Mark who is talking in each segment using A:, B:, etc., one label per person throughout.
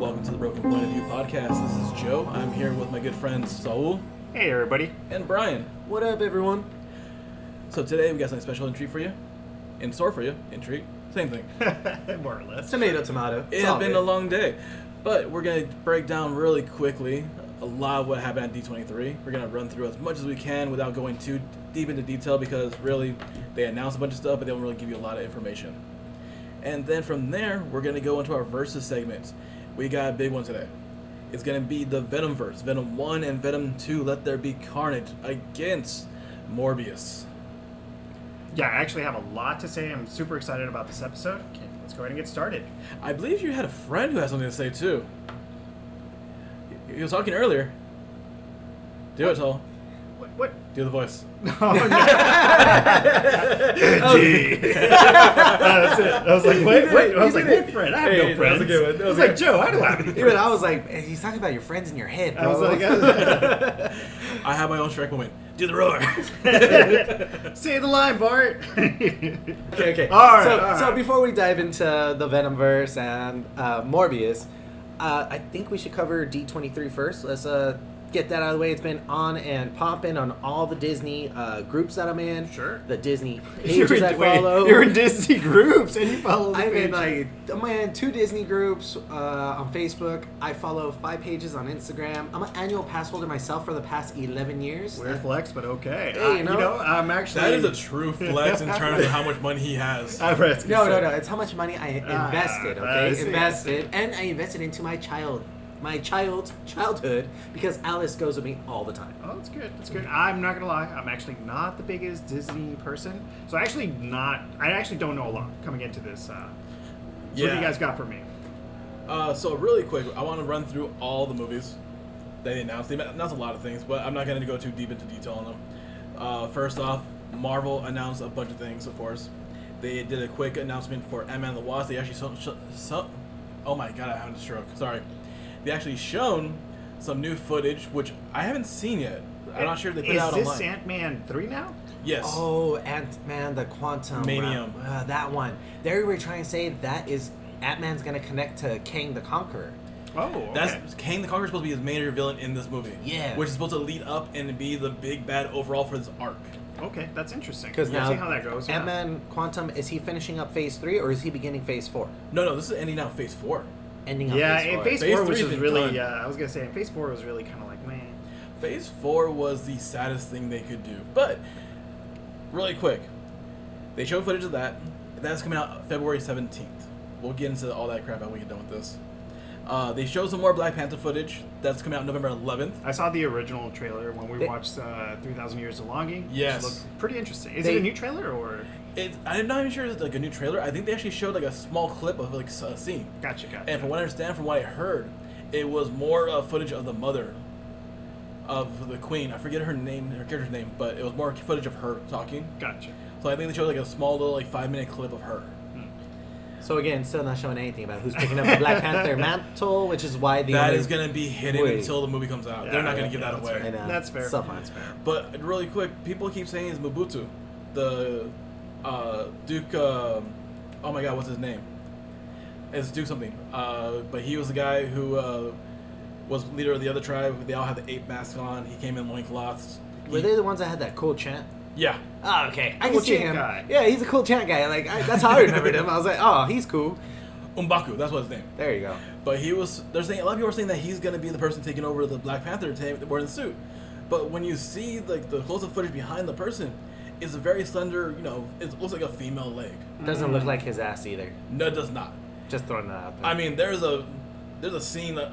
A: the Point of View podcast. This is Joe. I'm here with my good friends Saul
B: Hey everybody.
A: and Brian.
C: What up, everyone?
A: So today we got something special in treat for you, in store for you, in treat. Same thing.
B: More or less.
C: Tomato, tomato.
A: It
C: It's
A: has
C: all
A: been
C: good.
A: a long day, but we're gonna break down really quickly a lot of what happened at D23. We're gonna run through as much as we can without going too deep into detail because really they announce a bunch of stuff, but they don't really give you a lot of information. And then from there, we're gonna go into our versus segments. We got a big one today. It's gonna be the Venom verse, Venom One and Venom Two. Let there be carnage against Morbius.
B: Yeah, I actually have a lot to say. I'm super excited about this episode. Okay, let's go ahead and get started.
A: I believe you had a friend who had something to say too. You you were talking earlier. Do it, Tall.
B: What? What?
A: Do the voice.
B: Oh, no. Andy.
C: Oh.
B: That's it. I was like, what? what? I was like, what friend? I have no
C: Hey, that was a
B: friends.
C: good one. That
B: I was
C: was
B: like,
C: good.
B: Joe, I don't have any
C: Even
B: friends.
C: I was like, "Man, he's talking about your friends in your head. Bro.
B: I was like, I
A: I have my own Shrek moment. Do the roar.
B: was- say the line, Bart.
C: okay, okay.
B: All right,
C: So,
B: all right.
C: so before we dive into the Venomverse and uh, Morbius, uh, I think we should cover D23 first. Let's uh, get that out of the way. It's been on and popping on all the Disney uh, groups that I'm in.
B: Sure.
C: The Disney pages I
B: wait,
C: follow.
B: You're in Disney groups and you follow. The
C: I'm in
B: page.
C: like I'm in two Disney groups uh, on Facebook. I follow five pages on Instagram. I'm an annual pass holder myself for the past 11 years.
B: Weird flex, but okay.
C: Hey,
B: I-
C: you know-
B: I'm actually.
A: that is a true flex in terms of how much money he has.
B: I was
C: No,
B: gonna
C: no,
B: say.
C: no. It's how much money I
B: Ah, I
C: invested.
B: see, I
C: Okay,
B: see.
C: invested, and I invested into my child, my child's childhood because Alice goes with me all the time.
B: Oh, that's good. That's good. I'm not gonna lie. I'm actually not the biggest Disney person, so I actually not. I actually don't know a lot coming into this. Uh, so What do
A: Yeah.
B: you guys got for me?
A: Uh, so really quick, I want to run through all the movies they announced. They announced a lot of things, but I'm not going to go too deep into detail on them. Uh, first off, Marvel announced a bunch of things, of course. They did a quick announcement for Ant-Man and the Wasp. They actually so, so, so, oh my god, I had a stroke. Sorry. They actually shown some new footage, which I haven't seen yet. I'm not sure if they put
B: Is
A: it out
B: this
A: online.
B: Ant Man three now?
A: yes.
C: Oh, Ant Man, the Quantum
A: Manium.
C: Realm. Uh, that one. They were trying to say that is Ant Man's gonna connect to Kang the Conqueror.
B: Oh, okay.
A: That's Kang the Conqueror is supposed to be his major villain in this movie.
C: Yeah.
A: Which is supposed to lead up and be the big bad overall for this arc.
B: okay. That's interesting.
C: Because
B: We'll
C: now
B: see how that goes. yeah.
C: Ant Man Quantum is he finishing up Phase three or is he beginning Phase four?
A: No, no, this is ending out Phase Four.
C: Ending up
B: Yeah,
C: Phase
B: and
C: four.
B: Phase,
A: Phase
B: four, which
A: three's
B: is
A: been
B: really.
A: done.
B: Uh, I was gonna say, Phase four was really kind of like man.
A: Phase Four was the saddest thing they could do. But really quick, they showed footage of that. That's coming out February seventeenth. We'll get into all that crap when we get done with this. Uh, they showed some more Black Panther footage. That's coming out November eleventh.
B: I saw the original trailer when we
C: They-
B: watched uh, Three Thousand Years of Longing. which
A: Yes.
B: looked pretty interesting. Is
C: They-
B: it a new trailer or?
A: It, I'm not even sure if it's like a new trailer. I think they actually showed like a small clip of like s- a scene.
B: Gotcha, gotcha.
A: And from what I understand, from what I heard, it was more uh, footage of the mother of the queen. I forget her name, her character's name, but it was more footage of her talking.
B: Gotcha.
A: So I think they showed like a small little like five minute clip of her.
C: So again, still not showing anything about who's picking up the Black Panther mantle, which is why the
A: That
C: only-
A: is gonna be hidden
C: Wait.
A: until the movie comes out. They're not gonna give that away.
C: I know.
B: That's fair.
C: So far, it's fair.
A: But really quick, people keep saying it's Mobutu, the uh, Duke. um oh my God, what's his name? It's Duke something. Uh, but he was the guy who uh, was leader of the other tribe. They all had the ape mask on. He came in loincloths.
C: Were they the ones that had that cool chant?
A: Yeah.
C: Oh, okay. I
B: Cool
C: can see
B: chant
C: him.
B: guy.
C: Yeah, he's a cool chant guy. Like I, that's how I remembered him. I was like, oh, he's cool.
A: Umbaku, that's what his name.
C: There you go.
A: But he was. They're saying a lot of people are saying that he's gonna be the person taking over the Black Panther ta- wearing the suit. But when you see like the close-up footage behind the person, it's a very slender. You know, it looks like a female leg.
C: Doesn't
B: Mm.
C: look like his ass either.
A: No, it does not.
C: Just throwing that out there.
A: I mean, there's a there's a scene, uh,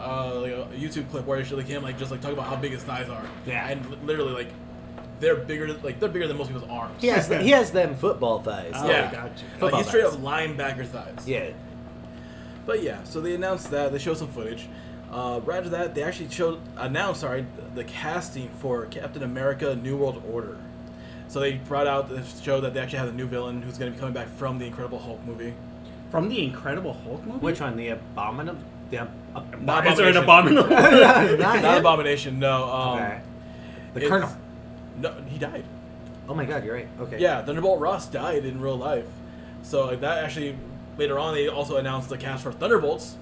A: uh, like a YouTube clip where actually him like just like talk about how big his thighs are.
B: Yeah.
A: and li- literally like they're bigger like they're bigger than most people's arms.
C: he has he has them football thighs.
B: Oh,
A: yeah,
B: gotcha.
A: like
C: Football
A: he's straight up
C: thighs.
A: linebacker thighs.
C: Yeah.
A: But yeah, so they announced that they showed some footage. Uh, right after that, they actually showed announced sorry the casting for Captain America: New World Order. So they brought out the show that they actually have a new villain who's going to be coming back from the Incredible Hulk movie.
B: From the Incredible Hulk movie.
C: Which one? The abominable. The ab- ab-
A: Not
B: Is there an
A: Abomination.
B: abominable?
C: not
A: Not
C: him?
A: Abomination, no. Um,
C: Okay. The
A: it's-
C: colonel.
A: No, he died.
C: Oh my God, you're right. Okay.
A: Yeah, Thunderbolt Ross died in real life. So like, that actually later on they also announced the cast for Thunderbolts,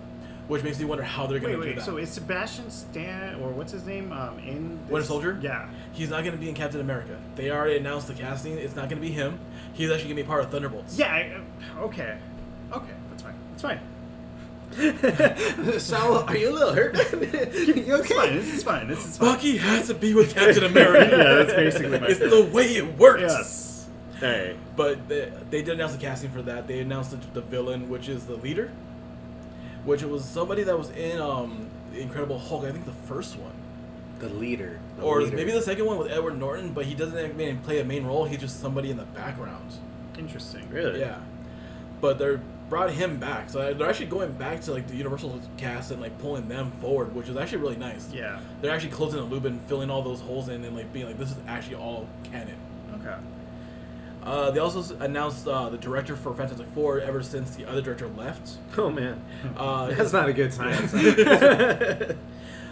A: which makes me wonder how they're going
B: Wait,
A: to do
B: wait.
A: that.
B: So is Sebastian Stan or what's his name um, in this?
A: Winter Soldier?
B: Yeah.
A: He's not going to be in Captain America. They already announced the casting. It's not going to be him. He's actually going to be part of Thunderbolts.
B: Yeah. I, uh, okay. Okay. That's fine. That's fine.
C: so, are you a little hurt? you
B: It's fine.
C: okay?
B: This is fine. This is fine.
A: Bucky has to be with Captain America.
B: Yeah, that's basically my
A: It's
B: point.
A: the way it works.
B: Yes. Hey.
A: But they, they did announce the casting for that. They announced the, the villain, which is the leader, which was somebody that was in um, the Incredible Hulk. I think the first one,
C: The leader. The
A: or
C: leader.
A: maybe the second one with Edward Norton. But he doesn't even play a main role. He's just somebody in the background.
B: Interesting.
C: Really?
A: Yeah, but they're brought him back. So they're actually going back to like the Universal cast and like pulling them forward, which is actually really nice.
B: Yeah.
A: They're actually closing the loop and filling all those holes in and like being like this is actually all canon.
B: Okay.
A: Uh, they also s- announced uh, the director for Fantastic Four ever since the other director left.
C: Oh man,
A: Uh,
C: that's not a good sign.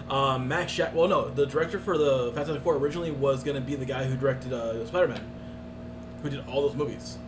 A: uh, Max Sha- well, no, the director for the Fantastic Four originally was going to be the guy who directed uh, Spider Man, who did all those movies.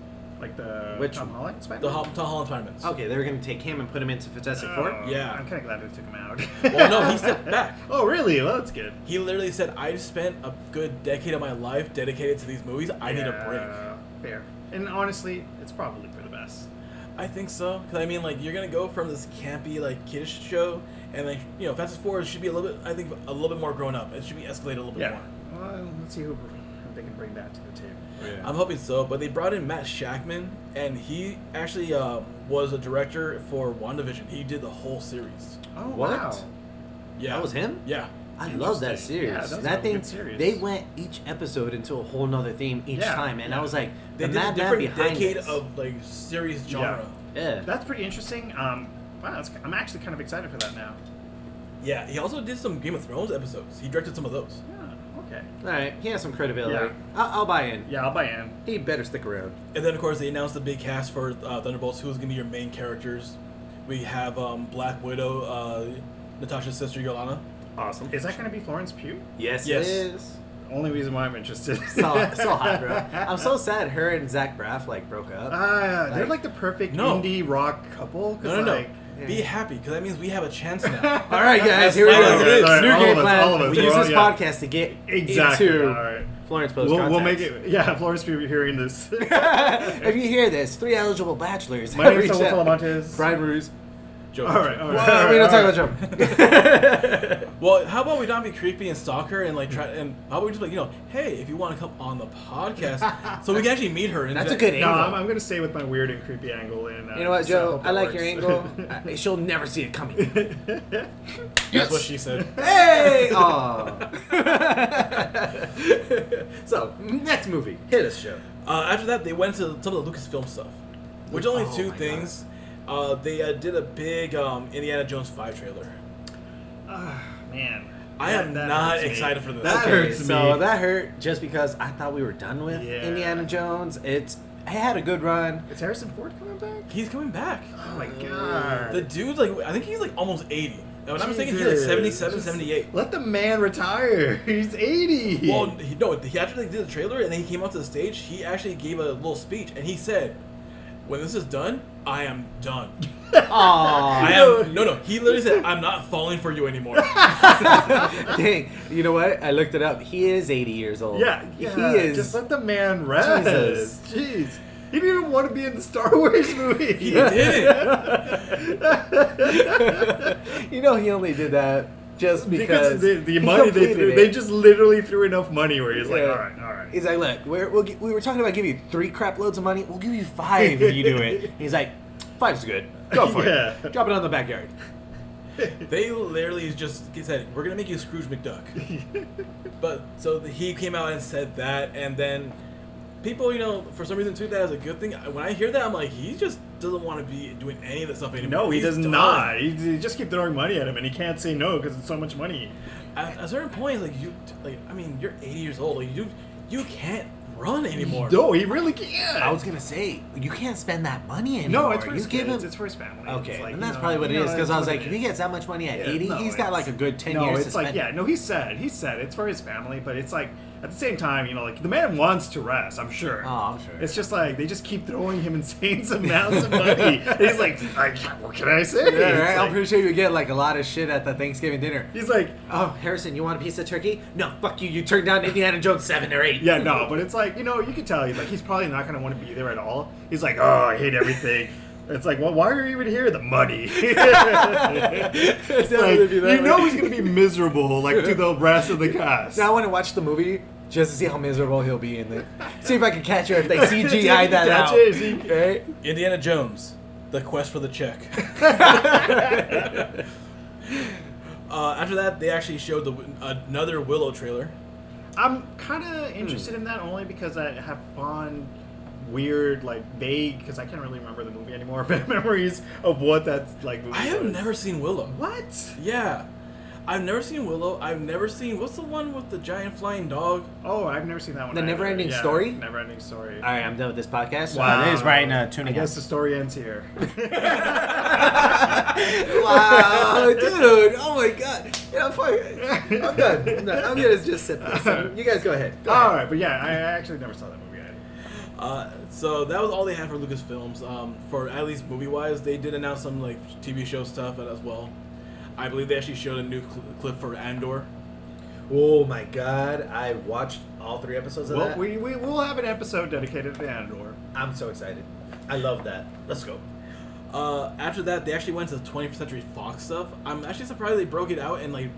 B: Like the
C: Which-
B: Tom Holland
A: The
B: Spider-Man?
A: Ho- Tom Holland Spider Man.
C: okay, they were gonna take him and put him into Fantastic Four.
B: Oh,
A: Yeah.
B: I'm kind of glad they took him out.
A: Well, no, he stepped back.
B: Oh, really? Well, that's good.
A: He literally said, I've spent a good decade of my life dedicated to these movies. I need a
B: break. Fair. And honestly, it's probably for the best.
A: break. I think so. Because, I mean, like, you're going to go from this campy, like, kiddish show, and, like, you know, Fantastic Four should be a little bit, I think, a little bit more grown up. It should be escalated a little bit
B: Yeah.
A: more.
B: Well, let's see who if they can bring that to the table.
A: I'm hoping so, but they brought in Matt Shackman, and he actually uh, was a director for WandaVision. He did the whole series.
B: Oh,
C: What?
B: wow.
A: Yeah.
C: That was him.
A: Yeah.
C: I love that
B: Interesting.
C: series.
B: Yeah, that was a
C: that thing,
B: good series.
C: they went each episode into a whole nother theme each
B: Yeah,
C: time, and I
B: yeah.
C: was like,
A: They
C: the
A: did a
C: madman
A: different
C: behind
A: decade
C: this.
A: of, like, series genre.
C: yeah.
B: That's pretty interesting. Um, wow, that's, I'm actually kind of excited for that now.
A: Yeah. He also did some Game of Thrones episodes. He directed some of those.
B: Yeah, okay.
C: All right, he has some credibility.
B: Yeah.
C: I'll, I'll buy in.
B: Yeah, I'll buy in.
C: He better stick around.
A: And then, of course, they announced the big cast for uh, Thunderbolts. Who's going to be your main characters? We have um, Black Widow, uh, Natasha's sister Yolana.
B: Awesome. Is that going to be Florence Pugh?
C: Yes,
A: Yes.
C: it is.
B: Only reason why I'm interested.
C: So, so hot, bro. I'm so sad her and Zach Braff like broke up.
B: Ah, they're
C: Like-
B: like the perfect
A: No.
B: indie rock couple. 'cause,
A: No, no, no.
B: like,
C: yeah.
A: Be happy, because that means we have a chance now.
C: all right, guys, here we
A: That's fine.
C: go.
A: All right,
C: New
B: all
C: game
B: of us, all of
C: plan.
B: us.
C: We use
B: Well,
C: this
B: yeah.
C: podcast to get
B: Exactly.
C: into
B: All right.
C: Florence Post.
B: We'll, we'll make it. Yeah, Florence Pugh hearing this.
C: if you hear this, three eligible bachelors.
B: My name's
C: Reach
B: Saul
C: out.
B: Montes.
C: Brian Ruse.
A: Joke.
B: All right, all right.
C: Well, we don't talk about Trump.
A: Well, how about we not be creepy and stalker and like try and how about we just like you know, hey, if you want to come on the podcast, so we can actually meet her. And
C: That's a good
B: No,
C: angle.
B: I'm, I'm gonna stay with my weird and creepy angle. And uh,
C: you know what,
B: so
C: Joe?
B: hope
C: I
B: that
C: like your angle.
B: works.
C: I- She'll never see it coming.
A: That's what she said.
C: Hey! so, next movie. Hit us, Joe.
A: Uh, after that, they went to some of the Lucasfilm stuff, which only
C: Oh
A: two
C: my
A: things. Uh, they uh, did a big um, Indiana Jones five trailer.
B: Ah, man,
A: I
B: That-
A: am
B: that
A: not
B: hurts me.
A: excited for this.
B: That
A: Okay,
B: hurts
C: so
B: me.
C: that hurt just because I thought we were done with
B: Yeah.
C: Indiana Jones. It's it had a good run.
B: Is Harrison Ford coming back?
A: He's coming back.
B: Oh my god.
A: The dude, like, I think he's like almost 80. And I'm thinking he's like
B: Jesus.
A: 77,
B: Just
A: 78.
B: Let the man retire. He's 80.
A: Well, he, no, he actually did the trailer and then he came out to the stage. He actually gave a little speech and he said, When this is done, I am done. I
C: Aww.
A: am. No, no. He literally said, I'm not falling for you anymore.
C: Dang. You know what? I looked it up. He is 80 years old.
B: yeah, yeah.
C: He is.
B: Just let the man rest.
C: Jesus.
B: Jeez. He didn't even want to be in the Star Wars movie.
A: He didn't.
C: you know he only did that just
B: Because
C: because,
B: the, the
C: he
B: money they
C: completed
B: threw,
C: it.
B: they just literally threw enough money where he's like,
C: Yeah.
B: all right, all right.
C: He's like, look, we're, we'll gi- we were talking about giving you three crap loads of money. We'll give you five if you do it. He's like, five's good. Go for
B: Yeah.
C: it. Drop it on the backyard.
A: They literally just said, We're going to make you Scrooge McDuck. But so the, he came out and said that. And then people, you know, for some reason took that as a good thing. I- When I hear that, I'm like, He just doesn't want to be doing any of this stuff anymore.
B: No, he
A: He's
B: does
A: done.
B: not. He, they just keep throwing money at him, and he can't say no because it's so much money.
A: at a certain point, like you, like I mean, you're 80 years old. Like you, you can't run anymore.
B: No, he really can't.
C: I was gonna say you can't spend that money anymore.
B: no, it's for
C: you
B: his
C: give
B: kids.
C: him.
B: It's for his family.
C: Okay,
B: It's like,
C: and that's
B: you know,
C: probably what it
B: you know,
C: is. Because
B: that's
C: I was
B: what
C: like,
B: it
C: if he
B: is.
C: gets that much money at
B: Yeah,
C: eighty,
B: no,
C: he's got
B: it's-
C: like a good ten
B: no,
C: years to
B: it's like
C: spend.
B: yeah, no, he's sad. He's sad. It's for his family, but it's like at the same time, you know, like the man wants to rest. I'm sure.
C: Oh, I'm sure.
B: It's just like they just keep throwing him insane amounts of money. And he's like, I, what can I say?
C: Yeah,
B: It's
C: right? I'm
B: like-
C: pretty sure you get like a lot of shit at the Thanksgiving dinner.
B: he's like,
C: Oh, Harrison, you want a piece of turkey? No, fuck you. You turned down Indiana Jones seven or eight.
B: yeah, no, but it's like you know, you can tell he's like he's probably not gonna want to be there at all. He's like, oh, I hate everything. It's like, well, why are you even here? The money. It's
C: It's definitely
B: like,
C: gonna be that
B: you know
C: way.
B: he's gonna be miserable like to the rest of the cast.
C: Now I want to watch the movie just to see how miserable he'll be in it. See if I can catch her if they CGI that
B: Catch
C: out.
B: it, see-
C: Right?
A: Indiana Jones, the quest for the check. uh, after that, they actually showed the another Willow trailer.
B: I'm kind of interested in that only because I have fond, weird, like vague, because I can't really remember the movie anymore. But memories of what that's like. Movie
A: I have
B: was.
A: never seen Willow.
B: What?
A: Yeah, I've never seen Willow. I've never seen what's the one with the giant flying dog?
B: Oh, I've never seen that one.
C: The
B: either.
C: Neverending Story?
B: Never ending story.
C: All right, I'm done with this podcast.
B: Wow.
D: it is right
C: uh,
D: now.
B: Um, I
D: Tuning
B: guess
D: us.
B: the story ends here.
C: wow, dude! Oh my god! Yeah, fuck. it. I'm done. I'm done. I'm gonna just sit this. You guys go ahead. Go
B: All
C: ahead.
B: right, but yeah, I I actually never saw that movie. either.
A: Uh, so that was all they had for Lucasfilms. Um, for at least movie wise, they did announce some like TV show stuff as well. I believe they actually showed a new cl- clip for Andor.
C: Oh my god! I watched all three episodes of
B: Well,
C: that.
B: we we will have an episode dedicated to Andor.
C: I'm so excited. I love that. Let's go.
A: Uh, after that, they actually went to the 20th Century Fox stuff. I'm actually surprised they broke it out and like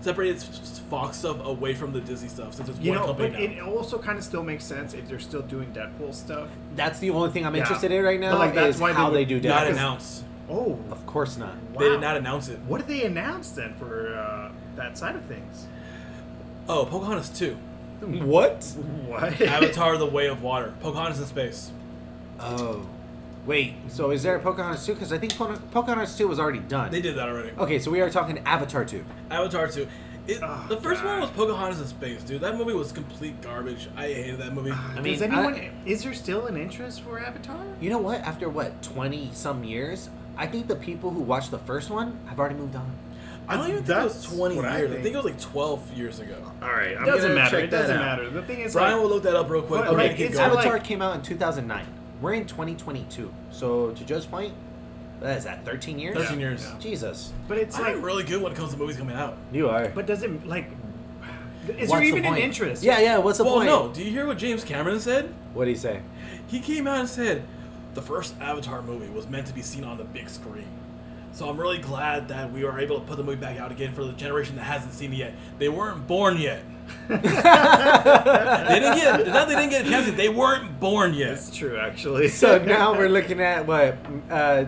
A: separated s- s- Fox stuff away from the Disney stuff since it's
B: You
A: one
B: know,
A: company
B: but
A: now.
B: it also kind of still makes sense if they're still doing Deadpool stuff.
C: That's the only thing I'm
B: Yeah.
C: interested in right now.
B: But, like, that's
C: is
B: why they
C: how
B: would-
C: they, do
B: Not
A: not
C: that.
A: announced.
B: Oh,
C: Of course not.
A: They
B: wow.
A: did not announce it.
B: What did they announce then for uh, that side of things?
A: Oh, Pocahontas 2.
C: What?
B: What?
A: Avatar The Way of Water. Pocahontas in Space.
C: Oh, wait. So is there a Pocahontas two? Because I think Poca- Pocahontas two was already done.
A: They did that already.
C: Okay, so we are talking Avatar two.
A: Avatar 2. It,
B: Oh,
A: the first one
B: God.
A: was Pocahontas in Space, dude. That movie was complete garbage. I hated that movie.
C: I
B: Does
C: mean,
B: anyone?
C: I-
B: is there still an interest for Avatar?
C: You know what? After what twenty some years, I think the people who watched the first one have already moved on.
A: I don't even think it was
B: That's
A: 20
B: what I
A: years. I think.
B: think.
A: it was like 12 years ago.
B: All right, I'm
C: Doesn't
B: doesn't
C: matter,
B: matter.
C: check
B: It doesn't
C: that out.
B: matter. The thing is,
A: Brian
B: like,
A: will look that up real quick.
B: But,
A: Okay,
B: like,
A: keep
B: it's
A: going.
B: like-
C: Avatar came out in two thousand nine. We're in twenty twenty two. So to Joe's point, that is that thirteen years.
A: 13 years.
B: Yeah.
C: Jesus,
B: but it's
A: I'm
B: like,
A: really good when it comes to movies coming out.
C: you are.
B: but doesn't like, is
C: What's
B: there
C: the
B: even an
C: point?
B: interest?
C: Yeah, yeah. What's the
A: well,
C: point?
A: no. Do you hear what James Cameron said?
C: What do you say?
A: He came out and said, the first Avatar movie was meant to be seen on the big screen. So I'm really glad that we were able to put the movie back out again for the generation that hasn't seen it yet. They weren't born yet. they didn't get not they didn't get a chance, they weren't born yet.
B: It's true, actually.
C: So now we're looking at what uh,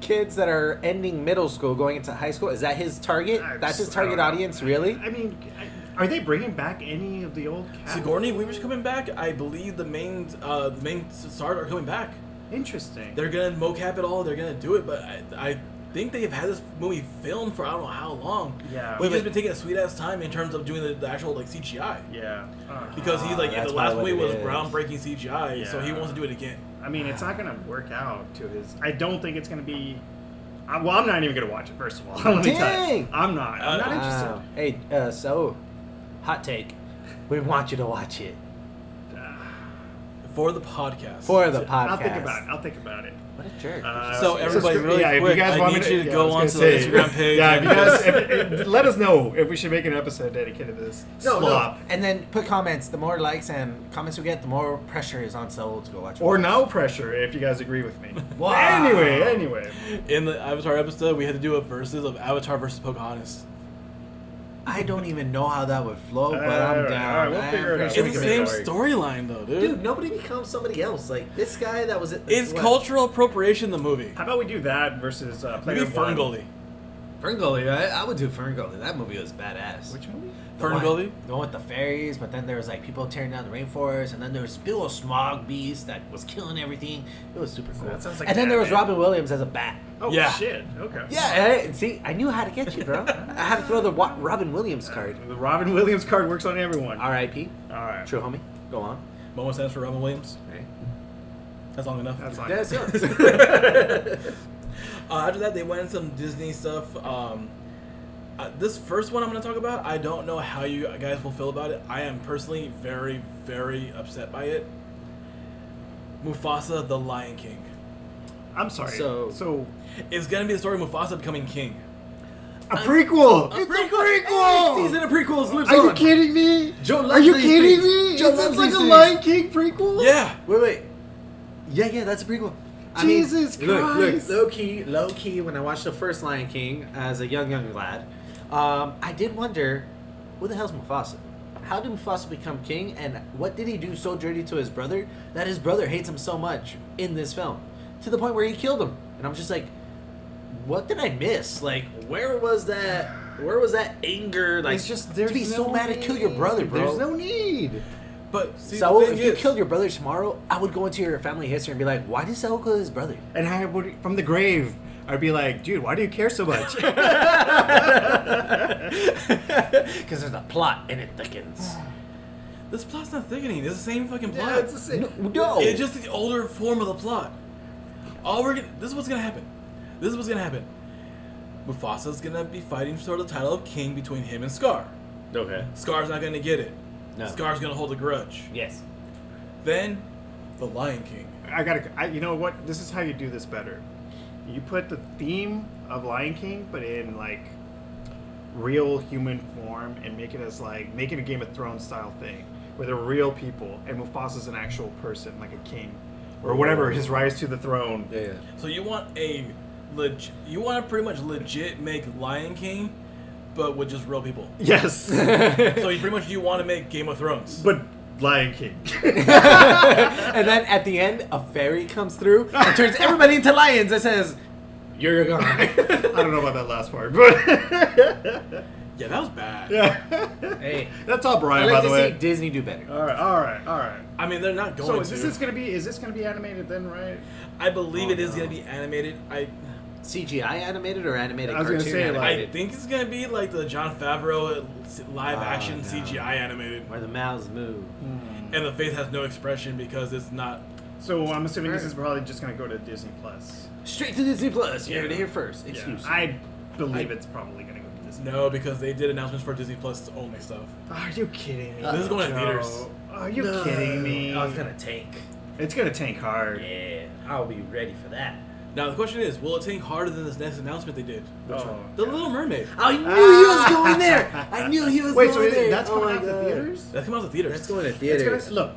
C: kids that are ending middle school, going into high school. Is that his target?
B: I'm
C: That's his
B: s-
C: target
B: I don't know.
C: audience, really?
B: I mean, I- are they bringing back any of the old cast?
A: Sigourney Weaver's coming back. I believe the main uh, the main stars are coming back.
B: Interesting.
A: They're gonna mocap it all. They're gonna do it. But I, I think they have had this movie filmed for I don't know how long.
B: Yeah.
A: we've
B: Wait,
A: just been taking a sweet ass time in terms of doing the, the actual like CGI.
B: yeah. Uh,
A: Because he
C: Ah,
A: like yeah,
C: that's
A: the last
C: probably
A: movie
C: what
A: was
C: it is.
A: groundbreaking CGI, so he
B: Yeah.
A: wants to do it again.
B: I mean, it's not gonna work out to his. I don't think it's gonna be. I, well, I'm not even gonna watch it. First of all, let me tell you,
C: Dang!
B: I'm not. I'm not
A: Uh,
B: interested.
C: Wow. Hey, uh, so hot take. We want you to watch it
A: For the podcast.
C: for the podcast.
B: I'll think about it. I'll think about it.
C: what a jerk.
B: Uh,
A: So everybody, really
B: yeah,
A: quick,
B: if you guys
A: I
B: want
A: need
B: me to,
A: you to
B: yeah,
A: go
B: I was
A: on
B: gonna
A: to the
B: say,
A: Instagram page
B: Yeah, if
A: and-
B: you guys, if, if- let us know if we should make an episode dedicated to this
C: no, no.
B: slop
C: And then put comments. The more likes and comments we get, the more pressure is on Soul to go watch.
B: or
C: it.
B: no pressure if you guys agree with me.
C: Wow.
B: Anyway, anyway,
A: In the Avatar episode, we had to do a versus of Avatar versus Pocahontas.
C: I don't even know how that would flow, but
B: All
C: I'm
B: right,
C: down.
B: all right, we'll
C: I'm
B: figure it
C: pretty
B: out.
C: sure we
A: It's the
C: can
A: same
C: make it work.
A: storyline though, dude.
C: Dude, nobody becomes somebody else. Like this guy that was. At
A: it's
C: what?
A: cultural appropriation the movie.
B: how about we do that versus uh,
A: Maybe
B: Player One?
A: Ferngully.
C: Ferngully, right? I would do Ferngully. That movie was badass.
B: Which movie?
C: The one-
A: Ferngully?
C: The one with the fairies, but then there was like people tearing down the rainforest, and then there was Bill Smog Beast that was killing everything. It was super cool.
B: That sounds like
C: and then there was
B: Batman.
C: Robin Williams as a bat.
B: Oh
A: Yeah.
B: shit! Okay. Uh,
C: Yeah, I, see, I knew how to get you, bro. I had to throw the wa- Robin Williams card.
B: The Robin Williams card works on everyone. All
C: R.I.P.
B: right.
C: True, homie. Go on.
A: Moment stands for Robin Williams.
C: Okay.
A: That's long enough.
B: That's fine.
C: That's yours.
A: Uh, after that, they went in some Disney stuff. Um, uh, this first one I'm going to talk about, I don't know how you guys will feel about it. I am personally very, very upset by it. Mufasa, the Lion King.
B: I'm sorry.
C: So-
B: So, so
A: It's going to be the story of Mufasa becoming king.
B: a prequel.
A: It's a
B: prequel!
C: Season of prequels lives
B: Are you
C: on.
B: kidding me?
C: Joe loves
B: Are you
C: these
B: kidding
C: things.
B: me?
C: Joe
B: Is this
C: loves
B: like
C: these
B: a
C: things.
B: Lion King prequel?
A: Yeah.
C: Wait, wait. Yeah, yeah, that's a prequel.
B: Jesus
C: look,
B: Christ.
C: Look, low key, low key. When I watched the first Lion King as a young, young lad, um, I did wonder, who the hell's Mufasa? How did Mufasa become king, and what did he do so dirty to his brother that his brother hates him so much in this film, to the point where he killed him? And I'm just like, what did I miss? Like, where was that? Where was that anger? Like,
B: It's just
C: to
B: there's
C: be so
B: no
C: mad to kill your
B: need.
C: brother, bro.
B: There's no need.
A: But see,
C: Saul,
A: the thing
C: if you
A: is-
C: killed your brother tomorrow, I would go into your family history and be like, why did Saul kill his brother?
B: And I would from the grave. I'd be like, dude, why do you care so much?
C: Because there's a plot and it thickens.
A: this plot's not thickening. It's the same fucking plot.
B: yeah, it's the same.
C: No,
A: It's just the older form of the plot. All we're gonna, this is what's gonna happen. This is what's gonna happen. Mufasa's gonna be fighting for the title of king between him and Scar.
C: okay.
A: Scar's not gonna get it.
C: No.
A: Scar's gonna hold a grudge.
C: Yes.
A: Then, the Lion King.
B: I gotta. I, you know what? This is how you do this better. You put the theme of Lion King, but in like real human form, and make it as like make it a Game of Thrones style thing, where they're real people, and Mufasa's an actual person, like a king, or whatever his rise to the throne.
C: Yeah.
A: So you want a leg, you want to pretty much legit make Lion King, but with just real people.
B: Yes,
A: so you pretty much you want to make Game of Thrones.
B: but Lion King.
C: and then at the end, a fairy comes through and turns everybody into lions and says, "You're gone."
B: I don't know about that last part, but
A: yeah, that was bad.
B: yeah,
C: hey,
B: that's all
C: I
B: Brian.
C: like
B: by the
C: to
B: way,
C: see Disney do better.
B: all right, all right, all right.
A: I mean, they're not going
B: So is
A: to.
B: this, is gonna be is this gonna be animated then, right?
A: I believe
B: Oh,
A: it is
B: no.
A: going to be animated. I
C: CGI animated or animated
B: I was gonna
C: cartoon
B: say, like-
A: I
C: animated,
A: think it's going to be like the John Favreau uh, live action
C: Oh, no.
A: CGI animated,
C: where the mouths move.
A: and the face has no expression because it's not.
B: So I'm assuming this is probably just gonna go to Disney Plus.
C: Straight to Disney Plus. You heard it here first.
B: Yeah,
C: Excuse me.
B: I believe it's probably gonna go to Disney.
A: No, because they did announcements for Disney Plus only stuff.
B: Are you kidding me?
C: This is
A: going to
B: Joe?
A: theaters.
B: Are you kidding me?
C: I was gonna tank.
B: It's gonna tank hard.
C: Yeah, I'll be ready for that.
A: Now the question is, will it tank harder than this next announcement they did?
B: Oh,
A: The
B: God.
A: Little Mermaid.
C: I knew he was
B: Ah.
C: going there. I knew he was
B: Wait, so
C: going
B: is-
C: there.
B: that's
C: Oh
B: coming
C: my
B: out to
C: God.
B: theaters?
A: That's coming out of the theaters.
C: That's going to
B: It's
C: theaters.
B: gonna look.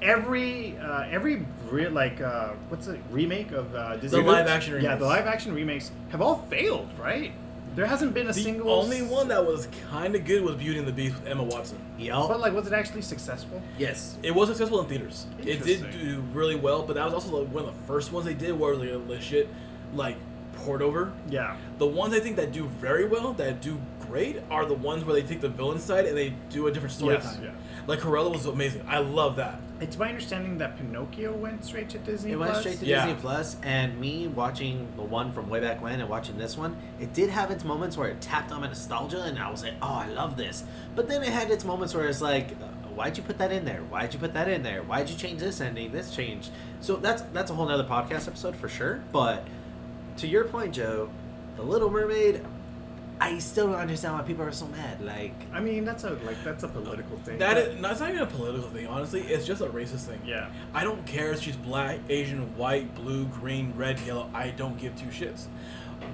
B: Every uh, every re- like uh, what's the remake of uh, Disney?
A: live-action
B: Yeah,
A: remakes.
B: the live action remakes have all failed, right? There hasn't been a
A: The
B: single.
A: only
B: s-
A: one that was kind of good was Beauty and the Beast with Emma Watson.
B: But
C: Yup.
B: like, was it actually successful?
C: Yes.
A: It was successful in theaters. It did
B: Interesting.
A: do really well, but that was also like one of the first ones they did where they were legit like poured over.
B: Yeah.
A: The ones I think that do very well, that do great, are the ones where they take the villain side and they do a different story
B: Yes,
A: time.
B: yeah.
A: Like Corella was amazing. I love that.
B: It's my understanding that Pinocchio went straight to Disney.
C: It went
B: Plus.
C: straight to
A: Yeah.
C: Disney Plus, and me watching the one from way back when and watching this one, it did have its moments where it tapped on my nostalgia, and I was like, "Oh, I love this." But then it had its moments where it's like, uh, "Why'd you put that in there? Why'd you put that in there? Why'd you change this ending? This changed." So that's that's a whole nother podcast episode for sure. But to your point, Joe, the Little Mermaid, I still don't understand why people are so mad. Like,
B: I mean, that's a like that's a political thing.
A: That is, no, it's not even a political thing, honestly. It's just a racist thing.
B: Yeah.
A: I don't care if she's black, Asian, white, blue, green, red, yellow. I don't give two shits.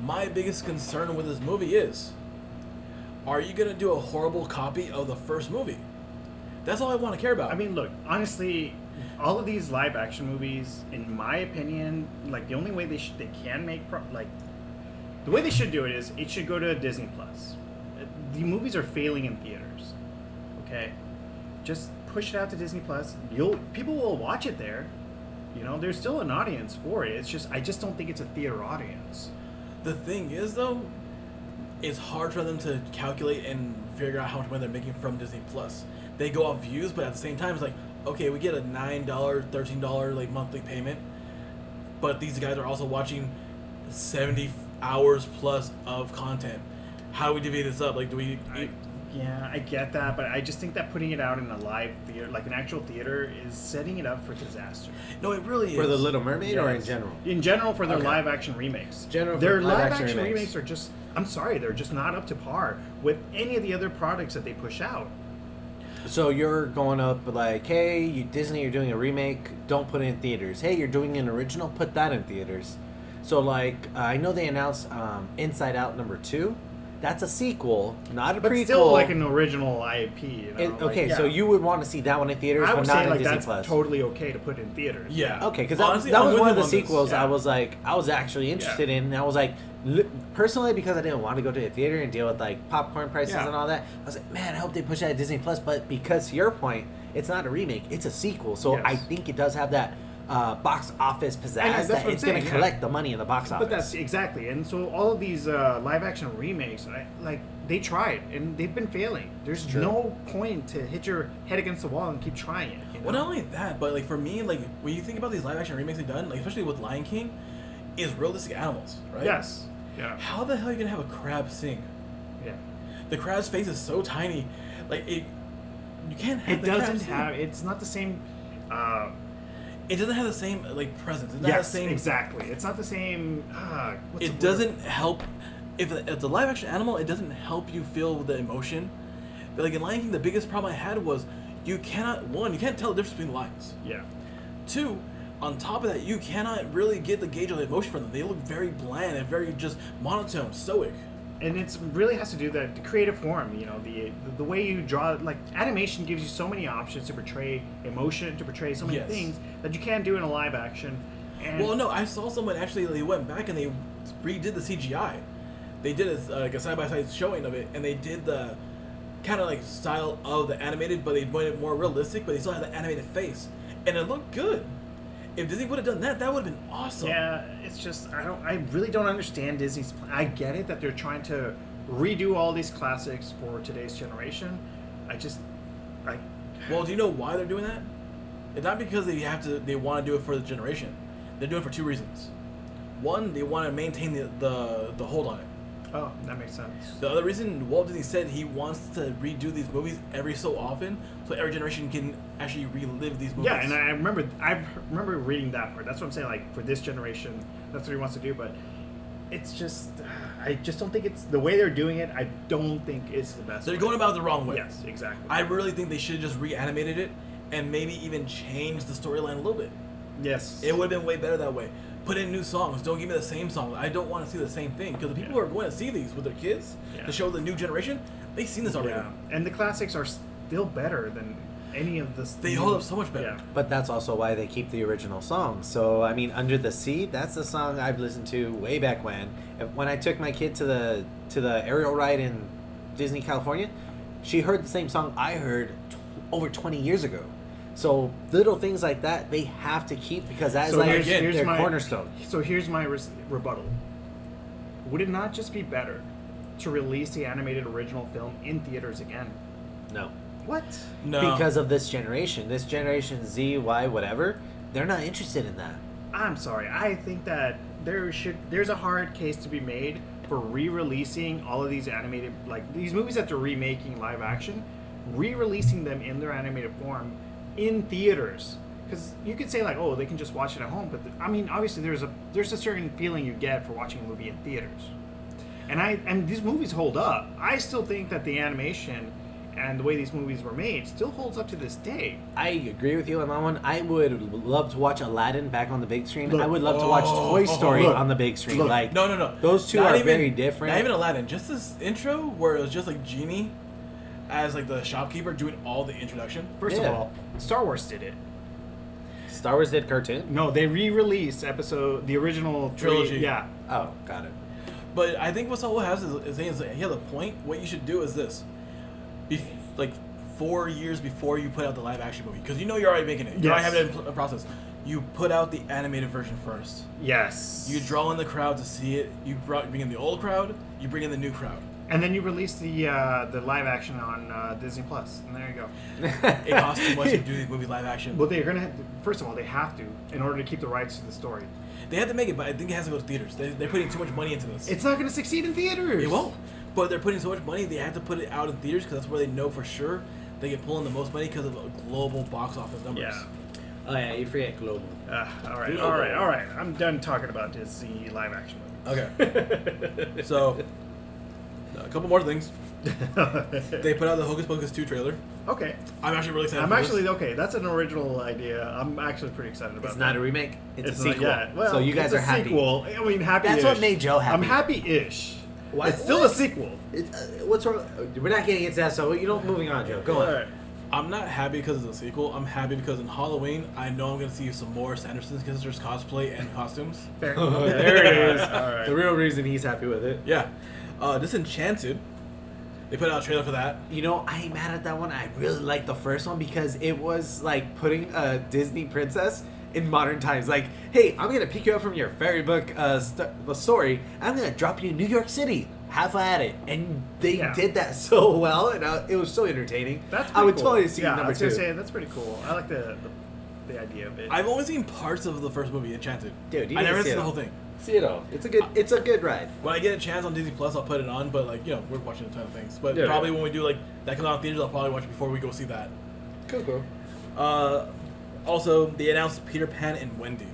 A: My biggest concern with this movie is are you going to do a horrible copy of the first movie? That's all I want to care about.
B: I mean, look, honestly, all of these live action movies, in my opinion, like the only way they sh- they can make pro- like the way they should do it is it should go to Disney Plus. Uh, The movies are failing in theaters. Okay, just push it out to Disney Plus. You'll people will watch it there. You know, there's still an audience for it. It's just I just don't think it's a theater audience.
A: the thing is, though, it's hard for them to calculate and figure out how much money they're making from Disney Plus. They go off views, but at the same time, it's like, okay, we get a nine dollar, thirteen dollar like monthly payment, but these guys are also watching seventy hours plus of content. How do we divvy this up? Like, do we?
B: I- Yeah, I get that, but I just think that putting it out in a live theater, like an actual theater, is setting it up for disaster.
A: No, it really
C: For
A: is.
C: the Little Mermaid or in
B: Yes.
C: general?
B: In general, for their
C: Okay.
B: live action remakes.
C: General for
B: their
C: live
B: live
C: action
B: action remakes.
C: remakes.
B: are just. I'm sorry, they're just not up to par with any of the other products that they push out.
C: So you're going up like, hey, you Disney, you're doing a remake. Don't put it in theaters. Hey, you're doing an original. Put that in theaters. So like, uh, I know they announced um, Inside Out number two. That's a sequel, not a
B: But
C: prequel.
B: still, like an original IP. You know,
C: It-
B: like,
C: okay, so
B: yeah.
C: you would want to see that one in theaters,
B: I
C: but
B: would
C: not
B: say
C: in
B: like
C: Disney
B: that's
C: Plus.
B: totally okay to put in theaters.
A: Yeah.
C: Okay, because that,
A: Honestly,
C: that
A: I'm
C: was
A: with
C: one of
A: them
C: the
A: on this.
C: sequels
B: yeah.
C: I was like, I was actually interested in. And I was like, li- personally, because I didn't want to go to the theater and deal with like popcorn prices
B: Yeah.
C: and all that, I was like, man, I hope they push that at Disney Plus. But because to your point, it's not a remake, it's a sequel. So
B: Yes.
C: I think it does have that uh, box office
B: I know,
C: pizzazz
B: that's
C: that
B: what I'm
C: it's going
B: saying,
C: to
B: yeah.
C: collect the money in the box office.
B: But that's exactly, and so all of these uh, live action remakes, I, like they tried and they've been failing. There's
C: True.
B: no point to hit your head against the wall and keep trying it. you
A: Well,
B: know?
A: not only that, but like for me, like when you think about these live action remakes they've done, like especially with Lion King, is realistic animals, right?
B: Yes. Yeah.
A: How the hell are you gonna have a crab sing?
B: Yeah.
A: The crab's face is so tiny, like it. You can't have.
B: It
A: the crab
B: doesn't
A: sing.
B: have. It's not the same. Uh,
A: It doesn't have the same like presence. It's not
B: yes.
A: the same.
B: Exactly. It's not the same. Uh, what's the
A: It
B: word?
A: doesn't help. If if it's a live action animal, it doesn't help you feel the emotion. But like in Lion King, the biggest problem I had was you cannot one, you can't tell the difference between lions.
B: Yeah.
A: Two, on top of that, you cannot really get the gauge of the emotion from them. They look very bland and very just monotone, stoic.
B: And it's really has to do that the creative form. You know, the the way you draw. Like animation gives you so many options to portray emotion, to portray so many
A: Yes.
B: things that you can't do in a live action. And
A: Well, no, I saw someone actually they went back and they redid the CGI. They did a, uh, like a side by side showing of it, and they did the kind of like style of the animated, but they made it more realistic. But they still had the animated face, and it looked good. If Disney would have done that, that would have been awesome.
B: Yeah, it's just I don't. I really don't understand Disney's. Plan. I get it that they're trying to redo all these classics for today's generation. I just, I.
A: Well, do you know why they're doing that? It's not because they have to. They want to do it for the generation. They're doing it for two reasons. One, they want to maintain the, the the hold on it.
B: Oh, that makes sense.
A: The other reason Walt Disney said he wants to redo these movies every so often, so every generation can actually relive these movies.
B: Yeah, and I remember I remember reading that part. That's what I'm saying. Like for this generation, that's what he wants to do. But it's just, uh, I just don't think it's the way they're doing it. I don't think it's the best.
A: they're
B: way.
A: going about it the wrong way.
B: Yes, exactly.
A: I really think they should have just reanimated it and maybe even changed the storyline a little bit.
B: yes.
A: It would have been way better that way. Put in new songs. Don't give me the same song. I don't want to see the same thing because the people who
B: Yeah.
A: are going to see these with their kids
B: Yeah.
A: to show the new generation, they've seen this already.
B: Yeah, and the classics are still better than any of the.
A: They hold up so much better.
B: Yeah.
C: But that's also why they keep the original song. So I mean, "Under the Sea" that's the song I've listened to way back when. If- When I took my kid to the to the aerial ride in Disney California, she heard the same song I heard t- over twenty years ago. So little things like that they have to keep because that is
A: So
C: like
A: here's-
C: their
A: here's
C: their cornerstone.
B: So here's my res- rebuttal. Would it not just be better to release the animated original film in theaters again?
C: No,
B: What?
A: No.
C: because of this generation, this generation Z, Y, whatever, they're not interested in that.
B: I'm sorry. I think that there should there's a hard case to be made for re-releasing all of these animated like these movies that they're remaking live action, re-releasing them in their animated form in theaters. Because you could say like, oh, they can just watch it at home, but th- I mean, obviously there's a there's a certain feeling you get for watching a movie in theaters. And I and these movies hold up. I still think that the animation and the way these movies were made still holds up to this day.
C: I agree with you on that one. I would love to watch Aladdin back on the big screen.
B: Look.
C: I would love to watch
A: Oh,
C: Toy Story
B: look.
C: on the big screen.
B: Look.
C: Like
A: No, no, no.
C: Those two
A: Not
C: are
A: even-
C: very different.
A: Not even Aladdin. Just this intro where it was just like Genie as like the shopkeeper doing all the introduction.
B: First
C: Yeah.
B: of all, Star Wars did it.
C: Star Wars did cartoon.
B: No, they re-released episode the original three-
A: Trilogy.
B: Yeah,
C: Oh, got it.
A: But I think what Saul has is, is saying is like, he has a point. What you should do is this: Bef- like four years before you put out the live action movie, because you know you're already making it. You already have
B: Yes.
A: it in pl- process. You put out the animated version first.
B: yes.
A: You draw in the crowd to see it. You brought, bring in the old crowd. You bring in the new crowd.
B: and then you release the uh, the live action on uh, Disney Plus, and there you go.
A: It costs too much to do these movies live action.
B: Well, they're gonna have to, first of all they have to in order to keep the rights to the story.
A: They have to make it, but I think it has to go to theaters. They, they're putting too much money into this.
B: It's not gonna succeed in theaters.
A: It won't. But they're putting so much money, they have to put it out in theaters because that's where they know for sure they can pull in the most money because of the global box office numbers.
B: Yeah.
C: Oh yeah, you forget global.
B: Uh, all right,
A: Dude.
B: all right, all right. I'm done talking about Disney live action
A: Okay.
B: movies.
A: So, a couple more things. They put out the Hocus Pocus 2 trailer.
B: okay,
A: I'm actually really excited.
B: I'm
A: for this.
B: actually okay. That's an original idea. I'm actually pretty excited about.
C: It's not a
B: that.
C: remake. It's, a
B: not-
C: sequel.
B: yeah, well,
C: so you guys
B: it's
C: are
B: a
C: happy.
B: Sequel. I mean, happy.
C: That's what made Joe happy.
B: I'm happy-ish.
C: Why-
B: It's still
C: what?
B: a sequel.
C: It, uh, what's wrong? uh, We're not getting into that. So you don't. Moving on, Joe. Go
B: All
C: on.
B: right.
A: I'm not happy because it's a sequel. I'm happy because in Halloween, I know I'm going to see some more Sanderson's sisters cosplay and costumes.
B: Fair.
C: there it is.
B: All right.
C: The real reason he's happy with it.
A: Yeah. Uh, Disenchanted. They put out a trailer for that.
C: You know, I ain't mad at that one. I really liked the first one because it was like putting a Disney princess in modern times. Like, hey, I'm gonna pick you up from your fairy book uh, st- the story. I'm gonna drop you in New York City. Have at it, and they
B: Yeah.
C: did that so well, and I, it was so entertaining.
B: That's
C: I would
B: pretty cool.
C: totally see
B: yeah, I
C: number
B: was
C: two.
B: gonna say that's pretty cool. I like the the, the idea of it.
A: I've only seen parts of the first movie, Enchanted.
C: Dude, you
A: I
C: need to
A: never
C: see
A: seen the
C: it.
A: whole thing.
C: See it all. It's a good. It's a good ride.
A: When I get a chance on Disney Plus, I'll put it on. But like, you know, we're watching a ton of things. But
C: Yeah,
A: probably
C: yeah.
A: when we do like that comes out in theaters, I'll probably watch it before we go see that.
C: Cool, cool.
A: Uh, also, they announced Peter Pan and Wendy.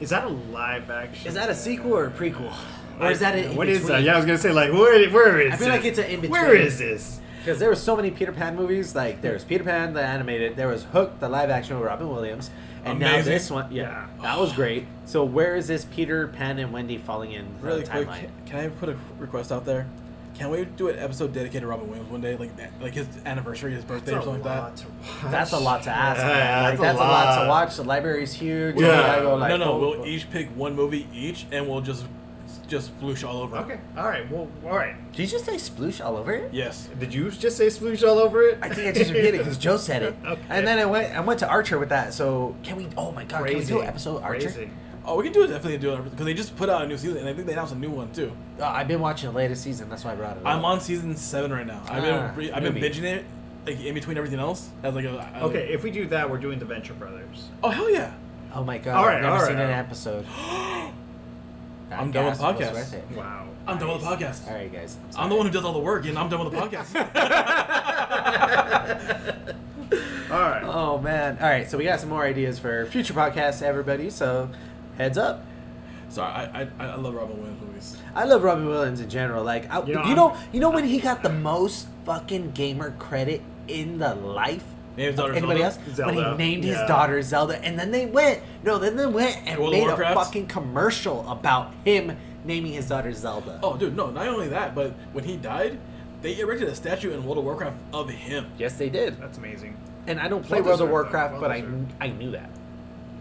B: is that a live action?
C: Is that a sequel or a prequel, or is that an in
B: What is
C: between?
B: that? Yeah, I was gonna say like where where is?
C: I feel
B: this?
C: like it's an in-between.
B: Where is this?
C: Because there were so many Peter Pan movies. Like there was Peter Pan the animated, there was Hook the live action with Robin Williams, and now
A: Amazing.
C: this one. Yeah, that was great. So where is this Peter Pan and Wendy falling in the
A: Really quick,
C: timeline?
A: can I put a request out there? Can we do an episode dedicated to Robin Williams one day, like that, like his anniversary, his birthday, or something like that?
C: That's a lot to ask.
B: Yeah,
C: man. Like,
B: that's a
C: that's, a, lot.
B: lot.
C: to watch. The library's huge.
B: Yeah.
C: You gotta go, like,
A: no, no,
C: oh,
A: we'll
C: oh.
A: each pick one movie each, and we'll just just sploosh all over. it.
B: Okay. All right. Well. All right.
C: Did you just say sploosh all over it?
A: Yes.
B: Did you just say splooge all over it?
C: I think I just repeated it because Joe said it,
B: Okay.
C: and then I went. I went to Archer with that. So can we? Oh my god, can
B: Crazy.
C: we do an episode of Archer?
B: Crazy.
A: Oh, we can do it. Definitely do it because they just put out a new season, and I think they announced a new one too.
C: Uh, I've been watching the latest season. That's why I brought it.
A: I'm
C: up.
A: on season seven right now. I've
C: Ah,
A: been re- I've been
C: movie.
A: binging it like in between everything else. As like a, a-
B: Okay. If we do that, we're doing the Venture Brothers.
A: Oh hell yeah!
C: Oh my god!
B: All right,
C: I've never
B: all right,
C: seen
B: all
C: an
B: right.
C: episode.
A: I'm done with
C: Podcast was
A: podcasts.
C: worth it.
B: Wow.
A: I'm done with the podcast.
C: All right, guys. I'm
A: I'm the one who does all the work, and I'm done with the podcast.
B: All right.
C: Oh man! All right, so we got some more ideas for future podcasts, everybody. So, heads up.
A: Sorry, I, I I love Robin Williams movies.
C: I love Robin Williams in general. Like, I,
B: You
C: you
B: know,
C: know,
B: I'm-
C: you know, when he got the most fucking gamer credit in the life.
A: Named his daughter
C: of Anybody
A: Zelda?
C: else? When
B: Zelda,
C: he named
B: yeah.
C: his daughter Zelda, and then they went no, then they went and
A: World of
C: made a
A: Warcraft?
C: fucking commercial about him naming his daughter Zelda.
A: Oh, dude, no, not only that, but when he died, they erected a statue in World of Warcraft of him.
C: yes, they did.
B: That's amazing.
C: And I don't play
B: Well
C: World of
B: deserved,
C: Warcraft,
B: though.
C: but
B: Well
C: I,
B: deserved.
C: I knew that,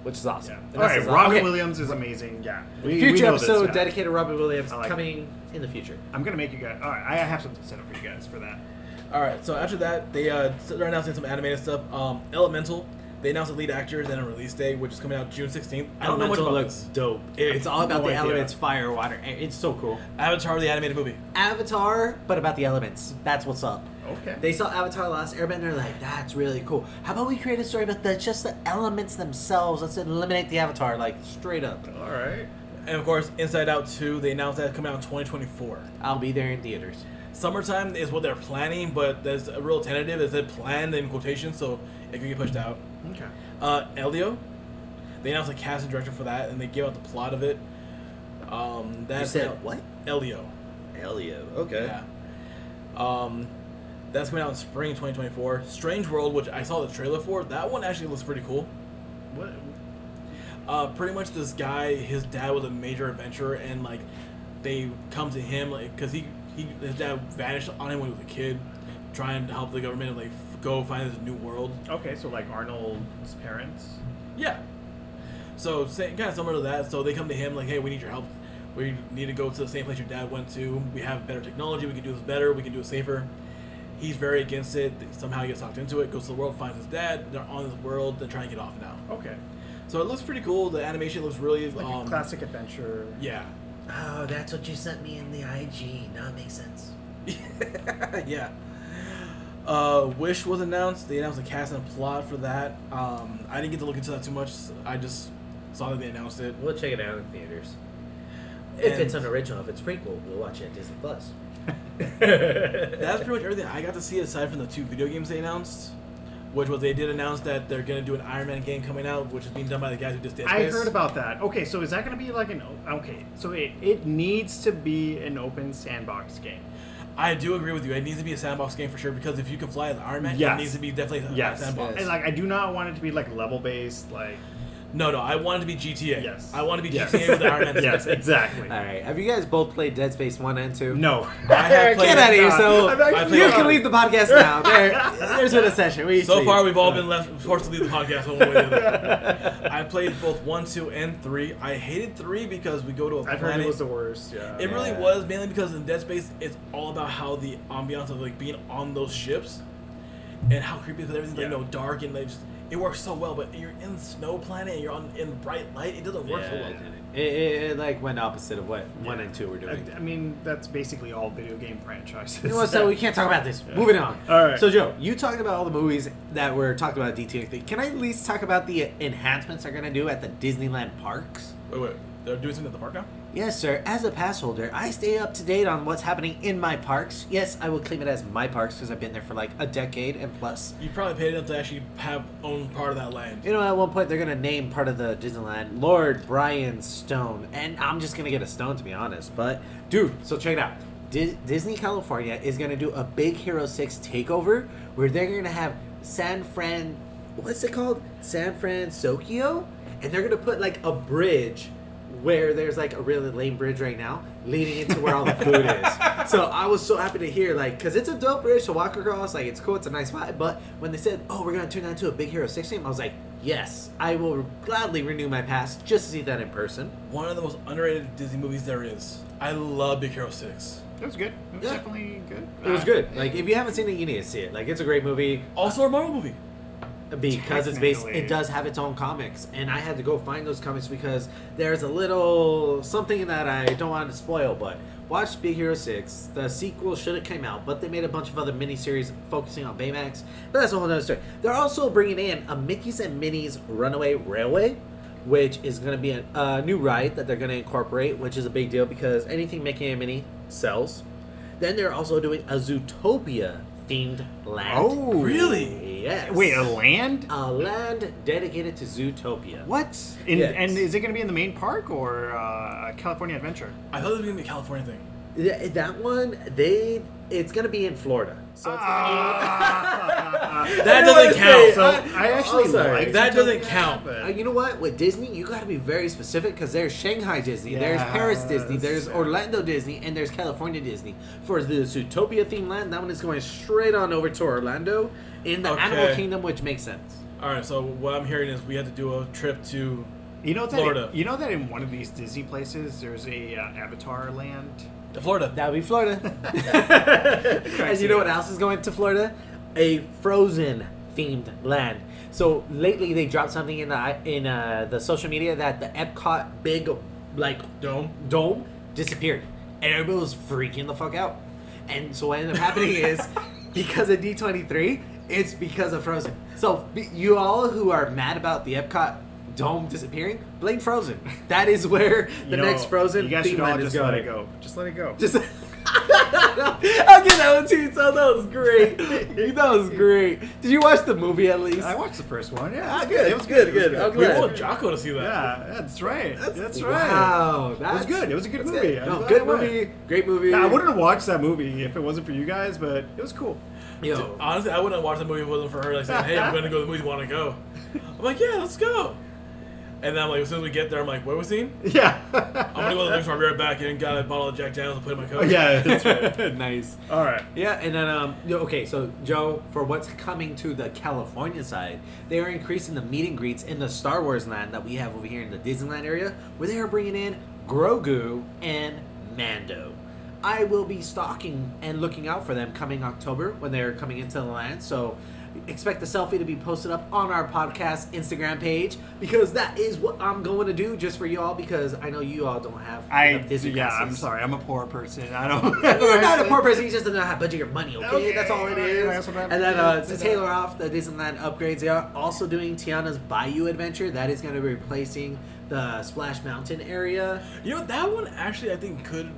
C: which is awesome.
B: Yeah.
C: And
B: All
C: that's
B: right.
C: just-
B: Robin
C: okay.
B: Williams is amazing. Yeah. We- we
C: Future
B: know this
C: episode
B: guy.
C: dedicated to Robin Williams
B: I like it.
C: coming in the future.
B: I'm gonna make you guys. All right. I have something set up for you guys for that.
A: All right, so after that, they uh, they're announcing some animated stuff. Um, Elemental. They announced the lead actors and a release date, which is coming out June 16th. I don't know much
C: Elemental
A: about
C: looks
A: this.
C: dope. It's all about
B: No
C: the
B: idea.
C: elements, fire, water. and It's so cool.
A: Avatar, the animated movie.
C: Avatar, but about the elements. That's what's up.
B: Okay.
C: They saw Avatar Last Airbender, they're like, that's really cool. How about we create a story about the just the elements themselves? Let's eliminate the Avatar, like straight up.
B: All right.
A: And of course, Inside Out 2, they announced that coming out in 2024.
C: I'll be there in theaters.
A: Summertime is what they're planning, but there's a real tentative. Is it planned in quotation, so it could get pushed out.
B: Okay.
A: Uh, Elio, they announced a casting director for that, and they gave out the plot of it. Um,
C: You
A: that's
C: said what?
A: Elio.
C: Elio. Okay.
A: Yeah. Um, that's coming out in spring 2024. Strange World, which I saw the trailer for, that one actually looks pretty cool.
B: What?
A: Uh, pretty much this guy, his dad was a major adventurer, and like they come to him like because he he his dad vanished on him when he was a kid, trying to help the government like f- go find this new world.
B: Okay. So like Arnold's parents.
A: Yeah. So kind of similar to that. So they come to him like, hey, we need your help. We need to go to the same place your dad went to. We have better technology. We can do this better. We can do it safer. He's very against it. Somehow he gets talked into it. Goes to the world, finds his dad. They're on this world. They're trying to get off now.
B: Okay.
A: So it looks pretty cool. The animation looks really
B: Like
A: um,
B: a classic adventure.
A: Yeah.
C: Oh, that's what you sent me in the IG. Now it makes sense.
A: yeah. Uh, Wish was announced. They announced a cast and a plot for that. Um, I didn't get to look into that too much. I just saw that they announced it.
C: We'll check it out in theaters.
A: And-
C: original, if it's prequel, we'll watch it at Disney Plus.
A: That's pretty much everything I got to see aside from the two video games they announced, which was they did announce that they're gonna do an Iron Man game coming out, which is being done by the guys who just did.
B: I heard about that. Okay, so is that going to be like an o- okay? So it it needs to be an open sandbox game.
A: I do agree with you. It needs to be a sandbox game for sure because if you can fly as Iron Man,
B: Yes.
A: it needs to be definitely a
B: Yes,
A: sandbox.
B: and like I do not want it to be like level based. Like
A: No, no, I want it to be GTA.
B: yes,
A: Eh, I want to be
B: Yes.
A: GTA with the Iron Man.
B: yes,
A: skin.
B: exactly.
C: All right. Have you guys both played Dead Space One and Two?
B: No,
A: I have played
C: Get out of here! So
B: I've actually
C: you
A: not.
C: can leave the podcast now. There, there's been a session. We Uh, each
A: So
C: leave.
A: far, we've all been left forced to leave the podcast one way or the other. I played both one, two, and three. I hated three because we go to a
B: I've heard
A: planet.
B: it was the worst. Yeah,
A: It really
C: Yeah.
A: was mainly because in Dead Space, it's all about how the ambiance of like being on those ships, and how creepy because everything's
B: Yeah.
A: like you know dark and like just it works so well. But you're in Snow Planet and you're on in bright light. It doesn't work so
C: Yeah,
A: well.
C: it, it, it like went opposite of what one and two were doing.
B: I, I mean, that's basically all video game franchises.
C: You know what? So we can't talk about this. Moving on.
B: All right.
C: So Joe, you talked about all the movies that were talked about at DTX. Can I at least talk about the enhancements they're gonna do at the Disneyland parks?
A: Wait, wait, they're doing something at the park now.
C: Yes, sir. As a pass holder, I stay up to date on what's happening in my parks. Yes, I will claim it as my parks because I've been there for like a decade and plus.
A: You probably paid enough to actually have own part of that land.
C: You know, at one point they're gonna name part of the Disneyland Lord Brian Stone, and I'm just gonna get a stone to be honest. But dude, so check it out. Di- Disney California is gonna do a Big Hero Six takeover where they're gonna have San Fran, what's it called? San Francisco, and they're gonna put like a bridge where there's like a really lame bridge right now leading into where all the food is. So I was so happy to hear like cuz it's a dope bridge to walk across like it's cool it's a nice vibe but when they said oh we're going to turn that into a Big Hero 6 game I was like yes I will gladly renew my pass just to see that in person.
A: One of the most underrated Disney movies there is. I love Big Hero Six.
B: It was good. It was
C: Yeah.
B: definitely good.
C: It was
B: Uh,
C: good. Like if you haven't seen it you need to see it. Like it's a great movie
A: Also, a Marvel movie.
C: because it's based
B: Technically.
C: it does have its own comics and I had to go find those comics because there's a little something that I don't want to spoil but watch Big Hero 6 the sequel should have came out but they made a bunch of other miniseries focusing on Baymax but that's a whole other story they're also bringing in a Mickey's and Minnie's Runaway Railway which is going to be a, a new ride that they're going to incorporate which is a big deal because anything Mickey and Minnie sells then they're also doing a Zootopia themed land
B: Oh,
A: Really?
C: yes
B: Wait, a land?
C: a land dedicated to Zootopia.
B: What? In,
C: Yes.
B: And is it going to be in the main park or uh, California Adventure?
A: I thought it was gonna be a California thing.
C: Th- That one, they it's gonna be in Florida. So it's
B: Ah.
A: That
C: I didn't
A: doesn't
C: wanna
A: count.
C: say
B: so I actually
C: I'm sorry.
B: like
A: That doesn't
B: Zootopia,
A: count.
B: but-
C: Uh, you know what? With Disney, you got to be very specific because there's Shanghai Disney, there's Paris Disney,
B: Yes.
C: there's Orlando Disney, and there's California Disney. For the Zootopia themed land, that one is going straight on over to Orlando in the
A: Okay.
C: Animal Kingdom, which makes sense.
A: All right, so what I'm hearing is we had to do a trip to.
B: You know that
A: Florida.
B: you know that in one of these Disney places, there's a uh, Avatar land.
A: to Florida.
C: That would be Florida. and
B: Crazy.
C: you know what else is going to Florida? A frozen themed land. So lately they dropped something in the in uh, the social media that the Epcot big like
A: Dome.
C: dome disappeared, and everybody was freaking the fuck out. And so what ended up happening is because of D twenty three, it's because of Frozen. So be- you all who are mad about the Epcot dome disappearing, blame Frozen. That is where the
B: You know,
C: next Frozen
B: You guys
C: theme
B: should all
C: land is
B: just
C: going.
B: let it go. Just let it go.
C: Just I'll give that one to you. So that was great. that was great. Did you watch the movie at least?
B: I watched the first one. Yeah,
C: Ah,
B: it's
C: good,
B: It was
C: good,
B: good. It was
C: good. I'm
A: We
C: glad.
A: want Jocko to see that.
B: Yeah, that's right. That's, right.
C: Wow, that
B: was good. It was a good movie. I'm
C: No,
B: glad
C: good
B: I went.
C: movie. Great movie.
B: Yeah, I wouldn't have watched that movie if it wasn't for you guys, but it was cool.
C: Yo,
A: Honestly, I wouldn't watch the movie if it wasn't for her like saying, "Hey, I'm gonna go to the movie. Want to go?" I'm like, "Yeah, let's go." And then I'm like, as soon as we get there, I'm like, "What was scene?
B: Yeah.
A: I'm gonna go to the movie. store, I'll be right back." And got a bottle of Jack Daniels and put it in my coat.
B: yeah, that's right.
C: nice.
B: All right.
C: Yeah, and then um, yo, okay, so Joe, for what's coming to the California side, they are increasing the meet and greets in the Star Wars land that we have over here in the Disneyland area, where they are bringing in Grogu and Mando. I will be stalking and looking out for them coming October when they are coming into the land. So expect the selfie to be posted up on our podcast Instagram page because that is what I'm going to do just for you all because I know you all don't have
B: I
C: enough Disney
B: yeah.
C: passes.
B: I'm sorry. I'm a poor person. I don't.
C: You're not a poor person. You just don't know how to budget your money. Okay,
B: Okay,
C: that's all it
B: alright, that's
C: is.
B: what I'm-
C: And then uh,
B: that's
C: to
B: it.
C: tailor off the Disneyland upgrades, they are also doing Tiana's Bayou Adventure. That is going to be replacing the Splash Mountain area.
A: You know that one actually, I think could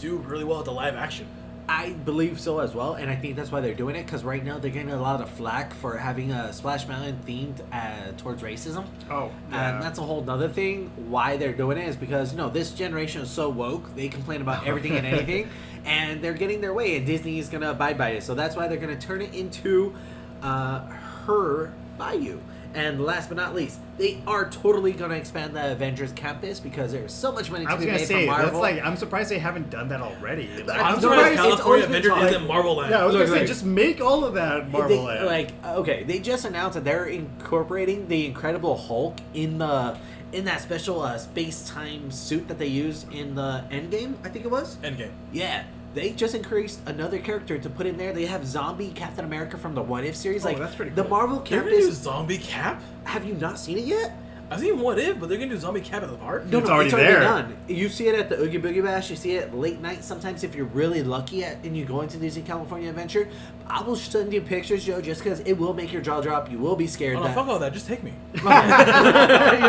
A: do really well at the live action.
C: I believe so as well, and I think that's why they're doing it because right now they're getting a lot of flack for having a Splash Mountain themed uh, towards racism.
B: Oh, yeah.
C: And um, that's a whole nother thing. Why they're doing it is because you know this generation is so woke. They complain about everything and anything, and they're getting their way. And Disney is gonna abide by it. So that's why they're gonna turn it into uh, her Bayou. And last but not least, they are totally gonna expand the Avengers campus because there's so much money to
B: I was
C: be
B: gonna
C: made
B: say
C: from Marvel.
B: that's like I'm surprised they haven't done that already. Like,
C: I'm
A: I'm
C: surprised
A: surprised
C: it's
A: California
C: always been
A: Avenger
C: taught-
A: isn't Marvel Land.
B: yeah, I was
C: Look,
B: gonna say
C: like-
B: just make all of that Marvel.
C: They-
B: land.
C: Like okay, they just announced that they're incorporating the Incredible Hulk in the in that special uh, space time suit that they used in the Endgame. I think it was.
A: Endgame.
C: Yeah, they just increased another character to put in there. They have zombie Captain America from the What If series.
B: Oh,
C: like
B: that's pretty
C: the
B: cool.
C: Marvel
A: They're gonna do
C: campus.
A: Zombie Cap.
C: Have you not seen it yet?
A: I've seen What If, but they're gonna do Zombie Cap at the park.
C: No,
B: It's
C: no,
B: already
C: it's already
B: there.
C: done. You see it at the Oogie Boogie Bash. You see it late night sometimes if you're really lucky at, and you go into Disney California Adventure. I will send you pictures, Joe, just because it will make your jaw drop. You will be scared.
A: Oh, no,
C: that-
A: fuck all that. Just take me.
C: you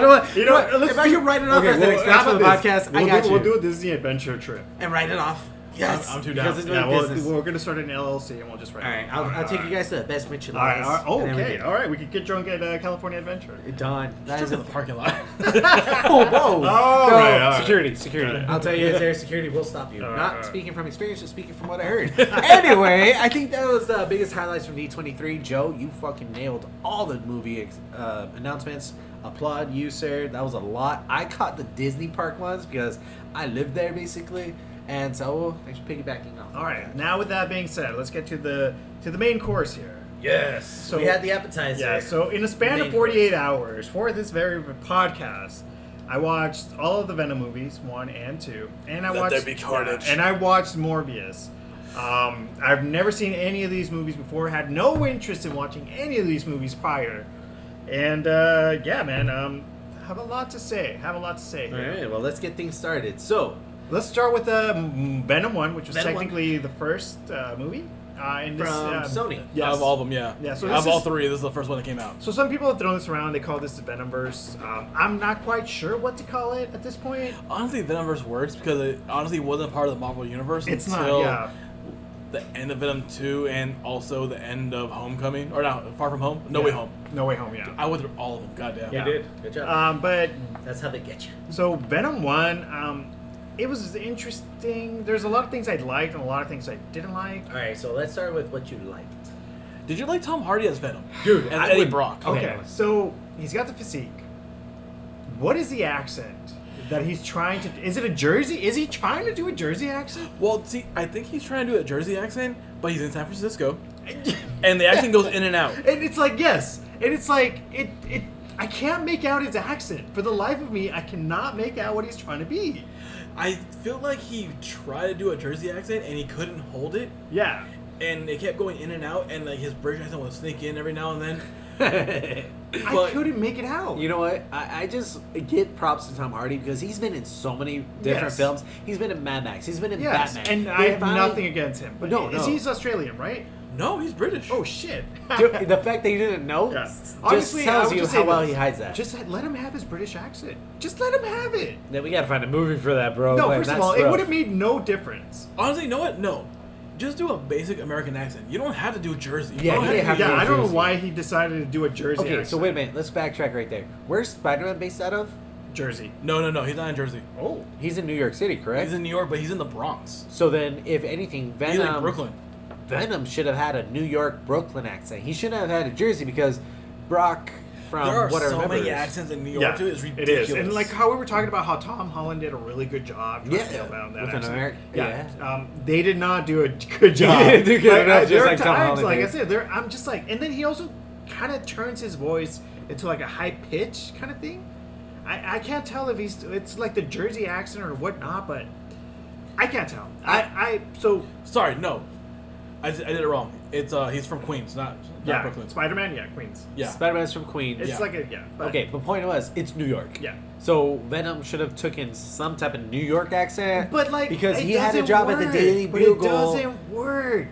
C: know what?
B: You know what? Let's
C: If I
B: do-
C: could write it off
B: Okay,
C: as an
B: well,
C: expense
B: how
C: for the
B: about this?
C: podcast,
B: We'll
C: I got
B: do,
C: you.
B: We'll do a Disney adventure trip.
C: and write it off. Yes,
A: I'm- I'm too
C: because
A: down.
C: It's my
B: Yeah, we'll,
C: business.
B: we're gonna start an LLC and we'll just write.
C: all right, I'll, I'll take you guys to the best Mitchell.
B: All right, all right. Oh, okay, all right. We could get drunk at uh, California Adventure.
C: Done. That
A: Just
C: is
A: in
C: a
A: the parking lot.
C: oh, whoa.
B: All
C: No,
B: right, all right.
C: Security, security.
B: All right.
C: I'll tell you, their security will stop you.
B: All right,
C: Not
B: all right.
C: speaking from experience, just speaking from what I heard. anyway, I think that was the biggest highlights from D23. Joe, you fucking nailed all the movie ex- uh, announcements. Applaud you, sir. That was a lot. I caught the Disney park ones because I lived there basically. And so, thanks for piggybacking off.
B: All right. Now, with that being said, let's get to the to the main course here.
A: yes.
B: So
C: we had the appetizer.
B: yeah. So in a span
C: Main
B: of 48 hours for this very podcast, I watched all of the Venom movies, one and two, and I
A: Let
B: watched
A: there be carnage.
B: yeah, and I watched Morbius. Um, I've never seen any of these movies before. Had no interest in watching any of these movies prior, and uh, yeah, man, um, have a lot to say. Have a lot to say.
C: all
B: here.
C: right. Well, let's get things started. So,
B: Let's start with uh, m- Venom One, which was
C: Venom one.
B: technically the first uh, movie uh, in this.
C: From
B: uh,
C: Sony.
B: Yes.
A: Out of all of them, yeah.
B: Yeah, so
A: out
B: this
A: of all
B: is-
A: three, this is the first one that came out.
B: So some people have thrown this around. They call this the Venomverse. Um, I'm not quite sure what to call it at this point.
A: Honestly, Venomverse works because it honestly wasn't part of the Marvel universe
B: It's not,
A: until
B: yeah.
A: the end of Venom Two and also the end of Homecoming or not Far From Home, No Way
B: Yeah.
A: Home.
B: No way home. Yeah.
A: I went through all of them. Goddamn.
B: Yeah.
C: Good job.
B: Um, but
C: That's how they get you.
B: so Venom One, um, it was interesting. There's a lot of things I liked and a lot of things I didn't like.
C: All right. So let's start with what you liked.
A: Did you like Tom Hardy as Venom?
C: Dude,
A: and
C: I
A: Eddie
C: would-
A: Brock.
C: okay.
B: Okay, so he's got the physique. What is the accent that he's trying to? Is it a Jersey? Is he trying to do a Jersey accent?
A: Well, see, I think he's trying to do a Jersey accent, but he's in San Francisco, and the accent goes in and out.
B: And it's like yes, and it's like it it. I can't make out his accent. For the life of me, I cannot make out what he's trying to be.
A: I feel like he tried to do a Jersey accent and he couldn't hold it,
B: Yeah.
A: and it kept going in and out, and like his British accent would sneak in every now and then.
B: I
A: But-
B: couldn't make it out.
C: You know what? I, I just give props to Tom Hardy because he's been in so many different
B: Yes.
C: films. He's been in Mad Max. He's been in
B: yes,
C: Batman.
B: and
C: They
B: I have
C: finally-
B: nothing against him. But
C: No,
B: no, is
C: no.
B: he's Australian, right?
A: No, he's British.
B: Oh shit.
C: Dude, the fact that you didn't know
B: Yeah.
C: just
B: Honestly, I
C: tells
B: would
C: you
B: just
C: how
B: say
C: well
B: this.
C: he hides that.
B: Just let him have his British accent. Just let him have it.
C: then we gotta find a movie for that, bro.
B: No,
C: Like,
B: first of
C: that's
B: all, it
C: rough.
B: would have made no difference.
A: Honestly, you know what? No. Just do a basic American accent. You don't have to do Jersey. You
C: Yeah,
A: don't
C: you
A: have
C: didn't
A: to
C: have
A: do-
B: Yeah,
C: to do a
B: I don't know
C: Jersey.
B: why he decided to do a Jersey
C: Okay,
B: accent.
C: so wait a minute. Let's backtrack right there. Where's Spider-Man based out of?
B: Jersey.
A: No, no, no. He's not in Jersey.
B: Oh.
C: He's in New York City, correct?
A: He's in New York, but he's in the Bronx.
C: so then, if anything,
A: He's in
B: um,
C: Venom
A: Brooklyn.
C: Venom should have had a New York Brooklyn accent. He shouldn't have had a Jersey because Brock
B: um,
C: from
A: there are
C: what I
A: so
C: remember
A: many
C: is-
A: accents in New York
B: Yeah,
A: too. It's
B: it
A: ridiculous.
B: is. And like how we were talking about how Tom Holland did a really good job. trying to
C: Yeah,
B: nail down that
C: with an
B: accent.
C: Ameri-
B: yeah.
C: yeah.
B: Um, they did not do a good job.
C: They didn't do good enough,
B: I-
C: just
B: there are
C: like Tom
B: times,
C: Holland
B: Like I
C: did.
B: said, there I'm just like, and then he also kind of turns his voice into like a high pitch kind of thing. I, I can't tell if he's it's like the Jersey accent or whatnot, but I can't tell. I I so
A: Sorry, no. I, did- I did it wrong. It's uh he's from Queens, not, not
B: yeah,
A: Brooklyn.
B: Spider Man, yeah, Queens.
A: Yeah.
C: Spider-Man's from Queens.
B: It's
A: Yeah.
B: like a yeah. but-
C: Okay, but point was, it's New York.
B: Yeah.
C: So Venom should have taken some type of New York accent.
B: But like,
C: because
B: it
C: he had a
B: doesn't
C: job at
B: work.
C: the Daily
B: But
C: Bugle.
B: It doesn't work.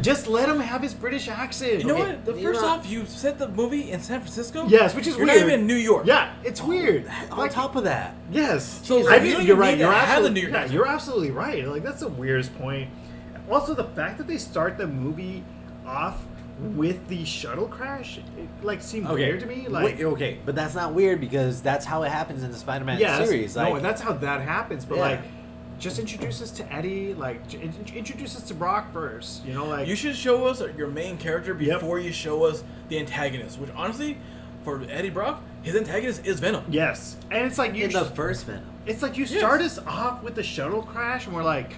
B: Just let him have his British accent.
A: You know
C: Okay,
A: what? The
C: you
A: first
C: know-
A: off, you set the movie in San Francisco.
B: Yes, which is
A: You're
B: weird.
A: not even in New York.
B: Yeah, it's weird.
C: On
B: Like,
C: top of that,
B: yes.
A: So,
B: I
A: you
B: mean,
A: don't
B: you're
A: even
B: right.
A: need
B: You're
A: to have the
B: absolutely,
A: New York
B: yeah,
A: accent.
B: you're absolutely right. Like that's the weirdest point. also the fact that they start the movie off with the shuttle crash, it, like seemed weird to me. Like
C: Wait, okay, but that's not weird because that's how it happens in the Spider-Man
B: Yeah, that's-
C: series. Like,
B: no, and that's how that happens. But
C: Yeah.
B: like, just introduce us to Eddie. Like, j- in- introduce us to Brock first. You know, like
A: You should show us your main character
B: Yep.
A: before you show us the antagonist. Which honestly, for Eddie Brock, his antagonist is Venom.
B: yes, and it's like you.
C: in the
B: sh-
C: first Venom.
B: it's like you
A: Yes.
B: start us off with the shuttle crash, and we're like,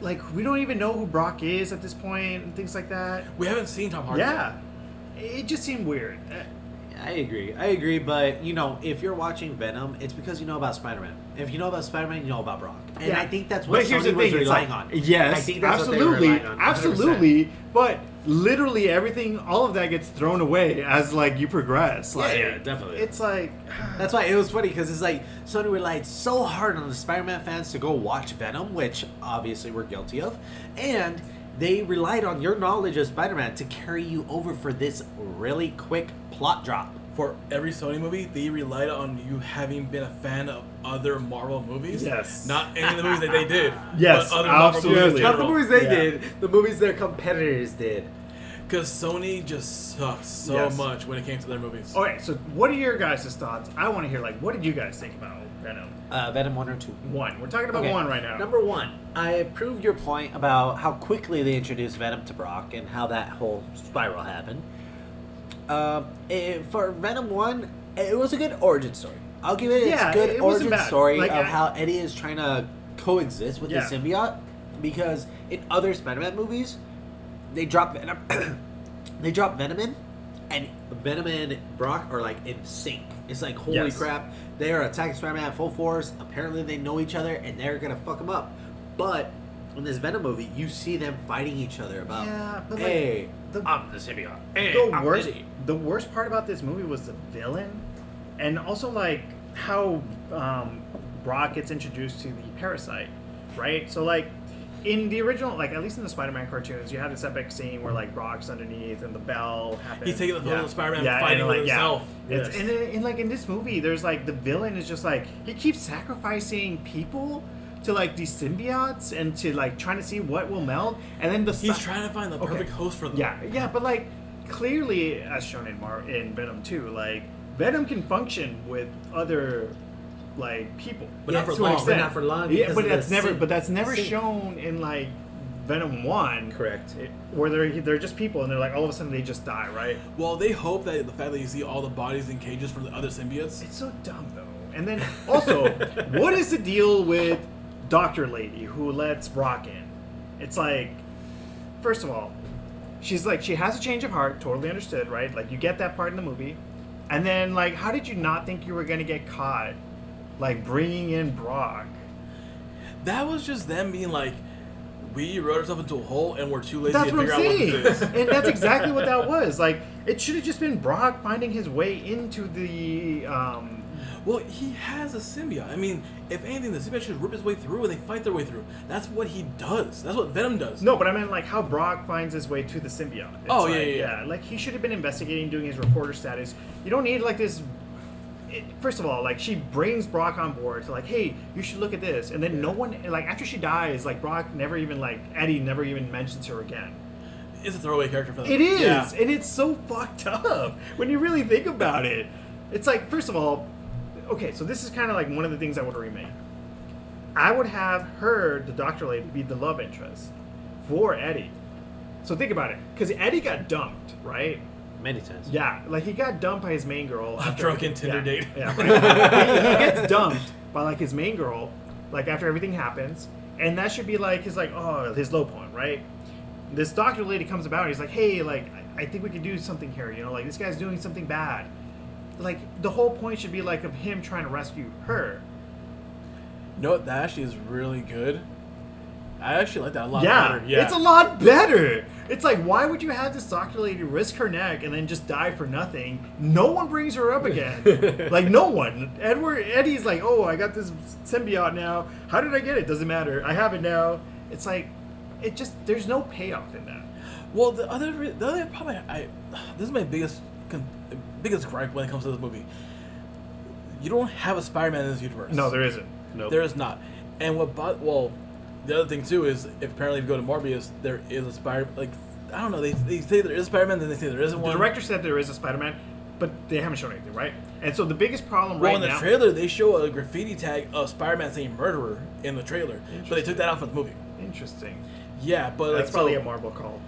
B: like we don't even know who Brock is at this point, and things like that.
A: We haven't seen Tom Hardy.
B: Yeah, it just seemed weird. Uh,
C: I agree. I agree, but you know, if you're watching Venom, it's because you know about Spider-Man. If you know about Spider-Man, you know about Brock. And
B: Yeah.
C: I think that's what
B: But here's
C: Sony
B: the thing,
C: was
B: it's
C: relying
B: like-
C: on.
B: Yes,
C: I think that's what they were
B: absolutely,
C: relying on, 100%.
B: absolutely. But literally everything, all of that gets thrown away as like you progress. Like,
C: yeah, definitely.
B: It's like
C: That's why it was funny because it's like Sony relied so hard on the Spider-Man fans to go watch Venom, which obviously we're guilty of, and they relied on your knowledge of Spider-Man to carry you over for this really quick plot drop.
A: For every Sony movie, they relied on you having been a fan of other Marvel movies.
B: Yes.
A: Not any of the movies that they did.
B: Yes,
A: but other Marvel
B: absolutely.
A: movies
B: Not
C: Not
A: in
C: the
A: general.
C: movies they
B: Yeah.
C: did, the movies their competitors did.
A: Because Sony just sucked so
B: Yes. Oh,
A: much when it came to their movies.
B: all right. So, what are your guys' thoughts? I want to hear like what did you guys think about Venom
C: Uh, Venom one or two.
B: One? We're talking about
C: Okay,
B: one right now.
C: Number one, I approve your point about how quickly they introduced Venom to Brock and how that whole spiral happened. Um, eh, for Venom one, it was a good origin story. I'll give it
B: Yeah,
C: its good
B: it wasn't
C: origin
B: bad.
C: story
B: Like,
C: of
B: I-
C: how Eddie is trying to coexist with
B: Yeah.
C: the symbiote because in other Spider-Man movies, they drop Venom. they drop Venom in, and Venom and Brock are like in sync. It's like holy
B: Yes.
C: crap, they are attacking Spider-Man at full force. Apparently, they know each other and they're gonna fuck him up. But in this Venom movie, you see them fighting each other about.
B: Yeah, but, like,
C: hey,
B: the-
C: I'm the symbiote.
A: Eh,
C: Hey,
B: the
C: I'm
B: worst
C: Eddie."
B: the worst part about this movie was the villain and also like how um, brock gets introduced to the parasite right so like in the original like at least in the spider-man cartoons you have this epic scene where like brock's underneath and the bell happens
A: He's taking the photo of Spider-Man fighting
B: and,
A: with himself.
B: yeah. it's
A: Yes.
B: and, then- and like in this movie there's like the villain is just like he keeps sacrificing people to like these symbiotes and to like trying to see what will meld and then the
A: He's
B: si-
A: trying to find the
B: Okay.
A: perfect host for them.
B: yeah, yeah, but like clearly, as shown in Mar in Venom Two, like Venom can function with other like people,
A: But
C: Yeah,
A: not for
C: to an
A: long.
C: extent. not for long
B: Yeah,
C: because
B: but
C: of
B: that's
C: the
B: never,
C: sync-
B: but that's never
C: sync.
B: shown in like Venom One,
C: Correct.
B: It, where they're they're just people, and they're like all of a sudden they just die, right?
A: Well, they hope that the fact that you see all the bodies in cages from the other symbiotes.
B: It's so dumb though. And then also, what is the deal with Doctor Lady who lets Brock in? It's like, first of all, she's like she has a change of heart. Totally understood, right? Like you get that part in the movie. And then like, how did you not think you were gonna get caught, like bringing in Brock?
A: That was just them being like, we rode ourselves into a hole and we're too lazy
B: That's
A: to
B: what I'm
A: figure out
B: saying,
A: what this is.
B: and that's exactly what that was. Like, it should have just been Brock finding his way into the um,
A: Well, he has a symbiote. I mean, if anything, the symbiote should rip his way through and they fight their way through. That's what he does. That's what Venom does.
B: No, but I mean like how Brock finds his way to the symbiote. It's
A: Oh,
B: like,
A: yeah, yeah, yeah.
B: Like he should have been investigating, doing his reporter status. You don't need like this. It, first of all, like she brings Brock on board to like, hey, you should look at this, and then no one like after she dies, like Brock never even like Eddie never even mentions her again.
A: It's a throwaway character for them.
B: It is,
A: Yeah.
B: and it's so fucked up when you really think about it. It's like, first of all, okay, so this is kind of like one of the things I would remake. I would have her, the doctor lady, be the love interest for Eddie. So think about it, because Eddie got dumped, right?
C: many times.
B: Yeah, like he got dumped by his main girl. after-
A: drunken Tinder
B: yeah,
A: date.
B: Yeah, right. he, he gets dumped by like his main girl, like after everything happens, and that should be like his like oh his low point, right? This doctor lady comes about. And he's like, hey, like I, I think we could do something here. You know, like this guy's doing something bad. Like the whole point should be like of him trying to rescue her.
A: You know what? That actually is really good. I actually like that a lot
B: yeah,
A: better. Yeah.
B: it's a lot better. It's like, why would you have this doctor lady risk her neck and then just die for nothing? No one brings her up again. like no one. Edward Eddie's like, oh, I got this symbiote now. How did I get it? Doesn't matter. I have it now. It's like, it just there's no payoff in that.
A: Well, the other re- the other problem I, I this is my biggest con- biggest gripe when it comes to this movie. You don't have a Spider-Man in this universe.
B: No, there isn't. No,
A: There is not. And what? Bo- well, the other thing too is if apparently if you go to Morbius, there is a Spider like I don't know they, they say there is Spider Man, then they say there isn't
B: The
A: one.
B: director said there is a Spider-Man, but they haven't shown anything, right? And so the biggest problem
A: well,
B: right
A: in the
B: now,
A: trailer they show a graffiti tag of Spider Man saying "murderer" in the trailer, but they took that out for the movie.
B: interesting.
A: Yeah, but
B: That's
A: like
B: probably
A: so,
B: a Marvel call.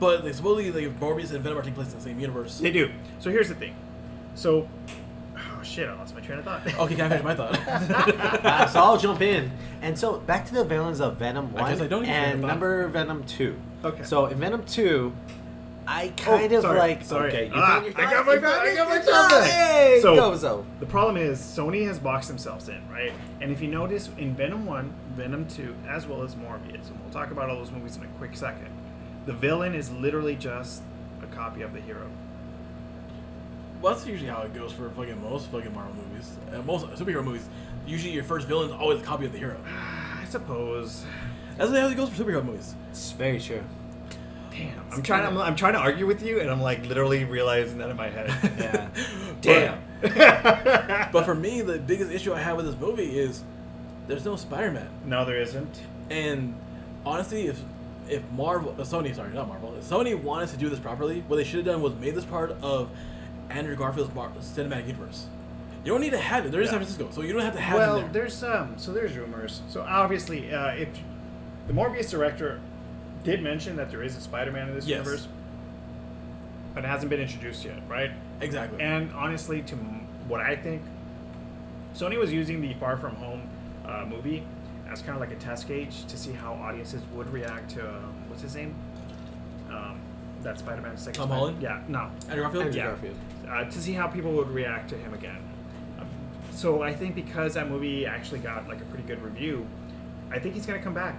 A: but they supposedly like Morbius and Venom are taking place in the same universe.
B: They do. So here's the thing. So, oh shit, I lost my train of thought.
A: Okay, can I finish my thought?
C: Uh, so I'll jump in. And so back to the villains of Venom
A: I guess I
C: One
A: don't even
C: and
A: remember.
C: number Venom Two.
B: Okay. Oh,
C: So in Venom Two, I kind of
B: sorry,
C: like
B: sorry.
C: okay. You
B: Ah,
C: found your
B: I
C: thought,
B: got my
C: you found
B: thought, I
C: it,
B: got my
C: good job.
B: thought.
C: Hey,
B: So-
C: go, Zo.
B: The problem is Sony has boxed themselves in, right? And if you notice in Venom 1, Venom 2, as well as Morbius, and we'll talk about all those movies in a quick second, the villain is literally just a copy of the hero.
A: well, that's usually how it goes for fucking most fucking Marvel movies, uh, most superhero movies. Usually, your first villain's always a copy of the hero.
B: I suppose.
A: That's how it goes for superhero movies.
C: It's very true.
B: Damn. I'm
D: I'm
B: trying
D: trying. I'm, I'm trying to argue with you, and I'm like literally realizing that in my head.
C: Yeah.
D: Damn.
A: But for me, the biggest issue I have with this movie is there's no Spider-Man.
B: No, there isn't.
A: And honestly, if if Marvel, uh, Sony, sorry, not Marvel, if Sony wanted to do this properly, what they should have done was made this part of Andrew Garfield's Mar- cinematic universe. You don't need to have it. They're in
B: Yeah.
A: San Francisco, so you don't have to have
B: well,
A: it there.
B: there's um, so there's rumors. So obviously, uh, if the Morbius director did mention that there is a Spider-Man in this
A: Yes.
B: universe, but it hasn't been introduced yet, right?
A: Exactly.
B: And honestly, to m- what I think, Sony was using the Far From Home uh, movie as kind of like a test gauge to see how audiences would react to um, what's his name, um, that Spider-Man second.
A: Tom
B: Spider-
A: Holland?
B: Yeah, no,
A: Andrew Garfield.
C: Andrew
A: yeah.
C: Garfield.
B: uh, to see how people would react to him again. Um, So I think because that movie actually got like a pretty good review, I think he's gonna come back.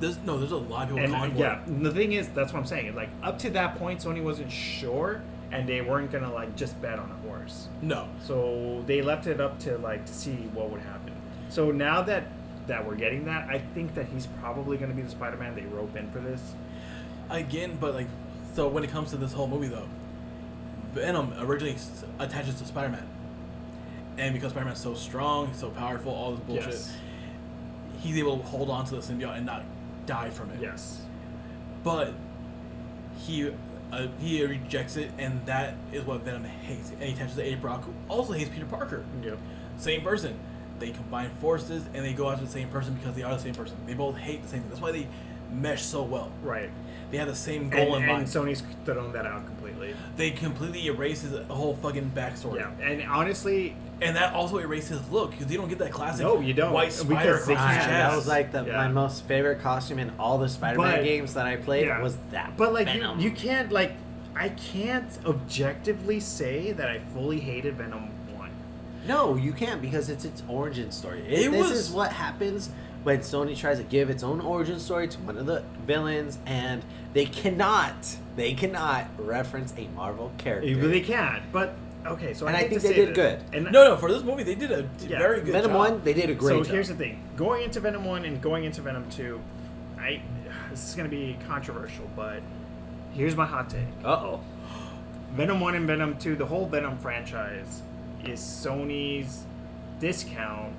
A: There's no. There's a lot of people
B: And uh,
A: calling for
B: yeah,
A: it.
B: and the thing is, that's what I'm saying. Like up to that point, Sony wasn't sure, and they weren't gonna like just bet on a horse.
A: No.
B: So they left it up to like to see what would happen. So now that that we're getting that, I think that he's probably gonna be the Spider-Man they rope in for this.
A: Again, but like, so when it comes to this whole movie though, Venom originally s- attaches to Spider-Man, and because Spider-Man's so strong, he's so powerful, all this bullshit,
B: Yes.
A: he's able to hold on to the symbiote and not die from it.
B: Yes.
A: But he uh, he rejects it, and that is what Venom hates. And he attaches to Eddie Brock, who also hates Peter Parker.
B: Yep.
A: Same person. They combine forces and they go after the same person because they are the same person. They both hate the same thing. That's why they mesh so well.
B: Right.
A: They have the same
B: And,
A: goal in
B: and
A: mind.
B: Sony's thrown that out completely.
A: they completely erases the whole fucking backstory.
B: Yeah, and honestly,
A: And that also erases his look because you don't get that classic
B: No, you don't,
A: white
B: because
A: spider
B: they
A: across
B: can't.
A: his
C: Man, that
A: chest.
C: was like the,
B: Yeah.
C: my most favorite costume in all the Spider-Man
B: But-
C: games that I played
B: yeah.
C: was that.
B: but like you,
C: Venom.
B: you can't like I can't objectively say that I fully hated Venom one.
C: No, you can't because it's its origin story.
A: It was-
C: this is what happens when Sony tries to give its own origin story to one of the villains, and they cannot, they cannot reference a Marvel character.
B: You really can't. But okay, so
C: And I
B: hate to
C: think they
B: say
C: did
B: this.
C: good.
B: And
A: no, no. For this movie, they did a d-
B: Yeah.
A: very good
C: Venom
A: job.
C: One, they did a great
B: so
C: job.
B: here's the thing: going into Venom one and going into Venom two, I this is gonna be controversial, but here's my hot take:
C: Uh oh.
B: Venom one and Venom two, the whole Venom franchise, is Sony's discount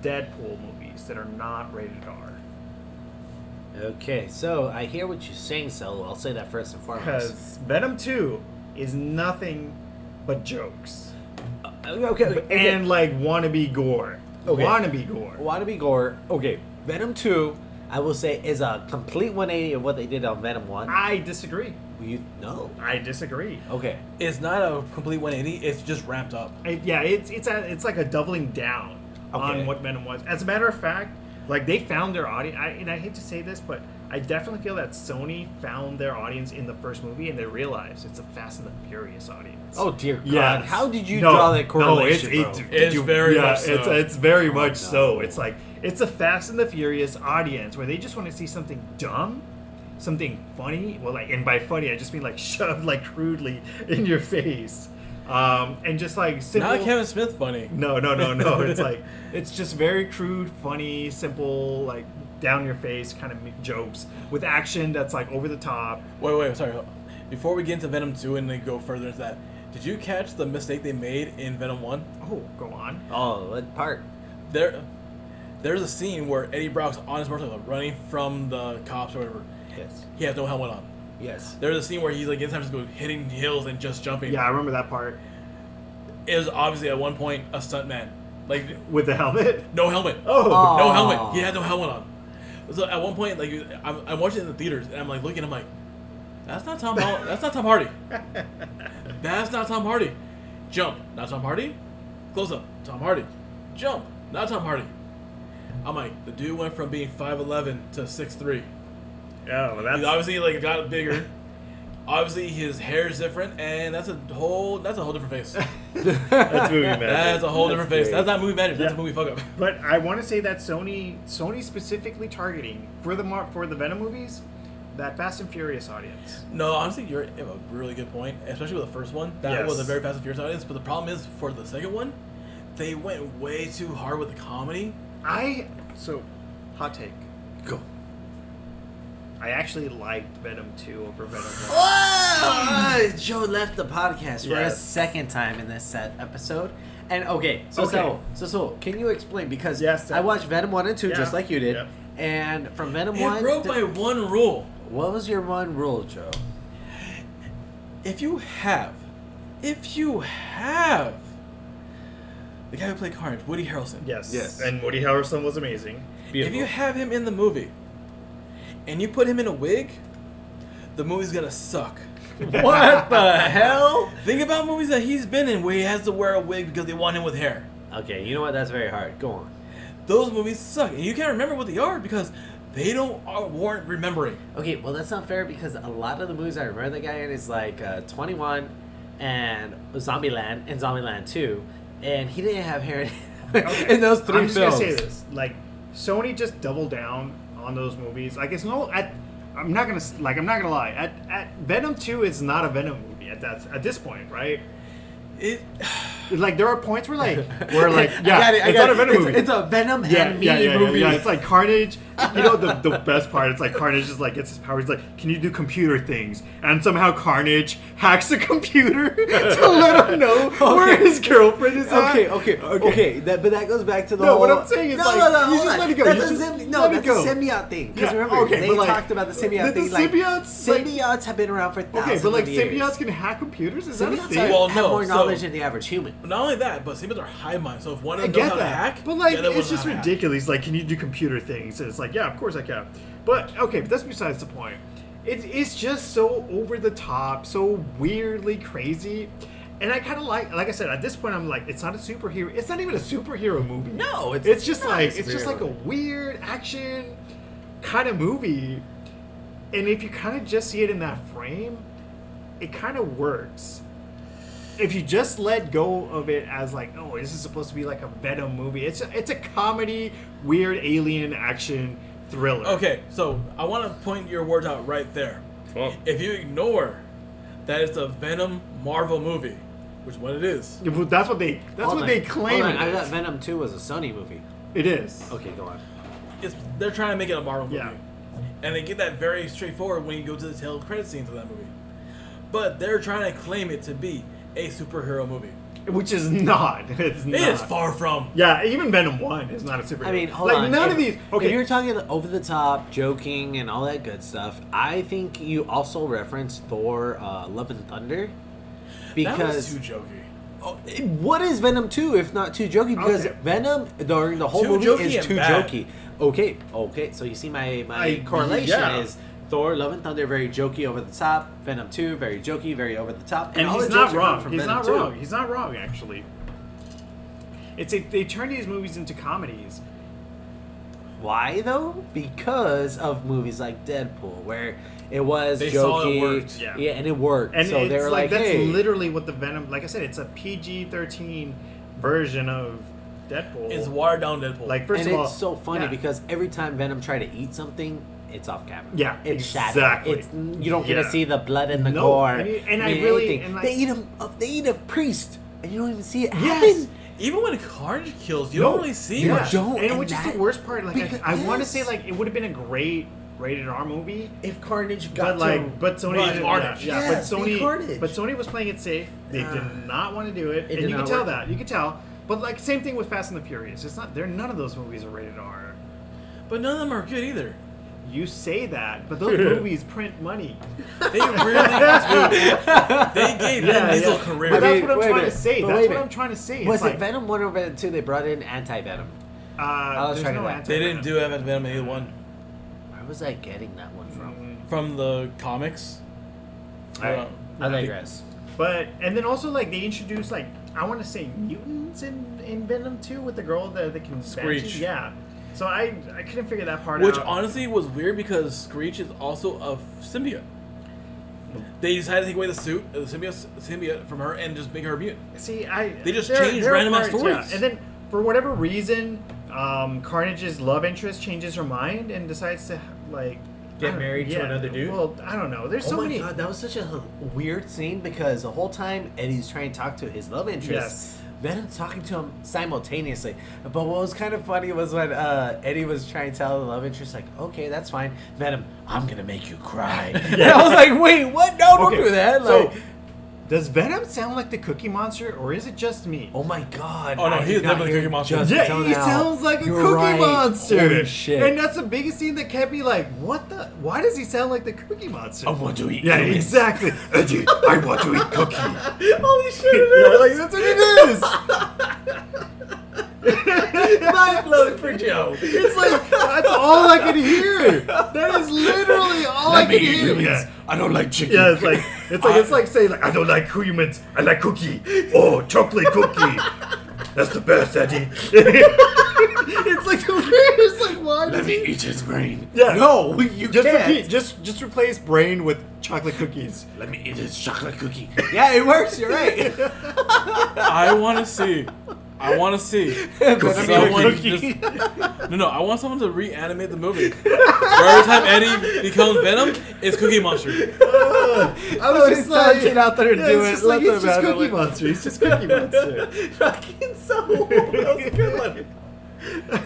B: Deadpool movies that are not rated R.
C: Okay, so I hear what you're saying, so I'll say that first and foremost.
B: Because Venom 2 is nothing but jokes.
C: Uh, okay, okay, okay.
B: And like wannabe gore.
C: Okay.
B: Wannabe gore.
C: Wannabe Gore. Okay, Venom Two, I will say, is a complete 180 of what they did on Venom One.
B: I disagree.
C: you know.
B: I disagree.
C: Okay.
A: It's not a complete 180. It's just ramped up.
B: I- yeah, it's it's a, it's like a doubling down
C: Okay.
B: on what Venom was. As a matter of fact, like they found their audience. I, and I hate to say this, but I definitely feel that Sony found their audience in the first movie, and they realized it's a Fast and the Furious audience.
C: Oh dear God!
B: Yeah.
C: How did you
B: No,
C: draw that
B: no, it's-
C: correlation?
B: it's,
C: bro? Oh,
B: did
A: It's very
B: yeah,
A: much so.
B: It's, it's very much
C: no.
B: so. It's like it's a Fast and the Furious audience where they just want to see something dumb, something funny. Well, like and by funny I just mean like shoved like crudely in your face, um, and just like simple.
A: Not Kevin Smith funny.
B: no, no, no, no. It's like it's just very crude, funny, simple, like down your face kind of jokes with action that's like over the top.
A: Wait, wait, sorry. Before we get into Venom 2 and they go further into that, did you catch the mistake they made in Venom 1?
B: Oh, go on.
C: Oh, what part?
A: There, There's a scene where Eddie Brock's on his motorcycle running from the cops or whatever.
C: Yes.
A: He has no helmet on.
C: Yes.
A: There's a scene where he's like inside just going hitting hills and just jumping.
B: Yeah, I remember that part
A: It was obviously at one point a stuntman. Like
B: with the helmet.
A: no helmet.
B: Oh,
C: Aw.
A: No helmet. He had no helmet on. So at one point, like I'm, I'm watching it in the theaters, and I'm like looking. I'm like, that's not Tom. Hol- that's not Tom Hardy. That's not Tom Hardy. Jump. Not Tom Hardy. Close up. Tom Hardy. Jump. Not Tom Hardy. I'm like, the dude went from being 5'11 to 6'3.
B: yeah, Oh, well, that's
A: He's obviously like got bigger. obviously his hair is different, and that's a whole that's a whole different face.
B: that's movie magic.
A: That's a whole
C: That's
A: different face.
C: great.
A: That's not movie magic. That's
B: Yeah.
A: a movie fuck up.
B: But I want to say that Sony, Sony specifically targeting for the mar- for the Venom movies, that Fast and Furious audience.
A: No, honestly, you're you have a really good point, especially with the first one. That
B: Yes.
A: was a very Fast and Furious audience, but the problem is for the second one, they went way too hard with the comedy.
B: I so hot take.
C: Go.
B: I actually liked Venom two over Venom one.
C: Whoa! Joe left the podcast for a
B: Yes.
C: second time in this set episode. And okay, so
B: Okay.
C: so so so can you explain because
B: Yes, uh,
C: I watched Venom one and two
B: Yeah.
C: just like you did,
B: Yep.
C: and from Venom
A: It
C: one,
A: broke
C: to-
A: my one rule.
C: what was your one rule, Joe?
A: If you have, if you have, the guy who played Carnage, Woody Harrelson.
B: Yes.
C: Yes.
B: And Woody Harrelson was amazing.
A: If you have him in the movie, and you put him in a wig, the movie's gonna suck.
C: what the hell?
A: Think about movies that he's been in where he has to wear a wig because they want him with hair.
C: Okay, you know what? That's very hard. Go on.
A: Those movies suck, and you can't remember what they are because they don't are, warrant remembering.
C: Okay, well that's not fair because a lot of the movies I remember the guy in is like uh, 21 and Zombieland and Zombieland 2, and he didn't have hair in,
B: Okay.
C: in those 3
B: I'm just
C: films.
B: gonna say this: like Sony just doubled down on those movies. Like it's no, at, I'm not gonna s- like I'm not gonna lie. At, at Venom two is not a Venom movie at that at this point, right?
A: It,
B: Like there are points where like where like
C: I
B: yeah,
C: got it, I
B: it's
C: got
B: not a
C: it.
B: Venom
C: It's-
B: movie.
C: It's a Venom
B: yeah,
C: and me
B: yeah, yeah, yeah,
C: movie.
B: yeah. It's like Carnage. You know the, the best part. It's like Carnage is like gets his powers. Like, can you do computer things? And somehow Carnage hacks a computer to let him know where
C: Okay.
B: his girlfriend is. at.
C: Okay, okay, okay, That, but that goes back to the
B: No,
C: whole.
B: what I'm saying is,
C: no,
B: like,
C: no, no,
B: you
C: hold
B: just
C: on.
B: let it go.
C: That's
B: You
C: a
B: just
C: symbi- no,
B: let it
C: that's
B: go.
C: a symbiote thing. Because
B: Yeah,
C: remember,
B: okay,
C: they
B: but, like,
C: talked about the symbiote
B: but the
C: thing. like,
B: symbiotes, like-
C: symbiotes have been around for
B: Okay,
C: thousands
B: but like
C: of years.
B: symbiotes can hack computers. Is that a
C: symbiotes
B: thing?
C: are,
A: Well,
C: have
A: no,
C: more
A: so-
C: knowledge than the average human.
A: not only that, but Seaman's are high mind. So if one of
B: I
A: them knows
B: get
A: how to
B: that,
A: hack,
B: but like
A: the other
B: it's
A: one's
B: just
A: not hack.
B: ridiculous. Like, can you do computer things? And it's like, yeah, of course I can. But okay, but that's besides the point. It, it's just so over the top, so weirdly crazy, and I kind of like, like I said, at this point, I'm like, it's not a superhero. It's not even a superhero movie.
C: No, it's
B: it's just
C: not
B: like
C: a
B: it's just
C: superhero
B: like a weird action kind of movie, and if you kind of just see it in that frame, it kind of works if you just let go of it as like, oh, this is supposed to be like a Venom movie. It's a, it's a comedy, weird alien action thriller.
A: Okay, so I want to point your words out right there.
D: Fuck.
A: If you ignore that it's a Venom Marvel movie, which is what it is,
B: Yeah, but that's what they that's
C: Hold
B: what
C: on,
B: they claim.
C: Hold on. I
B: it
C: thought
B: is.
C: Venom 2 was a Sony movie.
B: It is.
C: Okay, go on.
A: it's they're trying to make it a Marvel movie,
B: Yeah.
A: and they get that very straightforward when you go to the tail credit scenes of that movie. But they're trying to claim it to be a superhero movie.
B: Which is not. It's
A: It
B: not.
A: is far from.
B: Yeah, even Venom One is not a superhero.
C: I mean, hold
B: like
C: on.
B: none
C: if,
B: of these.
C: If
B: Okay,
C: you're talking the over the top, joking, and all that good stuff, I think you also reference Thor: uh, Love and Thunder. Because
A: that was too jokey.
C: Oh, it- what is Venom two if not too jokey? Because
B: Okay.
C: Venom during the whole
A: Too
C: movie
A: jokey
C: is
A: and
C: too
A: bad.
C: jokey. Okay, okay. So you see my my
B: I-
C: correlation
B: yeah.
C: is Thor: Love and Thunder very jokey, over the top. Venom two very jokey, very over the top.
B: and
C: all
B: he's
C: the
B: not
C: jokes are coming
B: wrong.
C: from
B: He's
C: Venom
B: not
C: 2.
B: wrong. He's not wrong actually. It's a, they turn these movies into comedies.
C: Why though? Because of movies like Deadpool, where it was
A: They
C: jokey,
A: saw it worked,
B: yeah.
C: and it worked.
B: And
C: so
B: it's
C: they were
B: like,
C: like,
B: that's
C: hey,
B: literally what the Venom. Like I said, it's a PG thirteen version of Deadpool.
A: It's watered down Deadpool.
B: like first
C: and
B: of all,
C: it's so funny
B: yeah.
C: because every time Venom tried to eat something, it's off camera.
B: Yeah,
C: it's
B: exactly.
C: shattered. It's you don't get
B: Yeah.
C: to see the blood and the
B: No,
C: gore.
B: and you- and I
C: mean,
B: really-
C: anything.
B: and, like-
C: they eat him. They eat a priest, and you don't even see it
B: Yes.
C: happen.
A: Even when Carnage kills, you
B: No,
A: don't really see
C: you
A: much.
C: don't,
B: And,
C: and
B: which is
C: that-
B: the worst part. Like
C: because-
B: I, I want to
C: yes.
B: say, like it would have been a great rated R movie,
C: If Carnage
B: but like, but Sony,
A: Right,
B: didn't, yeah,
A: Carnage.
B: yeah,
C: Yes,
B: but
C: they
B: Sony,
C: Carnage.
B: but Sony was playing it safe. They
C: Ah.
B: did not want to do it,
C: It did
B: and you can
C: not
B: tell
C: work.
B: that. You can tell. But like same thing with Fast and the Furious. It's not there. None of those movies are rated R.
A: But none of them are good either.
B: You say that, but those movies print money.
A: They really do. They gave Vin Diesel
B: Yeah, yeah.
A: a
B: But
A: career.
C: I
B: that's
C: mean,
B: what I'm
C: wait a
B: trying
C: minute,
B: to say. That's
C: but wait a
B: what I'm
C: minute.
B: trying to say. It's
C: Was
B: like,
C: it Venom One or Venom Two? They brought in Anti Venom.
B: Uh,
C: was
B: there's
C: trying to
B: no
C: laugh.
B: anti-
A: they didn't do Evan Venom in either one.
C: Where was I getting that one from?
A: From the comics.
B: I-
A: Uh,
C: I digress.
B: But and then also like they introduced like I want to say mutants in in Venom 2 with the girl that that can
A: Screech.
B: banshee. Yeah. So I I couldn't figure that part
A: Which
B: out.
A: honestly was weird because Screech is also a symbiote. They just had to take away the suit, uh, the symbiote, symbiote from her, and just make her a mutant.
B: See, I
A: They just
B: there-
A: changed
B: there are
A: randomized
B: parts, yeah.
A: stories.
B: and then for whatever reason, um, Carnage's love interest changes her mind and decides to like
D: Get
B: I don't-
D: married to
B: yeah,
D: another dude?
B: Well, I don't know. There's
C: Oh
B: so
C: my
B: many.
C: god, that was such a h- weird scene because the whole time Eddie's trying to talk to his love interest,
B: Yes.
C: Venom's talking to him simultaneously. But what was kind of funny was when uh, Eddie was trying to tell the love interest, like, okay, that's fine, Venom, I'm gonna make you cry. And I was like, wait, what? No, don't
B: Okay,
C: do that.
B: so-
C: Like,
B: Does Venom sound like the Cookie Monster, or is it just me?
C: oh my god.
A: Oh, no,
C: I
A: he
C: did
A: is
C: not
A: definitely
C: hear
A: Cookie Monster.
C: just
B: yeah,
C: until
B: he
C: now.
B: sounds like a
C: You're
B: Cookie
C: right.
B: Monster.
C: Holy shit.
B: And that's the biggest thing that kept me like, what the? Why does he sound like the Cookie Monster?
C: I want to eat.
B: yeah,
C: cookies.
B: exactly. Eddie, I want to eat cookie.
C: Holy shit,
B: Yeah,
C: it
B: like
C: is.
B: that's what it is.
C: Mind blown for Joe.
B: It's like that's all I could hear. That is literally all I could hear.
D: Yeah. I don't like chicken.
B: Yeah, it's like it's like it's like saying like I don't like humans. I like cookie. Oh, chocolate cookie.
D: That's the best, Eddie.
B: it's like the weirdest. Like why?
D: Let
B: does
D: me
B: he-
D: eat his brain.
B: Yeah.
D: No, you
B: Just
D: can't.
B: repeat. Just just replace brain with chocolate cookies.
D: Let me eat his chocolate cookie.
C: Yeah, it works. You're right.
A: I want to see. I want to see. Someone
D: cookie.
A: just- no, no, I want someone to reanimate the movie. Every time Eddie becomes Venom, it's Cookie Monster.
B: I
C: So it's talented out there to
B: yeah,
C: do
B: it's
C: it.
B: Just like,
C: Let
B: it's
C: them
B: just
C: handle
B: cookie
C: it.
B: monster. It's just cookie monster.
C: Fucking so old. That was a good one.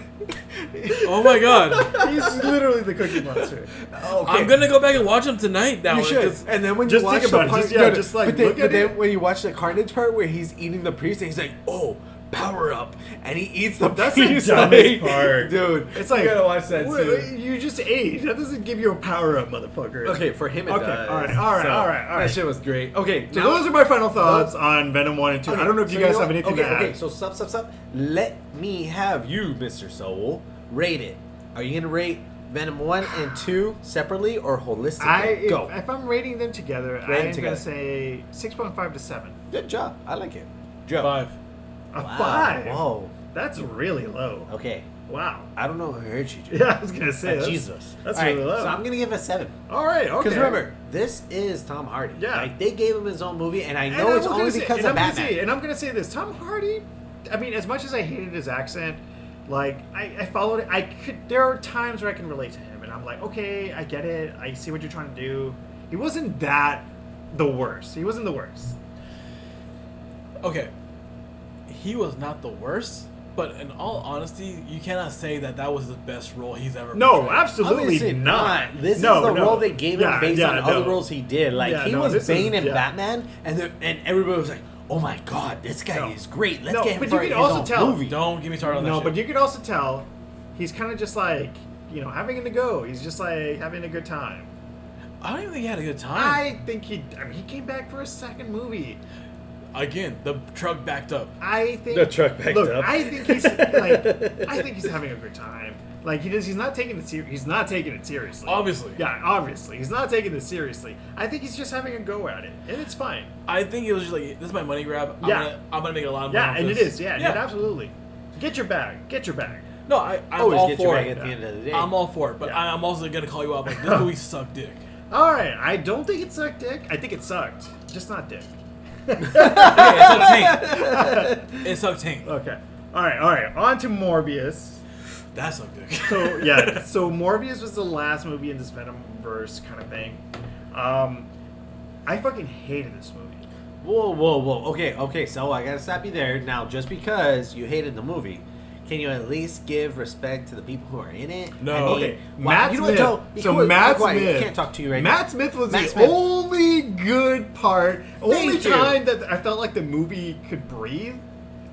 A: Oh my god.
B: He's literally the cookie monster.
A: I'm gonna go back and watch him tonight. Now
B: You should.
A: 'cause-
C: And then when
B: Just
C: you watch
B: think
C: the
B: about it.
C: part,
B: Just- yeah, just, like,
C: but then,
B: look
C: but
B: at
C: then
B: it.
C: when you watch the Carnage part where he's eating the priest, and he's like, "Oh, power up," and he eats the
B: That's the
C: priest.
B: dumbest
C: like,
D: part.
C: dude.
B: It's like
D: You gotta watch that,
B: wait,
D: too.
B: wait, You just ate. That doesn't give you a power up, motherfucker.
C: Okay, for him it
B: Okay,
C: does.
B: alright, alright,
C: So,
B: alright, alright.
C: That shit was great. Okay,
B: So
C: now-
B: those are my final thoughts on Venom One and Two.
C: Okay,
B: I don't know if
C: so
B: you guys
C: know
B: have
C: what?
B: anything
C: okay,
B: to add.
C: Okay, so stop, stop, stop. Let me have you, Mr. Soul, rate it. Are you gonna rate Venom one and two separately or holistically?
B: I if,
C: Go.
B: if I'm rating them together,
C: them
B: I'm
C: together.
B: gonna say six point five to seven.
C: Good job. I like it. Joe.
A: Five.
B: A
C: Wow.
B: five.
C: Whoa.
B: That's really low.
C: Okay.
B: Wow.
C: I don't know who hurt you. Joe.
B: Yeah, I was gonna say
C: But
B: that's-
C: Jesus.
B: That's
C: All right,
B: really low.
C: So I'm gonna give it a seven.
B: All right. Okay.
C: Because remember, this is Tom Hardy.
B: Yeah.
C: Like, they gave him his own movie, and I
B: And
C: know
B: I'm
C: it's
B: gonna
C: only
B: say-
C: because
B: and
C: of
B: I'm
C: Batman.
B: Gonna say, and I'm gonna say this: Tom Hardy. I mean, as much as I hated his accent, like I, I followed it. I could. There are times where I can relate to him, and I'm like, okay, I get it. I see what you're trying to do. He wasn't that the worst. He wasn't the worst.
A: Okay. He was not the worst, but in all honesty, you cannot say that that was the best role he's ever
B: No,
A: portrayed.
B: absolutely
C: Obviously
B: not.
C: This
B: No,
C: is the
B: no.
C: role they gave him
B: Yeah,
C: based
B: yeah,
C: on
B: no.
C: other roles he did. Like
B: Yeah,
C: he
B: no,
C: was
B: this
C: Bane
B: is-
C: in
B: yeah.
C: Batman, and the, and everybody was like, "Oh my god, this guy
B: No.
C: is great. Let's
B: No,
C: get him
B: but
C: for
B: you can
C: his
B: also
C: own
B: tell-
C: movie."
A: Don't get me started on that
B: No,
A: shit.
B: but you could also tell he's kind of just like you know having a go. He's just like having a good time.
A: I don't even think he had a good time.
B: I think he. I mean, he came back for a second movie.
A: Again, the truck backed up.
B: I think
D: The truck backed
B: look,
D: up.
B: I think he's like, I think he's having a good time. Like he does, he's not taking it ser- he's not taking it seriously.
A: Obviously.
B: yeah, obviously, he's not taking this seriously. I think he's just having a go at it, and it's fine.
A: I think it was just like this is my money grab. I'm,
B: Yeah.
A: gonna, I'm gonna make a lot of money.
B: Yeah,
A: off
B: and it
A: this.
B: is. Yeah, it absolutely. Get your bag. Get your bag.
A: No, I, I'm
C: Always
A: all
C: get your
A: for
C: bag
A: it.
C: at the end of the day.
A: I'm all for it, but
B: Yeah.
A: I, I'm also gonna call you out like this movie sucked dick.
B: All right, I don't think it sucked dick. I think it sucked, just not dick.
A: Okay, it sucked taint. It sucked taint.
B: Okay. All right. All right. On to Morbius.
A: That sucked dick.
B: So yeah, so Morbius was the last movie in this Venom verse kind of thing. Um, I fucking hated this movie.
C: Whoa, whoa, whoa. Okay, okay. So I gotta stop you there. Now, just because you hated the movie, can you at least give respect to the people who are in it?
A: No.
C: I mean,
B: Okay,
C: Oh. why-
B: Matt
C: you know
B: Smith.
C: What, Joe? Be
B: so
C: quiet, be
B: Matt
C: quiet.
B: Smith.
C: I can't talk to you right
B: Matt
C: now.
B: Smith was
C: Matt
B: the
C: Smith.
B: only good part, only
C: Thank you.
B: time that I felt like the movie could breathe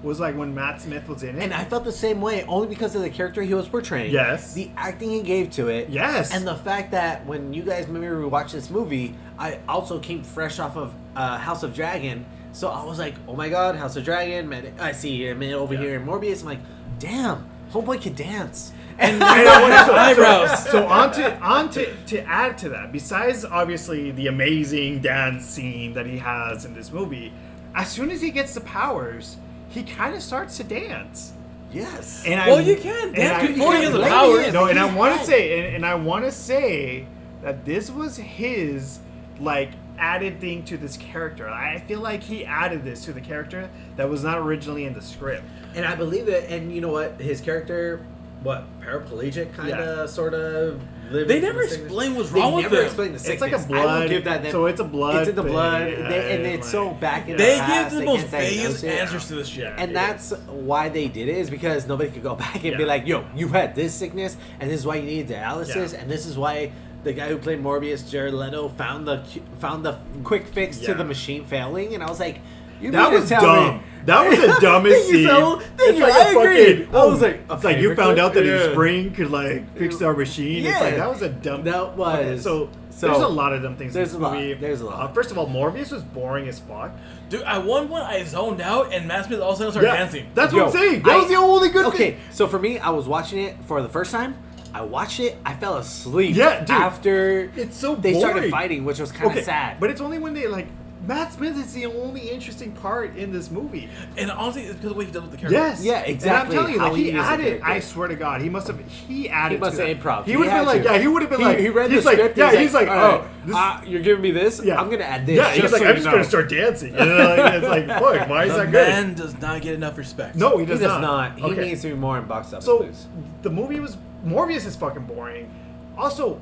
B: was like when Matt Smith was in it.
C: And I felt the same way only because of the character he was portraying.
B: Yes.
C: The acting he gave to it.
B: yes,
C: And the fact that when you guys made me watch this movie, I also came fresh off of uh, House of Dragon. So I was like, oh my god, House of Dragon. Man, I see him over
B: Yeah.
C: here in Morbius. I'm like, damn, Homeboy could dance.
B: and
A: his eyebrows.
B: So on to on to, to add to that, besides obviously the amazing dance scene that he has in this movie, as soon as he gets the powers, he kind of starts to dance.
C: Yes.
B: And
A: Well,
B: I,
A: you can
B: and
A: dance
B: I-
A: before
C: he has the Lady powers. is-
B: No, and I
C: he's
B: want
C: right.
B: to say, and, and I want to say that this was his like added thing to this character. I feel like he added this to the character that was not originally in the script.
C: And I believe it. And you know what? His character, what paraplegic kind of,
B: Yeah.
C: sort of. living
A: They
C: from
A: never
C: the sickness.
A: explain what's
C: They
A: wrong with
C: never
A: them.
C: explain the
B: It's like a
C: sickness.
B: blood.
C: I will give that.
B: So it's a blood.
C: It's in the
B: thing,
C: blood,
B: yeah,
C: they- and it's so back in
B: yeah.
A: They
C: the
A: give
C: past,
A: the
C: they
A: most
C: can't diagnose
A: vaguest
C: it.
A: answers to this shit.
C: And
B: it
C: that's why they did it is because nobody could go back and be
B: Yeah.
C: like, "Yo, you had this sickness, and this is why you needed dialysis,
B: Yeah.
C: and this is why the guy who played Morbius, Jared Leto, found the cu- found the quick fix to
B: Yeah.
C: the machine failing." And I was like, "You
B: That
C: mean to
B: was
C: tell
B: dumb.
C: me-
B: That was the dumbest
C: Thank you,
B: scene.
C: so- thank
B: It's
C: you,
B: like
C: I
B: a
C: agreed.
B: fucking- oh,
C: I was like,
B: it's like you found out that his
C: yeah.
B: brain could like fix our machine. It's like
C: Yeah.
B: that was a dumb.
C: That was-
B: Okay, so,
C: so-
B: there's a lot of dumb things.
C: There's
B: in
C: a
B: this
C: lot.
B: movie.
C: There's a lot.
B: Uh, first of all, Morbius was boring as fuck.
A: Dude, at one point I zoned out and Matt Smith all of a sudden started dancing.
B: That's
C: Yo,
B: what I'm saying. That
C: I-
B: was the only good
C: okay,
B: thing.
C: so for me, I was watching it for the first time. I watched it. I fell asleep.
B: Yeah, dude.
C: After
B: It's so
C: they started
B: boring.
C: fighting, which was kind of
B: Okay,
C: sad.
B: But it's only when they like Matt Smith is the only interesting part in this movie.
A: And honestly, it's because of the way he dealt with the character.
B: Yes.
C: Yeah, exactly.
B: And I'm telling you,
C: How
B: like,
C: he
B: he
C: used the
B: added. I
C: character.
B: swear to God, he must have. He added.
C: he must
B: to that.
C: have improv.
B: He would have been
C: had
B: like,
C: to.
B: yeah. He would have been like,
C: He read
B: he's
C: the
B: like,
C: script.
B: Yeah, he's like,
C: all right,
B: oh, this-
C: uh, you're giving me this.
B: Yeah.
C: I'm gonna add this.
B: yeah. He's
C: just
B: like,
C: so
B: I'm
C: you
B: just
C: know."
B: gonna start dancing. And like, it's like, fuck, why is
A: The
B: that good?
A: man does not get enough respect.
B: No, he
C: He
B: does,
C: does not. He
B: Okay.
C: needs to be more in box office.
B: So
C: movies.
B: the movie was Morbius is fucking boring. Also,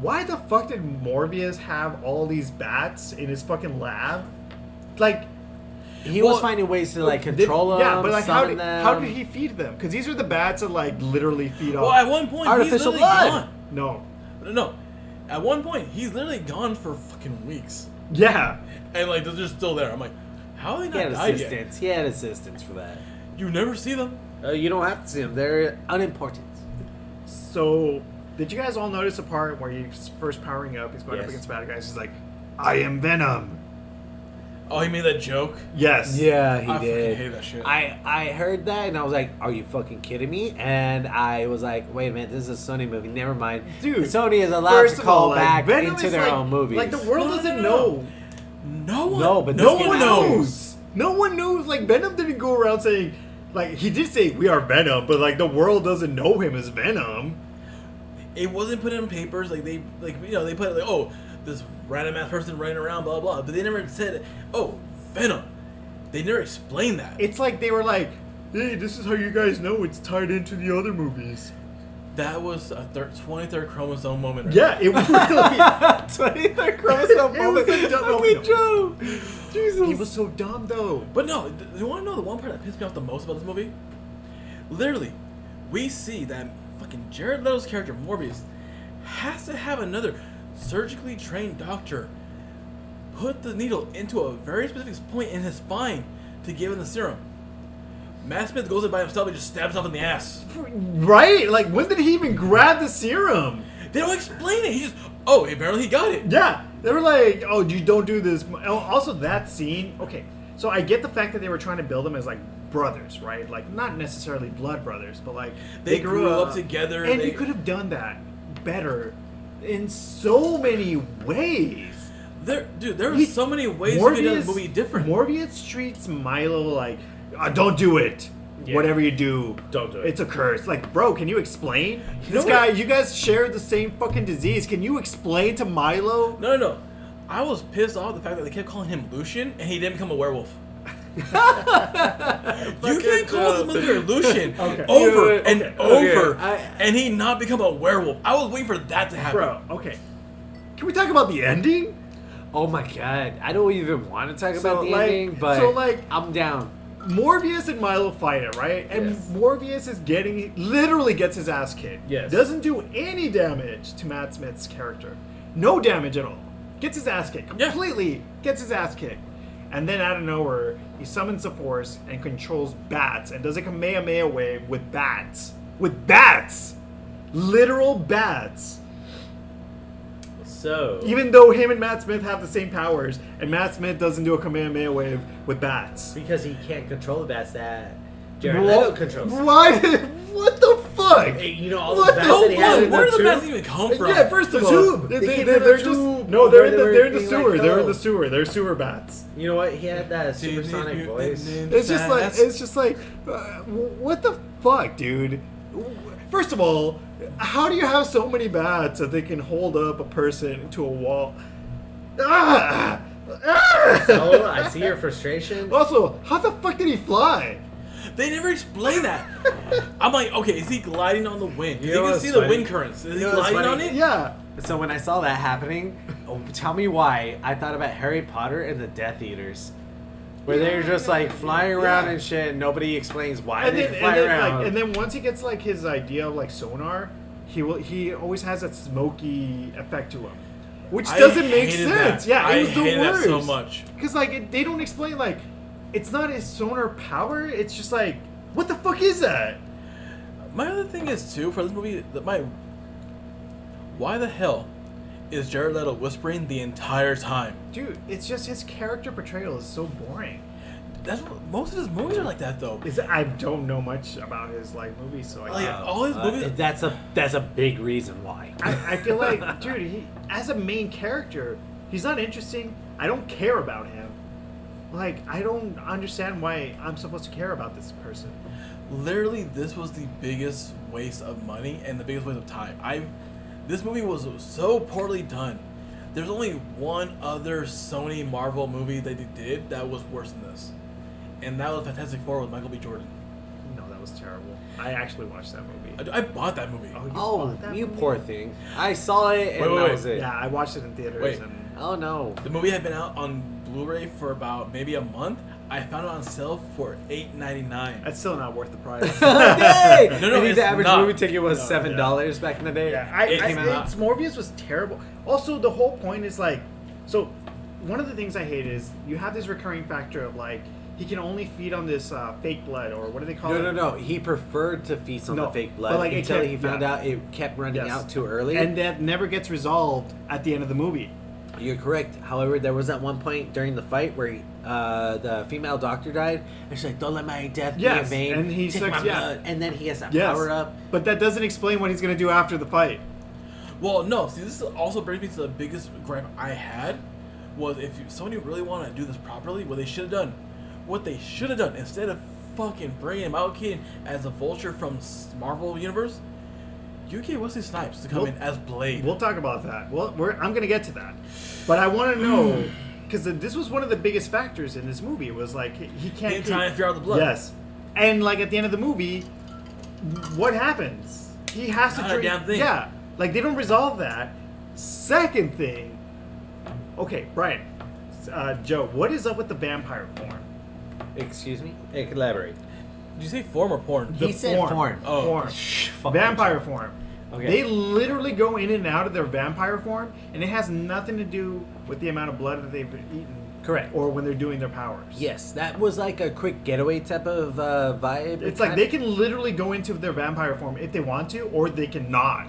B: why the fuck did Morbius have all these bats in his fucking lab? Like,
C: he
A: well,
C: was finding ways to like
B: did-
C: control them.
B: yeah, but like, how
C: summon
B: did,
C: them.
B: how did he feed them? Because these are the bats that like literally feed
A: Well,
B: off.
A: at one point
C: Artificial
A: he's literally
C: blood.
A: gone.
B: no.
A: No, no. At one point he's literally gone for fucking weeks,
B: Yeah.
A: and like they're just still there. I'm like, how are they
C: He
A: not
C: had
A: died yet?
C: assistance. He had assistance for that.
A: You never see them.
C: Uh, you don't have to see them. They're unimportant.
B: So, did you guys all notice the part where he's first powering up? He's going up
C: Yes.
B: against bad guys. He's like, "I am Venom."
A: Oh, he made that joke.
B: Yes.
C: Yeah, he
A: I
C: did.
A: fucking hate that shit.
C: I I heard that and I was like, "Are you fucking kidding me?" And I was like, "Wait a minute, this is a Sony movie. Never mind."
B: Dude,
C: Sony is allowed to
B: of
C: call
B: all, like,
C: back
B: Venom
C: into
B: is
C: their
B: like-
C: own movies.
B: Like the world
A: No, no,
B: doesn't
A: no, no.
B: know.
A: no one.
C: No, but
A: no
C: this
A: one
C: came out.
A: knows.
B: No one knows. Like Venom didn't go around saying, like he did say we are Venom, but like the world doesn't know him as Venom.
A: It wasn't put in papers. Like they, like you know, they put like, oh, this random ass person running around, blah blah. But they never said, oh, Venom. They never explained that.
B: It's like they were like, hey, this is how you guys know it's tied into the other movies.
A: that was a thir- 23rd chromosome moment. right
B: Yeah, it was really.
C: Twenty third chromosome
B: It was
C: moment.
B: a dumb-
C: Look at Joe. Jesus.
B: he was so dumb though.
A: But no, th- you want to know the one part that pissed me off the most about this movie? Literally, we see that fucking Jared Leto's character Morbius has to have another surgically trained doctor put the needle into a very specific point in his spine to give him the serum. Matt Smith goes in by himself and just stabs himself in the ass.
B: Right? Like when did he even grab the serum?
A: They don't explain it. He just, oh, apparently he got it.
B: Yeah, they were like, "Oh, you don't do this." Oh, Also, that scene. Okay, so I get the fact that they were trying to build them as like brothers, right? Like not necessarily blood brothers, but like
A: They grew up together,
B: and
A: they-
B: you could have done that better in so many ways.
A: There, dude, there are
B: He-
A: so many ways to make this movie different.
B: Morbius treats Milo like, "Ah, "Don't do it."
C: Yeah.
B: Whatever you do,
C: Don't do it."
B: It's a curse. Like, bro, can you explain?
A: know
B: This
A: what?
B: guy, you guys share the same fucking disease. Can you explain to Milo?
A: No, no, no. I was pissed off the fact that they kept calling him Lucian and he didn't become a werewolf. you can't call this motherfucker Lucian
B: Okay.
A: over
C: Yeah,
A: and
B: okay,
C: okay.
A: over
C: I-
A: and he not become a werewolf. I was waiting for that to happen.
B: Bro, okay. Can we talk about the ending?
C: oh my god. I don't even want to talk
B: So,
C: about the
B: like-
C: ending, but
B: so, like-
C: I'm down.
B: Morbius and Milo fight it, right? And
C: Yes.
B: Morbius is getting literally gets his ass kicked.
C: Yes.
B: Doesn't do any damage to Matt Smith's character. No damage at all. Gets his ass kicked.
A: Yeah.
B: Completely gets his ass kicked. And then out of nowhere, he summons the Force and controls bats and does a Kamehameha wave with bats. With bats! Literal bats!
E: So
B: Even though him and Matt Smith have the same powers, and Matt Smith doesn't do a Kamehameha wave with bats.
E: because he can't control the bats that Jared
D: What?
E: Leto controls.
D: Why? What the fuck?
E: Hey, You know all
D: What
E: the
D: the-
E: bats
A: Oh,
E: that he had
A: what?
E: in the
A: Where do the
E: tube?
A: bats even come from?
D: Yeah, first of
B: The
D: all,
B: tube.
D: They,
C: They
D: they,
C: came
D: they're,
C: in a
D: they're just
C: tube
B: No,
C: where
B: they're in
C: they
B: the
C: were
B: they're in the
C: being let
B: sewer. They're in
C: go.
B: the sewer. They're sewer bats.
E: You know what? He had that supersonic voice.
D: It's just like it's just like, uh, what the fuck, dude?
B: First of all, how do you have so many bats that they can hold up a person to a wall? Ah! Ah!
E: So Oh, I see your frustration.
B: Also, how the fuck did he fly?
A: They never explain that. I'm like, okay, is he gliding on the wind?
E: You
A: 'Cause You,
E: know
A: can
E: what's
A: see the
E: funny?
A: wind currents. Is
C: You know
A: he
C: what's
A: gliding on
C: funny?
A: it?
B: Yeah.
C: So when I saw that happening, oh, tell me why I thought about Harry Potter and the Death Eaters, where they're just like flying around
B: Yeah.
C: and shit, and nobody explains why
B: And
C: they
B: then,
C: fly
B: and, then,
C: around.
B: like, and then once he gets like his idea of like sonar, he will he always has that smoky effect to him, which
A: I
B: doesn't make
A: hated
B: sense.
A: that.
B: Yeah,
A: I
B: it was the
A: hated that
B: worst.
A: so much.
B: Because like it, they don't explain like it's not his sonar power. It's just like what the fuck is that?
A: My other thing is too for this movie that my why the hell is Jared Leto whispering the entire time?
B: Dude, it's just his character portrayal is so boring.
A: That's what- most of his movies are like that though.
B: Is I don't know much about his like movies, so
C: Oh,
B: I
A: Like, all his movies-
C: that's a that's a big reason why.
B: I, I feel like, dude, he, as a main character, he's not interesting. I don't care about him. Like, I don't understand why I'm supposed to care about this person.
A: Literally, this was the biggest waste of money and the biggest waste of time. I this movie was so poorly done. There's only one other Sony Marvel movie that they did that was worse than this, and that was Fantastic Four with Michael B. Jordan.
B: No, that was terrible. I actually watched that movie.
A: I, I bought that movie.
B: you
C: Oh,
B: bought that
C: you
B: movie?
C: poor thing! I saw it and
A: Wait, wait,
C: that
A: wait.
C: was it.
B: Yeah, I watched it in theaters.
A: Wait.
B: And
C: Oh no!
A: The movie had been out on Blu-ray for about maybe a month. I found it on sale for eight ninety nine.
B: that's still not worth the price.
C: Yay!
A: No, no,
C: I think the
A: it's
C: average
A: not.
C: movie ticket was
B: No,
C: seven dollars back in the day.
B: Yeah, I,
A: It
B: I,
A: came
B: I-
A: out.
B: it's- Morbius was terrible. Also, the whole point is like, so one of the things I hate is you have this recurring factor of like he can only feed on this uh, fake blood or what do they call
C: no,
B: it?
C: no, no. He preferred to feast on
B: No,
C: the fake
B: but,
C: blood
B: like, it
C: until
B: kept-
C: he found
B: yeah.
C: out it kept running
B: Yes.
C: out too early.
B: and that never gets resolved at the end of the movie.
C: You're correct. However, there was that one point during the fight where uh, the female doctor died, and she's like, "Don't let my death
B: Yes,
C: be in vain."
B: and he
C: Take
B: sucks-
C: my
B: yeah.
C: blood." And then he has that
B: Yes,
C: power up.
B: but that doesn't explain what he's gonna do after the fight.
A: Well, no. See, this also brings me to the biggest gripe I had was if you, Sony really wanted to do this properly, what they should have done, what they should have done instead of fucking bringing Michael Keaton as a vulture from s- Marvel Universe, you get Wesley Snipes to come
B: Well-
A: in as Blade.
B: We'll talk about that. Well, we're, I'm gonna get to that, but I want to know
C: Hmm.
B: because this was one of the biggest factors in this movie was like he- he can't
A: Him
B: keep-
A: trying to figure out the blood.
B: Yes, and like at the end of the movie, what happens? He has to
A: Not a
B: drink.
A: damn thing.
B: Yeah, like they don't resolve that. Second thing, okay, Brian, uh, Joe, what is up with the vampire porn?
C: Excuse me. Elaborate.
A: Did you say form or porn?
C: He said form.
A: Oh.
B: Form.
C: Shh, fucking
B: vampire form.
C: Okay.
B: They literally go in and out of their vampire form, and it has nothing to do with the amount of blood that they've eaten.
C: Correct.
B: Or when they're doing their powers.
C: Yes, that was like a quick getaway type of uh, vibe.
B: It's like
C: Kinda-
B: they can literally go into their vampire form if they want to, or they cannot.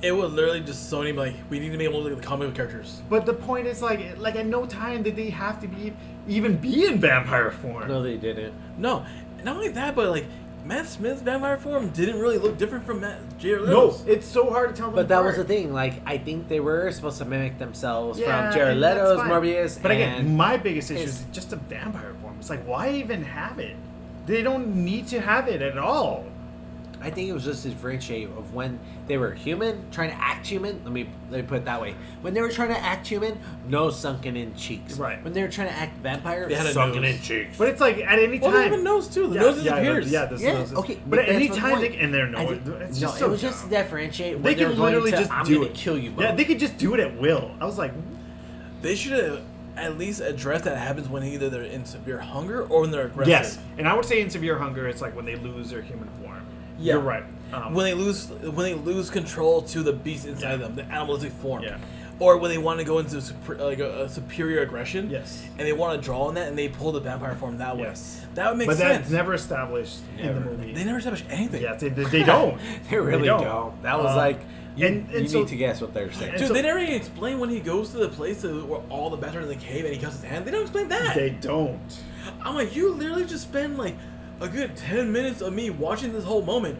A: It was literally just Sony being like we need to be able to look at the comic book characters.
B: But the point is, like, like at no time did they have to be even be in vampire form.
C: No, they didn't.
A: No, not only that, but like Matt Smith's vampire form didn't really look different from Matt Jared
B: No,
A: Leto's.
B: it's so hard to tell them.
C: But that was the
B: apart.
C: thing. Like, I think they were supposed to mimic themselves
B: Yeah,
C: from Jared
B: and that's
C: Leto's
B: fine.
C: Morbius.
B: But again,
C: and-
B: my biggest issue
C: it's-
B: is just the vampire form. It's like, why even have it? They don't need to have it at all.
C: I think it was just to differentiate of when they were human, trying to act human. Let me let me put it that way. When they were trying to act human, no sunken in cheeks.
B: Right.
C: When they were trying to act vampire,
A: They had a
C: sunken
A: nose.
C: in cheeks.
B: But it's like at any
A: Well,
B: time.
A: they even nose too. The
B: Yeah,
A: nose
B: yeah, the-
A: disappears.
B: yeah, the
C: Yeah,
B: nose is-
C: okay,
B: But at
C: that's
B: any
C: my
B: time,
C: point.
B: they, and they're no,
C: I
B: it's
C: think-
B: just
C: no,
B: so
C: it was just to
B: dumb.
C: differentiate.
B: They
C: when
B: could
C: were going
B: literally
C: to,
B: just
C: I'm
B: do
C: gonna
B: it.
C: kill you. Both.
B: Yeah, they could just do it at will. I was like,
A: They should have at least addressed that happens when either they're in severe hunger or when they're aggressive.
B: yes. And I would say in severe hunger, it's like when they lose their human form.
A: Yeah.
B: You're right. Um,
A: When they lose, when they lose control to the beast inside them, the animalistic form.
B: Yeah.
A: or when they want to go into super, like a, a superior aggression,
B: Yes.
A: and they want to draw on that, and they pull the vampire form that way.
B: Yes.
A: That would make
B: but
A: sense.
B: that's never established in the
D: Never.
B: movie.
A: they never establish anything.
B: yeah, they, they, they don't.
C: They really
B: don't.
C: don't. That was
B: Um,
C: like, you,
B: and- and
C: you
B: so-
C: need to guess what they're saying.
B: and
A: Dude,
B: so-
A: they never even explain when he goes to the place to, where all the bats are in the cave and he cuts his hand. They don't explain that.
B: They don't.
A: I'm like, you literally just spend like a good ten minutes of me watching this whole moment,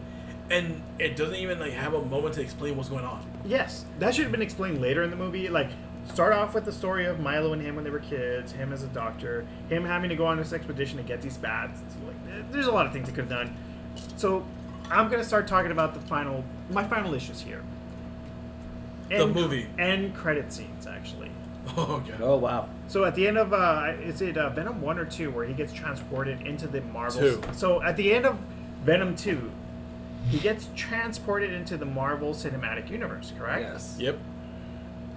A: and it doesn't even like have a moment to explain what's going on.
B: Yes, that should have been explained later in the movie. Like, start off with the story of Milo and him when they were kids, him as a doctor, him having to go on this expedition to get these bats. It's Like, th- there's a lot of things they could have done. So, I'm gonna start talking about the final, my final issues here.
A: The movie.
B: and credit scenes actually.
A: Oh god.
E: Oh wow.
B: So at the end of uh, is it uh, Venom one or two where he gets transported into the Marvel?
A: Two.
B: So at the end of Venom two, he gets transported into the Marvel Cinematic Universe, correct?
C: Yes.
A: Yep.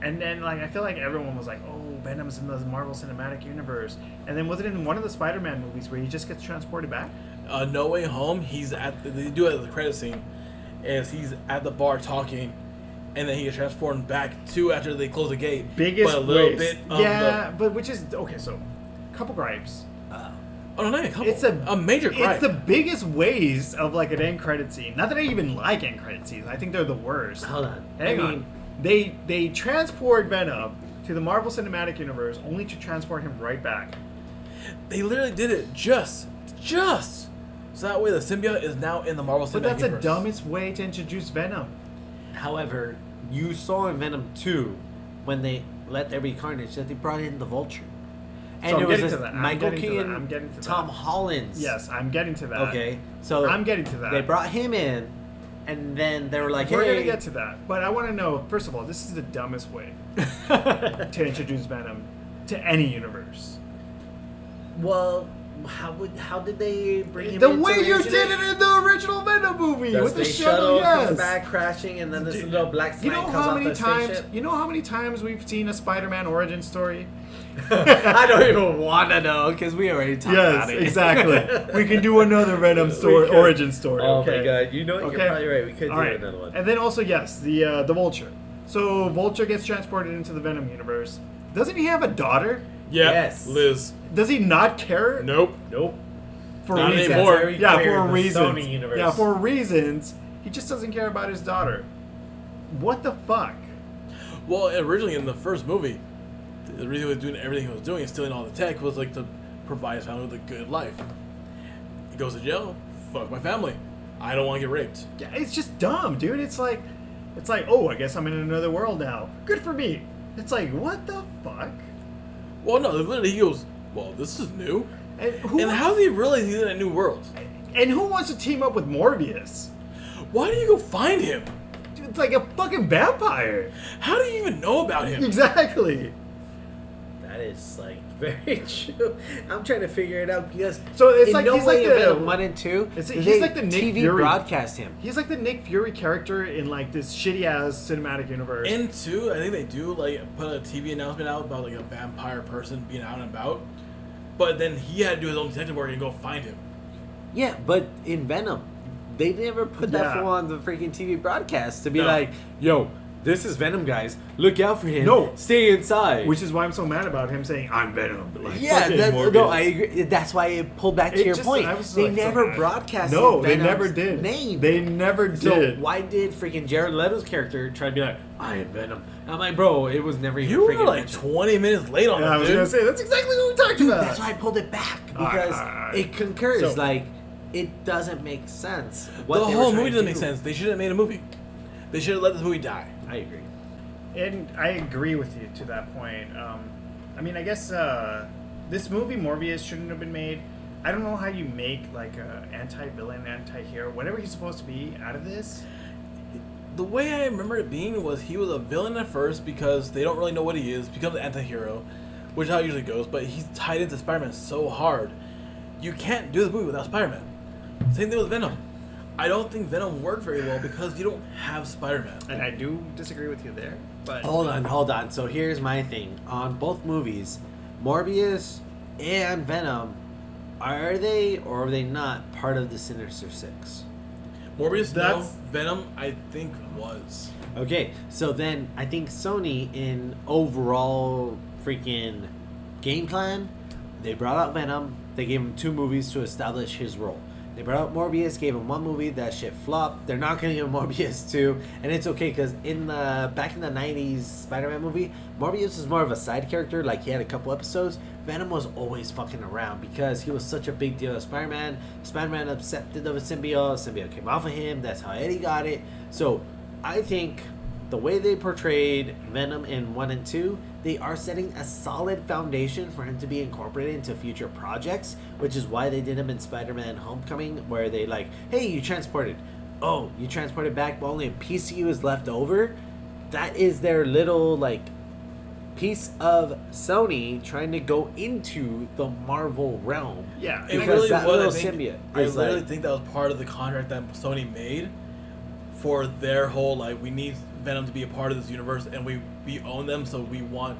B: And then, like, I feel like everyone was like, "Oh, Venom's in the Marvel Cinematic Universe." And then, was it in one of the Spider-Man movies where he just gets transported back?
A: Uh, no way home. He's at the, they do it at the credit scene, is he's at the bar talking, and then he gets transformed back to after they close the gate.
B: Biggest
A: but a little
B: waste.
A: bit. Of
B: yeah, but which is okay. So, couple gripes.
C: Uh,
A: The, oh no, not even a couple.
B: It's a
A: a major gripe.
B: It's the biggest waste of like an end credit scene. Not that I even like end credit scenes. I think they're the worst.
E: Hold on.
B: Hang
E: I
B: on.
E: mean-
B: They they transport Venom to the Marvel Cinematic Universe only to transport him right back.
A: they literally did it just, just. So that way the symbiote is now in the Marvel Cinematic
B: But that's the
A: Universe.
B: dumbest way to introduce Venom.
E: However,
C: You saw in Venom 2 when they let there be carnage that they brought in the vulture. And
B: So I'm
C: it was
B: getting
C: this
B: to that. I'm
C: Michael
B: getting to that.
C: Keaton,
B: I'm getting to that.
C: Tom Hollins.
B: Yes, I'm getting to that.
C: Okay. So
B: I'm getting to that.
C: They brought him in, and then they were like, "Hey,
B: We're gonna get to that, but I want to know. First of all, this is the dumbest way to introduce Venom to any universe.
E: well, how would how did they bring him
B: The
E: into
B: way you
E: original-
B: did it in the original Venom movie
E: The
B: with the
E: space
B: shuttle,
E: comes
B: yes.
E: back crashing, and then this little black
B: you
E: slime
B: know
E: comes
B: how
E: off
B: many
E: the
B: times?
E: spaceship?
B: You know how many times we've seen a Spider-Man origin story?
C: I don't even want to know because we already talked
B: Yes,
C: about it."
B: exactly. we can do another Venom story,
E: could.
B: origin story.
E: Oh
B: okay?
E: my god! You know what? You're probably right. We could
B: All
E: do
B: right.
E: another one.
B: And then also yes, the uh, the Vulture. So Vulture gets transported into the Venom universe. Doesn't he have a daughter?
A: Yeah,
E: Yes.
A: Liz.
B: Does he not care?
A: Nope.
E: nope.
B: for
A: Not
B: reasons.
A: anymore.
E: Very
B: Yeah,
E: clear
B: for
E: in the
B: reasons.
E: Sony universe.
B: Yeah, for reasons. He just doesn't care about his daughter. What the fuck?
A: Well, originally in the first movie, the reason he was doing everything he was doing and stealing all the tech was like to provide his family with a good life. He goes to jail. Fuck my family. I don't want to get raped.
B: Yeah, it's just dumb, dude. It's like, it's like, oh, I guess I'm in another world now. Good for me. It's like, what the fuck?
A: Well, no, literally he goes. Well, this is new.
B: And who?
A: And how does he realize he's in a new world?
B: and who wants to team up with Morbius?
A: Why do you go find him?
B: Dude, it's like a fucking vampire.
A: How do you even know about him?
B: Exactly.
E: That is like very true. I'm trying to figure it out because
B: So it's
C: In
B: like
C: no
B: he's
C: way
B: like
C: in
B: the
C: Venom one and two.
B: It's-
C: did
B: he's
C: they
B: like the Nick
C: TV
B: Fury.
C: broadcast him.
B: He's like the Nick Fury character in like this shitty ass cinematic universe.
A: And two, I think they do like put a TV announcement out about like a vampire person being out and about, but then he had to do his own detective work and go find him.
C: Yeah, but in Venom, they never put that
B: Yeah.
C: fool on the freaking TV broadcast to be
A: No.
C: like, "Yo, this is Venom, guys. Look out for him.
B: No.
C: stay inside."
B: which is why I'm so mad about him saying I'm Venom. Like,
C: yeah,
D: fucking
C: that's,
D: Morbius.
C: no, I agree. That's why it pulled back to
B: It
C: your
B: just-
C: point.
B: I was
C: They
B: like, so
C: never
B: mad.
C: broadcasted.
B: No, they
C: Venom's
B: never did.
C: Name.
B: They never did.
C: So why did freaking Jared Leto's character try to be like, "I am Venom"? I'm like, bro, it was never even
A: You
C: freaking
A: were like
C: mentioned."
A: 20 minutes late on
B: And
A: that,
B: I was
A: dude.
B: gonna say that's exactly what we talked
C: Dude,
B: about.
C: that's why I pulled it back
B: Alright,
C: because
B: alright,
C: it concurs.
B: So-
C: like, it doesn't make sense. What
A: the
C: they were
A: whole
C: trying
A: movie
C: to
A: doesn't make
C: do.
A: sense. They should have made a movie. They should have let this movie die.
C: I agree.
B: And I agree with you to that point. Um, I mean, I guess uh, this movie Morbius shouldn't have been made. I don't know how you make like a anti-villain, anti-hero, whatever he's supposed to be, out of this.
A: The way I remember it being was he was a villain at first because they don't really know what he is, becomes an anti-hero, which is how it usually goes, but he's tied into Spider-Man so hard. You can't do the movie without Spider-Man. Same thing with Venom. I don't think Venom worked very well because you don't have Spider-Man.
B: And I do disagree with you there, but
C: Hold on, hold on. So here's my thing on both movies, Morbius and Venom, are they or are they not part of the Sinister Six?
A: Morbius,
B: That's-
A: no. Venom, I think was.
C: Okay, so then I think Sony, in overall freaking game plan, they brought out Venom. They gave him two movies to establish his role. They brought out Morbius, gave him one movie. That shit flopped. They're not gonna give him Morbius two, and it's okay because in the back in the '90s Spider-Man movie, Morbius was more of a side character. Like he had a couple episodes. Venom was always fucking around because he was such a big deal as Spider-Man. Spider-Man accepted of a symbiote. Symbiote came off of him. That's how Eddie got it. So I think the way they portrayed Venom in 1 and 2, they are setting a solid foundation for him to be incorporated into future projects, which is why they did him in Spider Man Homecoming, where they, like, hey, you transported. Oh, you transported back, but only a piece of you is left over. That is their little, like, piece of Sony trying to go into the Marvel realm.
B: Yeah,
A: It
B: and I-
C: Because
A: really
C: that
A: was. I,
C: little
A: think,
C: symbiote
A: I
C: is
A: literally
C: like-
A: think that was part of the contract that Sony made for their whole like we need Venom to be a part of this universe and we we own them so we want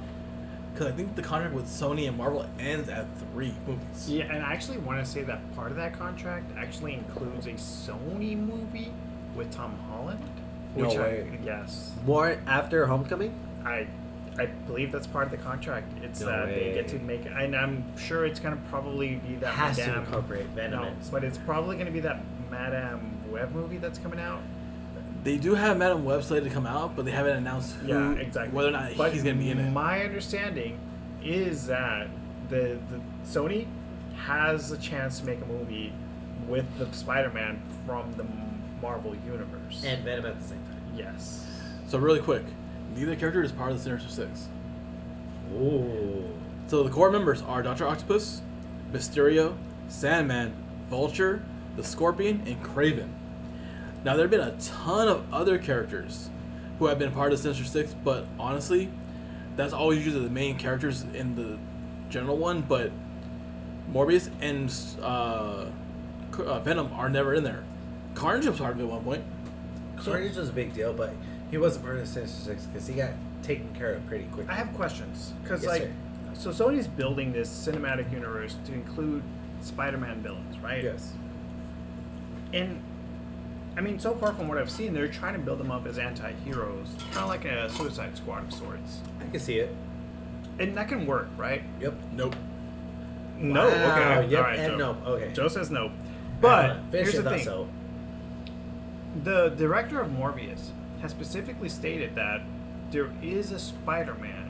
A: because I think the contract with Sony and Marvel ends at three movies.
B: yeah, and I actually want to say that part of that contract actually includes a Sony movie with Tom Holland.
C: No
B: Which
C: way.
B: I yes,
C: More after Homecoming?
B: I I believe that's part of the contract. It's
C: No
B: that they get to
C: way.
B: make, and I'm sure it's gonna probably be that
E: has to
B: Madame.
E: incorporate Venom.
B: no,
E: in
B: but it's probably gonna be that Madame Web movie that's coming out.
A: They do have Madam Web slated to come out, but they haven't announced who,
B: Yeah, exactly.
A: whether or not
B: But
A: he's gonna be in it.
B: My understanding is that the, the Sony has a chance to make a movie with the Spider-Man from the Marvel universe.
E: and Venom at the same time.
B: yes,
A: So really quick, neither character is part of the Sinister Six.
E: Ooh.
A: So the core members are Doctor Octopus, Mysterio, Sandman, Vulture, the Scorpion, and Craven. Now there have been a ton of other characters who have been part of Sinister Six, but honestly, that's always usually the main characters in the general one. But Morbius and uh, C- uh, Venom are never in there. Carnage was part of it at one point.
E: Carnage was a big deal, but he wasn't part of the Sinister Six because he got taken care of pretty quickly.
B: I have questions because
E: Yes,
B: like, so Sony's building this cinematic universe to include Spider-Man villains, right?
E: yes.
B: And I mean, so far from what I've seen, they're trying to build them up as anti-heroes, kind of like a Suicide Squad of sorts,
E: I can see it.
B: and that can work, right?
E: Yep.
A: Nope.
E: Wow,
B: No. Okay.
E: Yep.
B: All right.
E: and
B: Joe.
E: no. Okay.
B: Joe says no. But
E: Uh, finish
B: here's
E: your
B: the
E: thought,
B: thing:
E: So.
B: the director of Morbius has specifically stated that there is a Spider-Man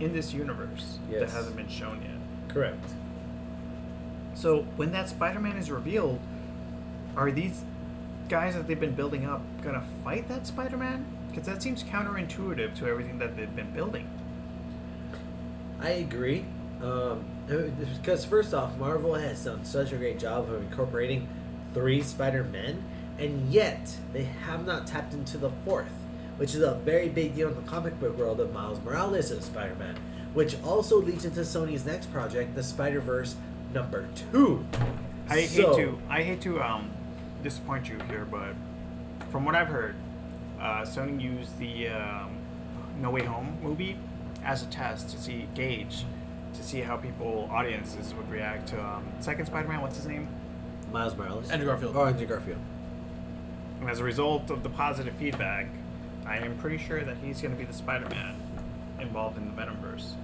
B: in this universe that
E: Yes.
B: hasn't been shown yet.
E: Correct.
B: So when that Spider-Man is revealed, are these guys that they've been building up gonna fight that Spider-Man? Because that seems counterintuitive to everything that they've been building.
E: I agree. Um, because first off, Marvel has done such a great job of incorporating three Spider Men, and yet they have not tapped into the fourth, which is a very big deal in the comic book world of Miles Morales as Spider Man, which also leads into Sony's next project, the Spider Verse number two.
B: I
E: So-
B: hate to I hate to um, disappoint you here, but from what I've heard, uh, Sony used the um, No Way Home movie as a test to see gauge to see how people audiences would react to um, second Spider-Man. What's his name?
E: Miles Morales.
A: Andrew Garfield.
E: Oh, Andrew Garfield.
B: And as a result of the positive feedback, I am pretty sure that he's going to be the Spider-Man involved in the Venomverse.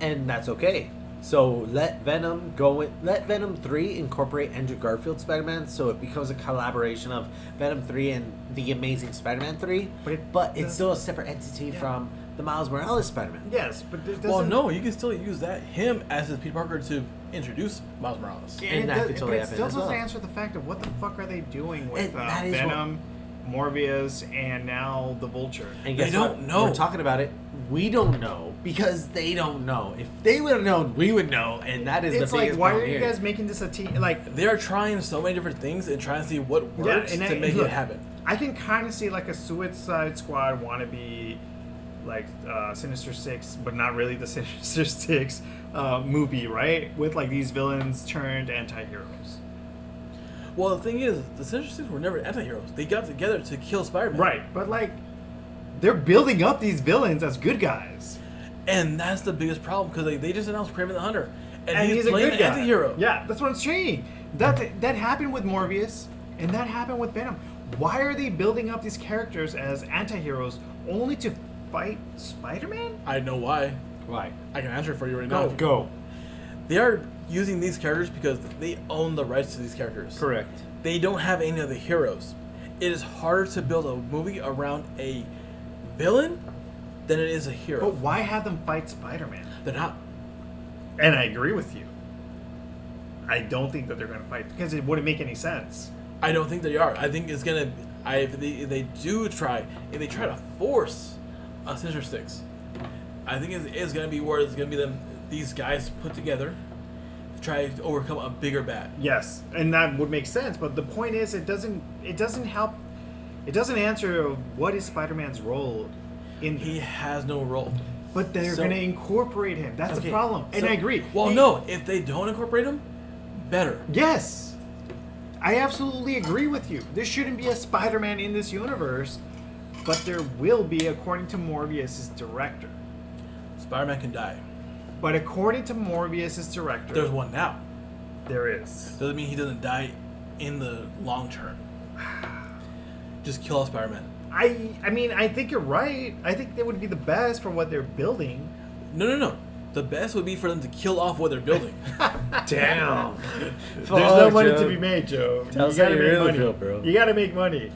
C: and that's okay. So let Venom go. In, let Venom three incorporate Andrew Garfield Spider Man, so it becomes a collaboration of Venom three and the Amazing Spider Man three. But,
B: But it- the-
C: it's still a separate entity
B: Yeah.
C: from the Miles Morales Spider Man.
B: Yes, but it doesn't.
A: Well, no, you can still use that him as his Peter Parker to introduce Miles Morales.
B: Yeah,
C: And
B: it
C: that
B: does-
C: could totally
B: but it
C: happen
B: still
C: as
B: doesn't
C: well.
B: answer the fact of what the fuck are they doing with
C: And
B: uh,
C: that is what-
B: Venom, Morbius, and now the Vulture.
C: And
A: They
C: guess
A: don't
C: what?
A: know.
C: We're talking about it. We don't know because they don't know. If they would have known, we would know, and that is
B: it's
C: the
B: like,
C: biggest
B: why
C: problem
B: are you
C: here.
B: guys making this a team? Like,
A: They are trying so many different things and trying to see what works
B: and
A: to
B: I-
A: make
B: look,
A: it happen.
B: I can kind of see like a Suicide Squad wannabe, like uh, Sinister Six, but not really the Sinister Six uh, movie, right? With like these villains turned anti-heroes.
A: Well, the thing is, the Sinister Six were never anti-heroes. They got together to kill Spider-Man.
B: Right, but like, they're building up these villains as good guys.
A: And that's the biggest problem because they, they just announced Kraven the Hunter. And,
B: and
A: he's,
B: he's, a
A: playing
B: good
A: the
B: guy.
A: anti-hero.
B: Yeah, that's what I'm saying. That that happened with Morbius, and that happened with Venom. why are they building up these characters as anti-heroes only to fight Spider-Man?
A: I know why.
B: Why?
A: I can answer it for you right now.
B: Go. Go.
A: They are using these characters because they own the rights to these characters.
B: Correct.
A: They don't have any other heroes. It is harder to build a movie around a villain than it is a hero.
B: But why have them fight Spider-Man?
A: They're not.
B: And I agree with you. I don't think that they're going to fight because it wouldn't make any sense.
A: I don't think they are. I think it's gonna. I if they, if they do try, if they try to force a Sinister Six, I think it's, it's gonna be where it's gonna be them these guys put together to try to overcome a bigger bad.
B: Yes, and that would make sense. But the point is, it doesn't. It doesn't help. It doesn't answer what is Spider-Man's role in.
A: He
B: He,
A: has no role.
B: but they're
C: So-
B: going to incorporate him. That's
C: Okay,
B: the problem. And
C: so-
B: I agree.
A: Well,
B: He-
A: no. If they don't incorporate him, better.
B: Yes, I absolutely agree with you. There shouldn't be a Spider-Man in this universe, but there will be, according to Morbius' director.
A: Spider-Man can die.
B: But according to Morbius' director,
A: There's one now.
B: there is.
A: Doesn't mean he doesn't die in the long term. Just kill off Spider-Man.
B: I I mean I think you're right. I think that would be the best for what they're building.
A: No, no, no. The best would be for them to kill off what they're building.
B: Damn. There's no
C: Fuck,
B: money
C: Joe.
B: to be made, Joe.
C: Tell us how you really feel, bro.
B: You gotta make money.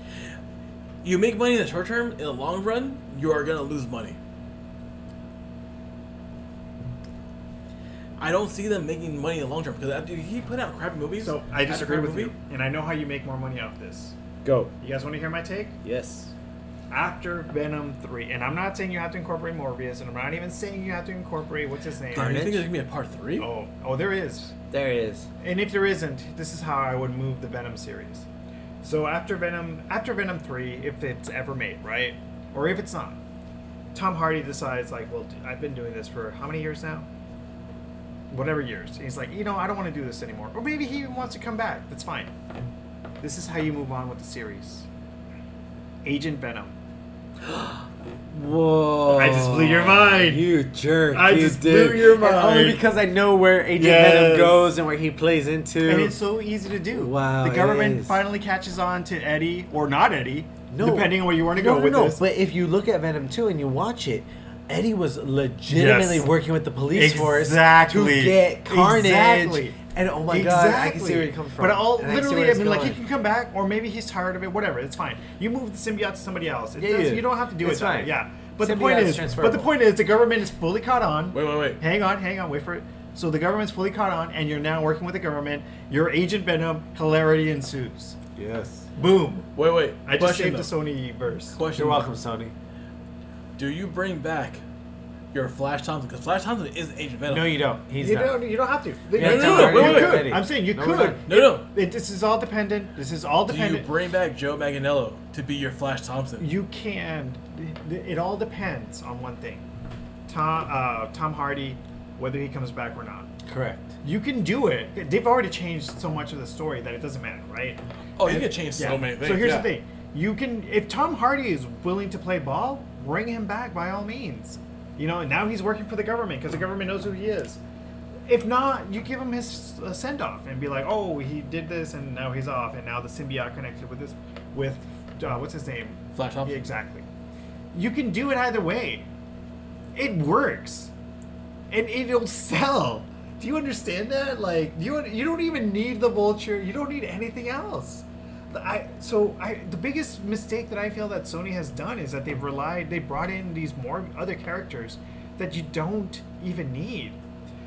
A: you make money in the short term. In the long run, you are gonna lose money. I don't see them making money in the long term because after he put out crappy movies,
B: So I
A: after
B: disagree
A: crappy
B: with you, and I know how you make more money off this.
C: Go.
B: You guys want to hear my take?
C: Yes.
B: After Venom three, and I'm not saying you have to incorporate Morbius, and I'm not even saying you have to incorporate what's his name.
A: Damn, you
C: Carnage?
A: think there's gonna be a part three?
B: Oh, oh, there is.
C: There it is.
B: And if there isn't, this is how I would move the Venom series. So after Venom, after Venom three, if it's ever made, right, or if it's not, Tom Hardy decides like, well, d- I've been doing this for how many years now? Whatever years. He's like, you know, I don't want to do this anymore. Or maybe he even wants to come back. That's fine. This is how you move on with the series. Agent Venom.
C: Whoa!
B: I just blew your mind.
C: You jerk!
B: I
C: you
B: just
C: did.
B: blew your
C: And only
B: mind.
C: because I know where Agent
B: Yes.
C: Venom goes and where he plays into.
B: And it's so easy to do.
C: Wow,
B: The
C: it
B: government
C: is.
B: finally catches on to Eddie or not Eddie, depending on where you want to
C: No,
B: go
C: no,
B: with
C: no.
B: this.
C: But if you look at Venom two and you watch it, Eddie was legitimately
B: Yes.
C: working with the police force
B: Exactly.
C: to get Carnage.
B: Exactly.
C: And oh my god, I can see where you come from.
B: But all
C: And I see
B: literally,
C: where
B: I,
C: it's
B: mean, like he
C: going.
B: can come back, or maybe he's tired of it. Whatever, it's fine. You move the symbiote to somebody else. It
C: Yeah,
B: does,
C: yeah.
B: You don't have to do
C: It's
B: it. that way.
C: fine.
B: Yeah. But the point
C: Symbiote's
B: is, but the
C: transferable.
B: point is, the government is fully caught on.
A: Wait, wait, wait.
B: Hang on, hang on, wait for it. So the government's fully caught on, and you're now working with the government. Your agent Venom. Hilarity ensues.
C: Yes.
B: Boom.
A: Wait, wait.
B: I just
A: Question,
B: saved the
A: though.
B: Sony verse.
A: Question.
C: You're
A: though.
C: welcome, Sony.
A: Do you bring back your Flash Thompson? Because Flash Thompson is Agent Venom.
C: No, you don't. He's
B: You
C: not.
B: don't. e- You don't have to.
C: Yeah,
B: you
A: no,
B: could.
A: no, wait,
B: You
A: wait,
B: could.
C: wait.
B: I'm saying you
C: No, we're
B: could.
C: not.
A: no, no.
B: It- this is all dependent. This is all
A: Do you
B: dependent.
A: bring back Joe Manganiello to be your Flash Thompson?
B: You can. It, it all depends on one thing. Tom uh, Tom Hardy, whether he comes back or not.
C: Correct.
B: You can do it. They've already changed so much of the story that it doesn't matter, right?
A: Oh, you
B: And-
A: can change so many
B: So
A: things,
B: here's
A: yeah.
B: the thing: you can, if Tom Hardy is willing to play ball, bring him back by all means. You know, and now he's working for the government because the government knows who he is. If not, you give him his uh, send off and be like, "Oh, he did this, and now he's off, and now the symbiote connected with this, with uh, what's his name,
A: Flash Thompson.
B: yeah, exactly. You can do it either way. It works, and it'll sell. Do you understand that? Like you, you don't even need the vulture. You don't need anything else. The- I so I the biggest mistake that I feel that Sony has done is that they've relied they brought in these more other characters that you don't even need.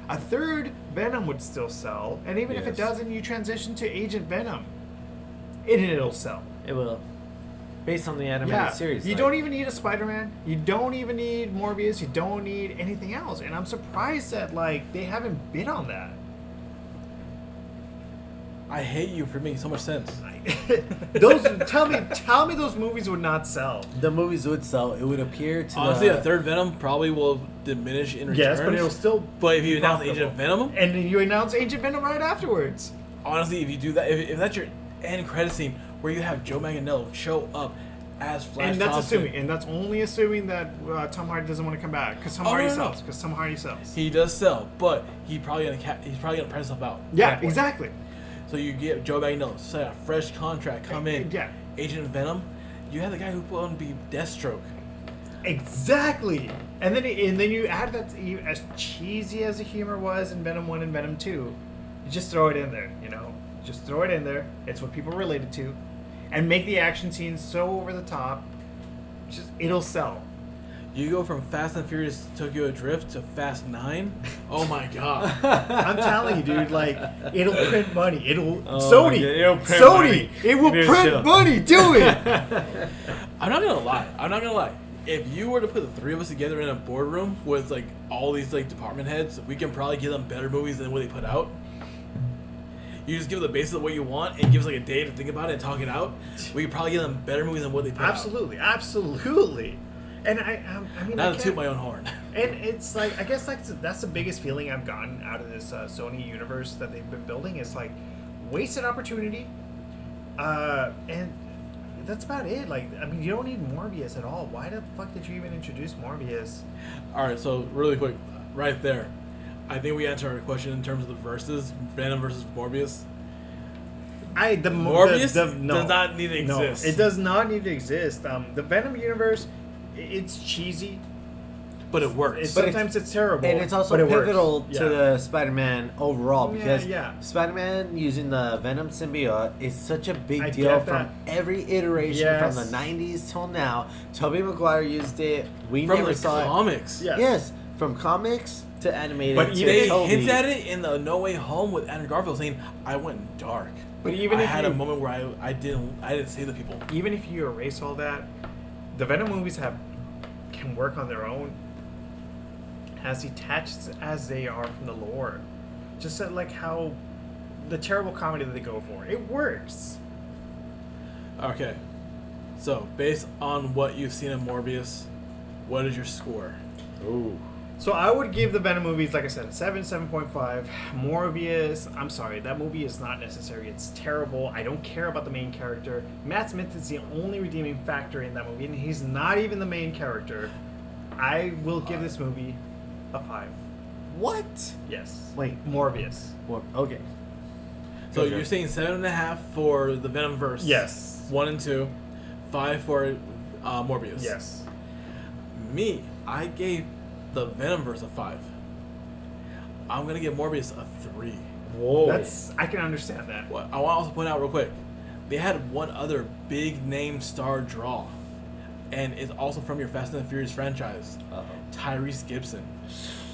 B: A third Venom would still sell, and even if it
C: Yes.
B: doesn't, you transition to Agent Venom, and it'll sell.
C: It will. Based on the animated
B: Yeah,
C: series.
B: you
C: like-
B: don't even need a Spider-Man. You don't even need Morbius. You don't need anything else. And I'm surprised that like they haven't been on that.
A: I hate you for making so much sense.
B: those tell me, tell me those movies would not sell.
C: The movies would sell. It would appear to
A: Honestly,
C: the,
A: a third Venom probably will diminish in returns.
B: Yes, but it'll still.
A: But if you announce
B: profitable.
A: Agent Venom,
B: and then you announce Agent Venom right afterwards.
A: honestly, if you do that, if, if that's your end credit scene where you have Joe Manganiello show up as Flash
B: and that's
A: Thompson,
B: assuming, and that's only assuming that uh, Tom Hardy doesn't want to come back because Tom
A: Oh,
B: Hardy
A: no, no, no.
B: sells. Because Tom Hardy sells.
A: he does sell, but he probably gonna cap, he's probably gonna price himself out. at
B: yeah,
A: that point.
B: exactly.
A: So you get Joe Manganiello, set a fresh contract, come in,
B: Eh, Yeah.
A: Agent Venom, you had the guy who put on be Deathstroke.
B: Exactly. And then and then you add that you, as cheesy as the humor was in Venom One and Venom Two, you just throw it in there. You know, just throw it in there. It's what people related to, and make the action scenes so over the top. Just it'll sell.
A: You go from Fast and Furious Tokyo Drift to Fast Nine. Oh my god. Oh
B: I'm telling you, dude. Like it'll print money. It'll
D: Oh,
B: Sony.
D: yeah, it'll print
B: Sony.
D: money.
B: It will
D: Dude,
B: print
D: chill.
B: money. Do it.
A: I'm not gonna lie. I'm not gonna lie. If you were to put the three of us together in a boardroom with like all these like department heads, we can probably give them better movies than what they put out. You just give them the basis of what you want and give us like a day to think about it and talk it out. We could probably give them better movies than what they put
B: absolutely, absolutely. And I, um, I, I mean,
A: out. Not
B: I
A: to toot
B: can't-
A: my own horn.
B: And it's like I guess like that's the biggest feeling I've gotten out of this uh, Sony universe that they've been building is like wasted opportunity, uh, and that's about it. Like I mean, you don't need Morbius at all. Why the fuck did you even introduce Morbius?
A: All right, so really quick, right there, I think we answered our question in terms of the verses, Venom versus Morbius.
B: I the mo-
A: Morbius
B: the, the, no,
A: does not need to
B: No,
A: exist.
B: it does not need to exist. Um, the Venom universe, i- it's cheesy.
A: but it works.
B: It's,
C: But it's-
B: sometimes it's, terrible,
C: And it's also
B: but it works.
C: pivotal to
B: Yeah.
C: the Spider-Man overall
B: Yeah,
C: because
B: yeah.
C: Spider-Man using the Venom symbiote is such a big
B: I
C: deal
B: get
C: from
B: that.
C: every iteration
B: Yes.
C: from the '90s till now. Tobey Maguire used it. We
A: from
C: never
A: the
C: saw
A: comics.
C: it.
B: Yeah.
C: Yes, from comics to animated.
A: But
C: to
A: they
C: Tobey.
A: hints at it in the No Way Home with Andrew Garfield saying, "I went dark."
B: But even
A: I
B: if
A: had
B: you-
A: a moment where I, I didn't I didn't see the people.
B: even if you erase all that, the Venom movies have can work on their own, as detached as they are from the lore. Just that, like how the terrible comedy that they go for, it works.
A: Okay, so based on what you've seen in Morbius, what is your score?
B: So I would give the Venom movies, like I said, a seven, seven point five. Morbius, I'm sorry, that movie is not necessary. It's terrible. I don't care about the main character. Matt Smith is the only redeeming factor in that movie, and he's not even the main character. I will give this movie a five.
C: what?
B: Yes.
C: Wait.
B: Morbius.
C: Well, okay.
A: So
D: Okay.
A: you're saying seven and a half for the Venom verse.
B: Yes.
A: One and two, five for uh, Morbius.
B: Yes.
A: Me, I gave the Venom verse a five. I'm gonna give Morbius a three.
E: Whoa.
B: That's I can understand that.
A: What I want to also point out real quick, they had one other big name star draw, and it's also from your Fast and the Furious franchise. Tyrese Gibson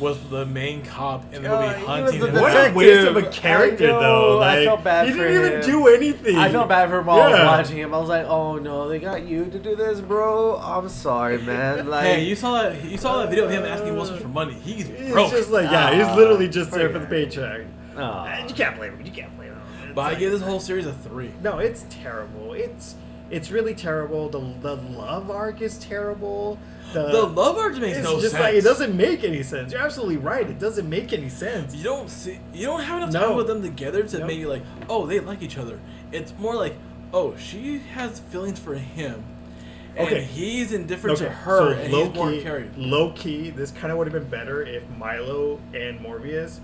A: was the main cop in the
C: Oh,
A: movie
C: he was
A: Hunting.
C: the
A: and
B: What a
A: Hunting.
C: detective.
B: waste of a
C: I
B: character
C: know,
B: though.
C: I
B: Like,
C: felt bad
B: he
C: for
B: didn't even
C: him.
B: do anything.
C: I felt bad for him while I was
B: Yeah.
C: watching him. I was like, "Oh no, they got you to do this, bro. I'm sorry, man." Like,
A: Hey, you saw that? You saw that video of him asking Wilson for money. He's
B: Uh, He's
A: broke.
B: just like yeah, he's
C: Ah,
B: literally just there
C: poor
B: for the
C: guy.
B: paycheck.
C: Aw.
B: And You can't blame him. You can't blame him. It's
A: but I
B: like-
A: gave this whole series a three.
B: No, it's terrible. It's it's really terrible. The the love arc is terrible. The,
A: the love arc makes
B: Uh, it's
A: no
B: just
A: sense.
B: like it doesn't make any sense. You're absolutely right. It doesn't make any sense.
A: You don't see. You don't have enough
B: No.
A: time with them together to
B: No.
A: maybe like, oh, they like each other. It's more like, oh, she has feelings for him, and
B: Okay.
A: he's indifferent to her, and
B: low
A: he's more
B: key,
A: carried.
B: Low key, this kind of would have been better if Milo and Morbius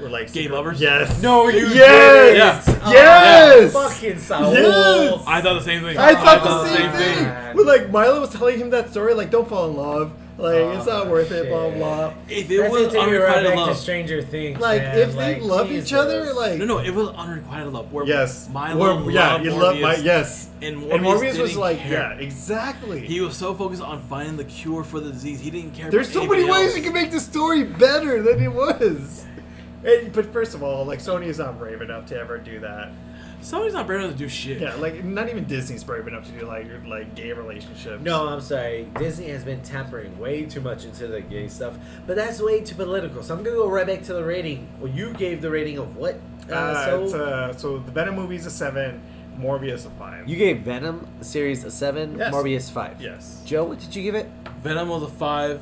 B: were like
A: Gay lovers? Uh,
B: Yes.
C: No, you
B: Yes.
A: didn't.
B: Yeah. Yes.
E: Fucking Saul.
B: Yes!
A: I thought the same thing.
B: I thought
C: Oh,
B: the same
C: man.
B: thing. Well, like Milo was telling him that story, like don't fall in love, like it's not
E: Oh,
B: worth it, blah
E: shit.
B: blah.
A: If it
E: That's gonna take
A: was
E: me right
A: unrequited
E: back to
A: love,
E: Stranger Things.
B: Like
E: man.
B: if they
E: Like,
B: love
E: Jesus.
B: each other, like
A: no, no, it was unrequited love. Where
B: yes,
A: Milo
B: Or- yeah,
A: loved
B: you love
A: Morbius,
B: my yes.
A: and Morbius,
B: And Morbius
A: didn't
B: was like,
A: care.
B: yeah, exactly.
A: He was so focused on finding the cure for the disease, he didn't care.
B: There's
A: about
B: so many
A: anybody
B: ways
A: else.
B: you can make the story better than it was. And, but first of all, like Sony is not brave enough to ever do that.
A: Somebody's not brave enough to do shit.
B: Yeah, like not even Disney's brave enough to do like like gay relationships.
E: No, I'm sorry. Disney has been tampering way too much into the gay stuff, but that's way too political. So I'm gonna go right back to the rating. Well, you gave the rating of what?
B: Uh, it's, uh, so the Venom movie's a seven, Morbius a five.
C: You gave Venom series a seven,
B: Yes.
C: Morbius five.
B: yes.
C: Joe, what did you give it?
A: Venom was a five,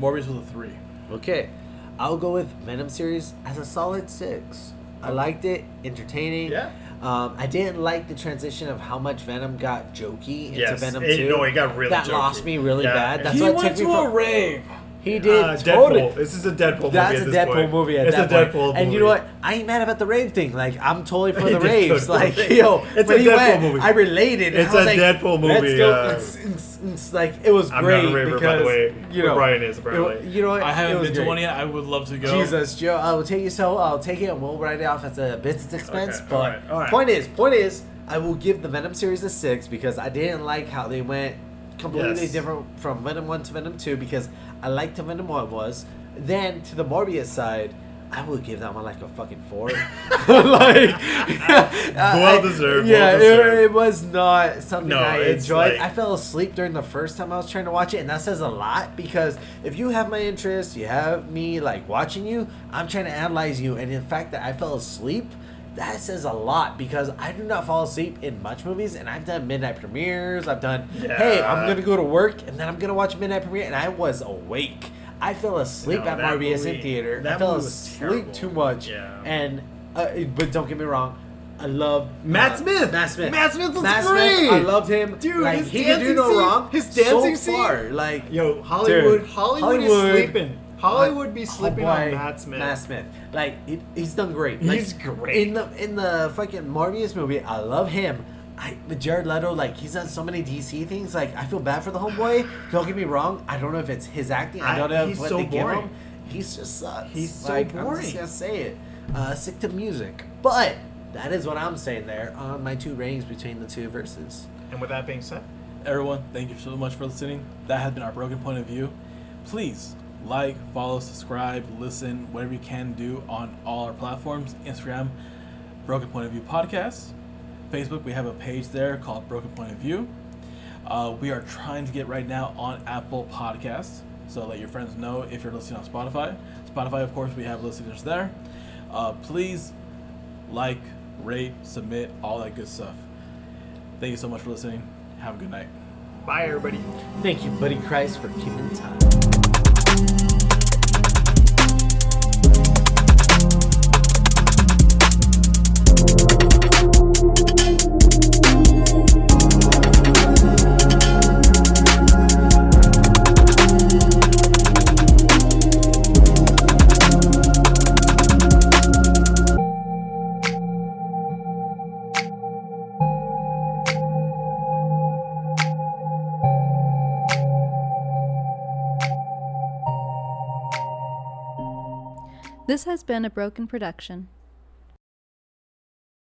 A: Morbius was a three.
C: Okay, I'll go with Venom series as a solid six. I liked it, entertaining.
B: Yeah.
C: Um, I didn't like the transition of how much Venom got jokey into
B: Yes.
C: Venom
B: It-
C: two.
B: no, it got really
C: That
B: jokey.
C: lost me really
B: Yeah.
C: bad. That's
A: he
C: what
A: went
C: took
A: to
C: me
A: a
C: from-
A: rave.
C: He did
D: Uh,
C: totally.
D: Deadpool. This is a Deadpool
C: That's
D: movie.
C: a
D: at this
C: Deadpool
D: point.
C: movie at
D: it's
C: that
D: a Deadpool
C: point.
D: movie.
C: And you know what? I ain't mad about the rave thing. Like I'm totally for the
D: It's a
C: raves.
D: Deadpool
C: Like
D: movie.
C: yo,
D: It's
C: when
D: a
C: he
D: Deadpool
C: went,
D: movie.
C: I related. and
D: It's
C: I was
D: a
C: like,
D: Deadpool
C: let's
D: movie,
C: Go.
D: uh,
C: It's- it's- it's like it was
D: I'm
C: great.
D: not a raver,
C: because,
D: by the way.
C: You
D: but
C: know,
D: Brian is apparently.
C: it, you know what?
A: I
C: It
A: haven't
C: was
A: been
C: great.
A: to one yet. I would love to go.
C: Jesus, Joe, I will take you so I'll take it and we'll write it off at the business expense.
D: Okay,
C: but
D: alright, alright.
C: point is, point is, I will give the Venom series a six because I didn't like how they went completely
D: Yes.
C: different from Venom one to Venom two because I liked how Venom one was. Then to the Morbius side. I would give that one like a fucking four. like, well
D: deserved,
C: Yeah,
D: well
C: it-
D: deserved.
C: It, was not something
D: No,
C: I
D: it's
C: enjoyed.
D: like-
C: I fell asleep during the first time I was trying to watch it, and that says a lot because if you have my interest, you have me like watching you. I'm trying to analyze you, and the fact that I fell asleep, that says a lot because I do not fall asleep in much movies, and I've done midnight premieres. I've done hey, I'm
D: Yeah.
C: gonna go to work, and then I'm gonna watch a midnight premiere, and I was awake. I fell asleep
B: No,
C: at
B: that
C: Morbius in
B: movie-
C: theater. I
B: that
C: fell
B: movie was
C: asleep
B: terrible.
C: too much,
B: Yeah.
C: and uh, but don't get me wrong. I love
B: Matt
C: uh,
B: Smith!
C: Matt Smith.
B: Matt Smith was
C: Matt
B: great!
C: Smith, I loved him,
B: Dude,
C: Like,
B: his
C: he could do
B: dancing
C: no
B: scene-
C: wrong.
B: his
D: dancing
C: so
D: scene-
C: far, like
D: Yo, Hollywood,
C: Dude,
D: Hollywood,
C: Hollywood-
D: is sleeping. Hollywood
B: oh
D: be sleeping
C: Homeboy,
D: on Matt Smith.
C: Matt Smith, like he, he's done great. Like,
D: He's great.
C: in the in the fucking Morbius movie. I love him. I, but Jared Leto, like he's done so many DC things. Like I feel bad for the homeboy. Don't get me wrong. I don't know if it's his acting. I
D: I-
C: don't know if
D: he's
C: what
D: so
C: they give
D: boring.
C: him. He's just sucks.
D: He's so
C: like, I'm
D: boring.
C: just gonna say it. Uh, sick to music, but that is what I'm saying there on my two ratings between the two verses.
D: And with that being said,
A: Everyone, thank you so much for listening. That has been our broken point of view. Please like, follow, subscribe, listen, whatever you can do on all our platforms Instagram, Broken Point of View Podcast. Facebook, we have a page there called Broken Point of View. Uh, we are trying to get right now on Apple Podcasts, so let your friends know if you're listening on Spotify. Spotify, of course, we have listeners there. Uh, please like, rate, submit, all that good stuff. Thank you so much for listening. Have a good night.
D: bye everybody.
C: Thank you, Buddy Christ, for keeping time.
F: This has been a Broken Production.